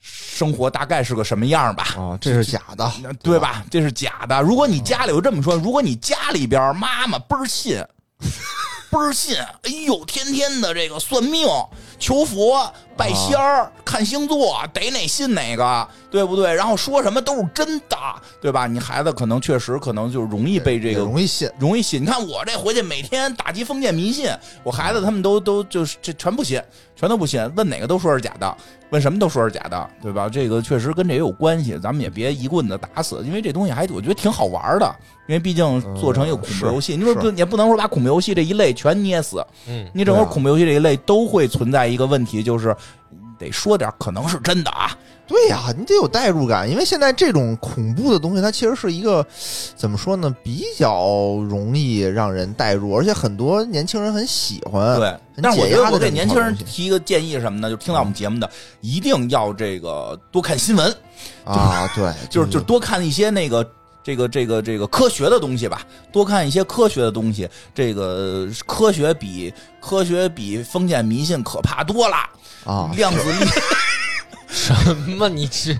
Speaker 2: 生活大概是个什么样吧。
Speaker 4: 啊，这是假的，
Speaker 2: 对吧？这是假的。如果你家里有这么说，如果你家里边妈妈倍儿信， 倍儿信，哎呦，天天的这个算命、求佛、拜仙
Speaker 4: 啊
Speaker 2: 儿、看星座，逮哪信哪个，对不对？然后说什么都是真的，对吧？你孩子可能确实可能就容易被这
Speaker 4: 也
Speaker 2: 个
Speaker 4: 容易信。
Speaker 2: 容易信。你看我这回去每天打击封建迷信，我孩子他们都都就是这全不信，全都不信，问哪个都说是假的，问什么都说是假的，对吧？这个确实跟这也有关系，咱们也别一棍子打死，因为这东西还我觉得挺好玩的，因为毕竟做成一个恐怖游戏，
Speaker 4: 嗯是
Speaker 2: 你说不也不能说把恐怖游戏这一类全捏死，
Speaker 1: 嗯，
Speaker 2: 你整个
Speaker 4: 对啊
Speaker 2: 恐怖游戏这一类都会存在一个问题，就是得说点可能是真的啊，
Speaker 4: 对呀、你得有代入感，因为现在这种恐怖的东西，它其实是一个怎么说呢，比较容易让人代入，而且很多年轻人很喜欢。
Speaker 2: 对，
Speaker 4: 很
Speaker 2: 但是我
Speaker 4: 嗯解
Speaker 2: 觉得
Speaker 4: 压的
Speaker 2: 我给
Speaker 4: 这么一
Speaker 2: 年
Speaker 4: 套
Speaker 2: 轻人
Speaker 4: 东西
Speaker 2: 提一个建议是什么呢？就听到我们节目的，一定要这个多看新闻，
Speaker 4: 啊，对，
Speaker 1: 嗯
Speaker 2: 就是就是多看一些那个这个这个这个科学的东西吧，多看一些科学的东西。这个科学比科学比封建迷信可怕多了。
Speaker 4: 啊，
Speaker 2: 量子力
Speaker 1: 什么？你这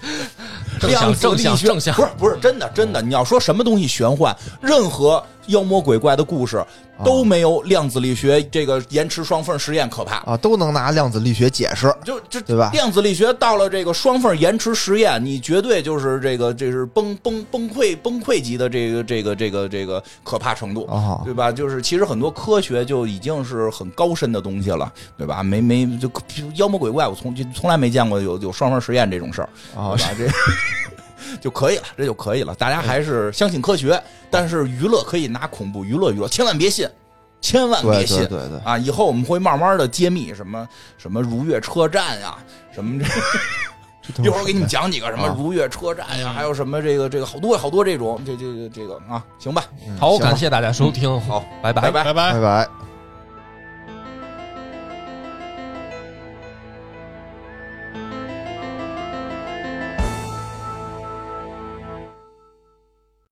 Speaker 1: 正
Speaker 2: 量
Speaker 1: 想
Speaker 2: 子
Speaker 1: 正
Speaker 2: 力
Speaker 1: 想
Speaker 2: 学
Speaker 1: 正想嗯
Speaker 2: 不，是不是真的真的，你要说什么东西玄幻，任何妖魔鬼怪的故事
Speaker 1: 啊
Speaker 2: 都没有量子力学这个延迟双缝实验可怕。
Speaker 4: 啊，都能拿量子力学解释。
Speaker 2: 就就
Speaker 4: 对吧
Speaker 2: 量子力学到了这个双缝延迟实验，你绝对就是这个这是崩崩崩溃崩溃级的这个这个这个这个可怕程度
Speaker 4: 哦
Speaker 2: 对吧？就是其实很多科学就已经是很高深的东西了，对吧？没没就妖魔鬼怪，我从就从来没见过有有双缝实验这种事儿
Speaker 4: 哦
Speaker 2: 对吧？这 就可以了，这就可以了。大家还是相信科学，但是娱乐可以拿恐怖娱乐娱乐，千万别信，千万
Speaker 4: 对
Speaker 2: 别信。
Speaker 4: 对对对，
Speaker 2: 啊，以后我们会慢慢的揭秘什么什么如月车站呀、什么 这。一会儿给你们讲几个什么
Speaker 4: 啊
Speaker 2: 如月车站呀、还有什么这个这个好多好多这种这这这这个啊，行吧，
Speaker 1: 好，感谢大家收听，好，拜拜
Speaker 2: 拜。
Speaker 3: 拜拜
Speaker 4: 嗯拜。拜。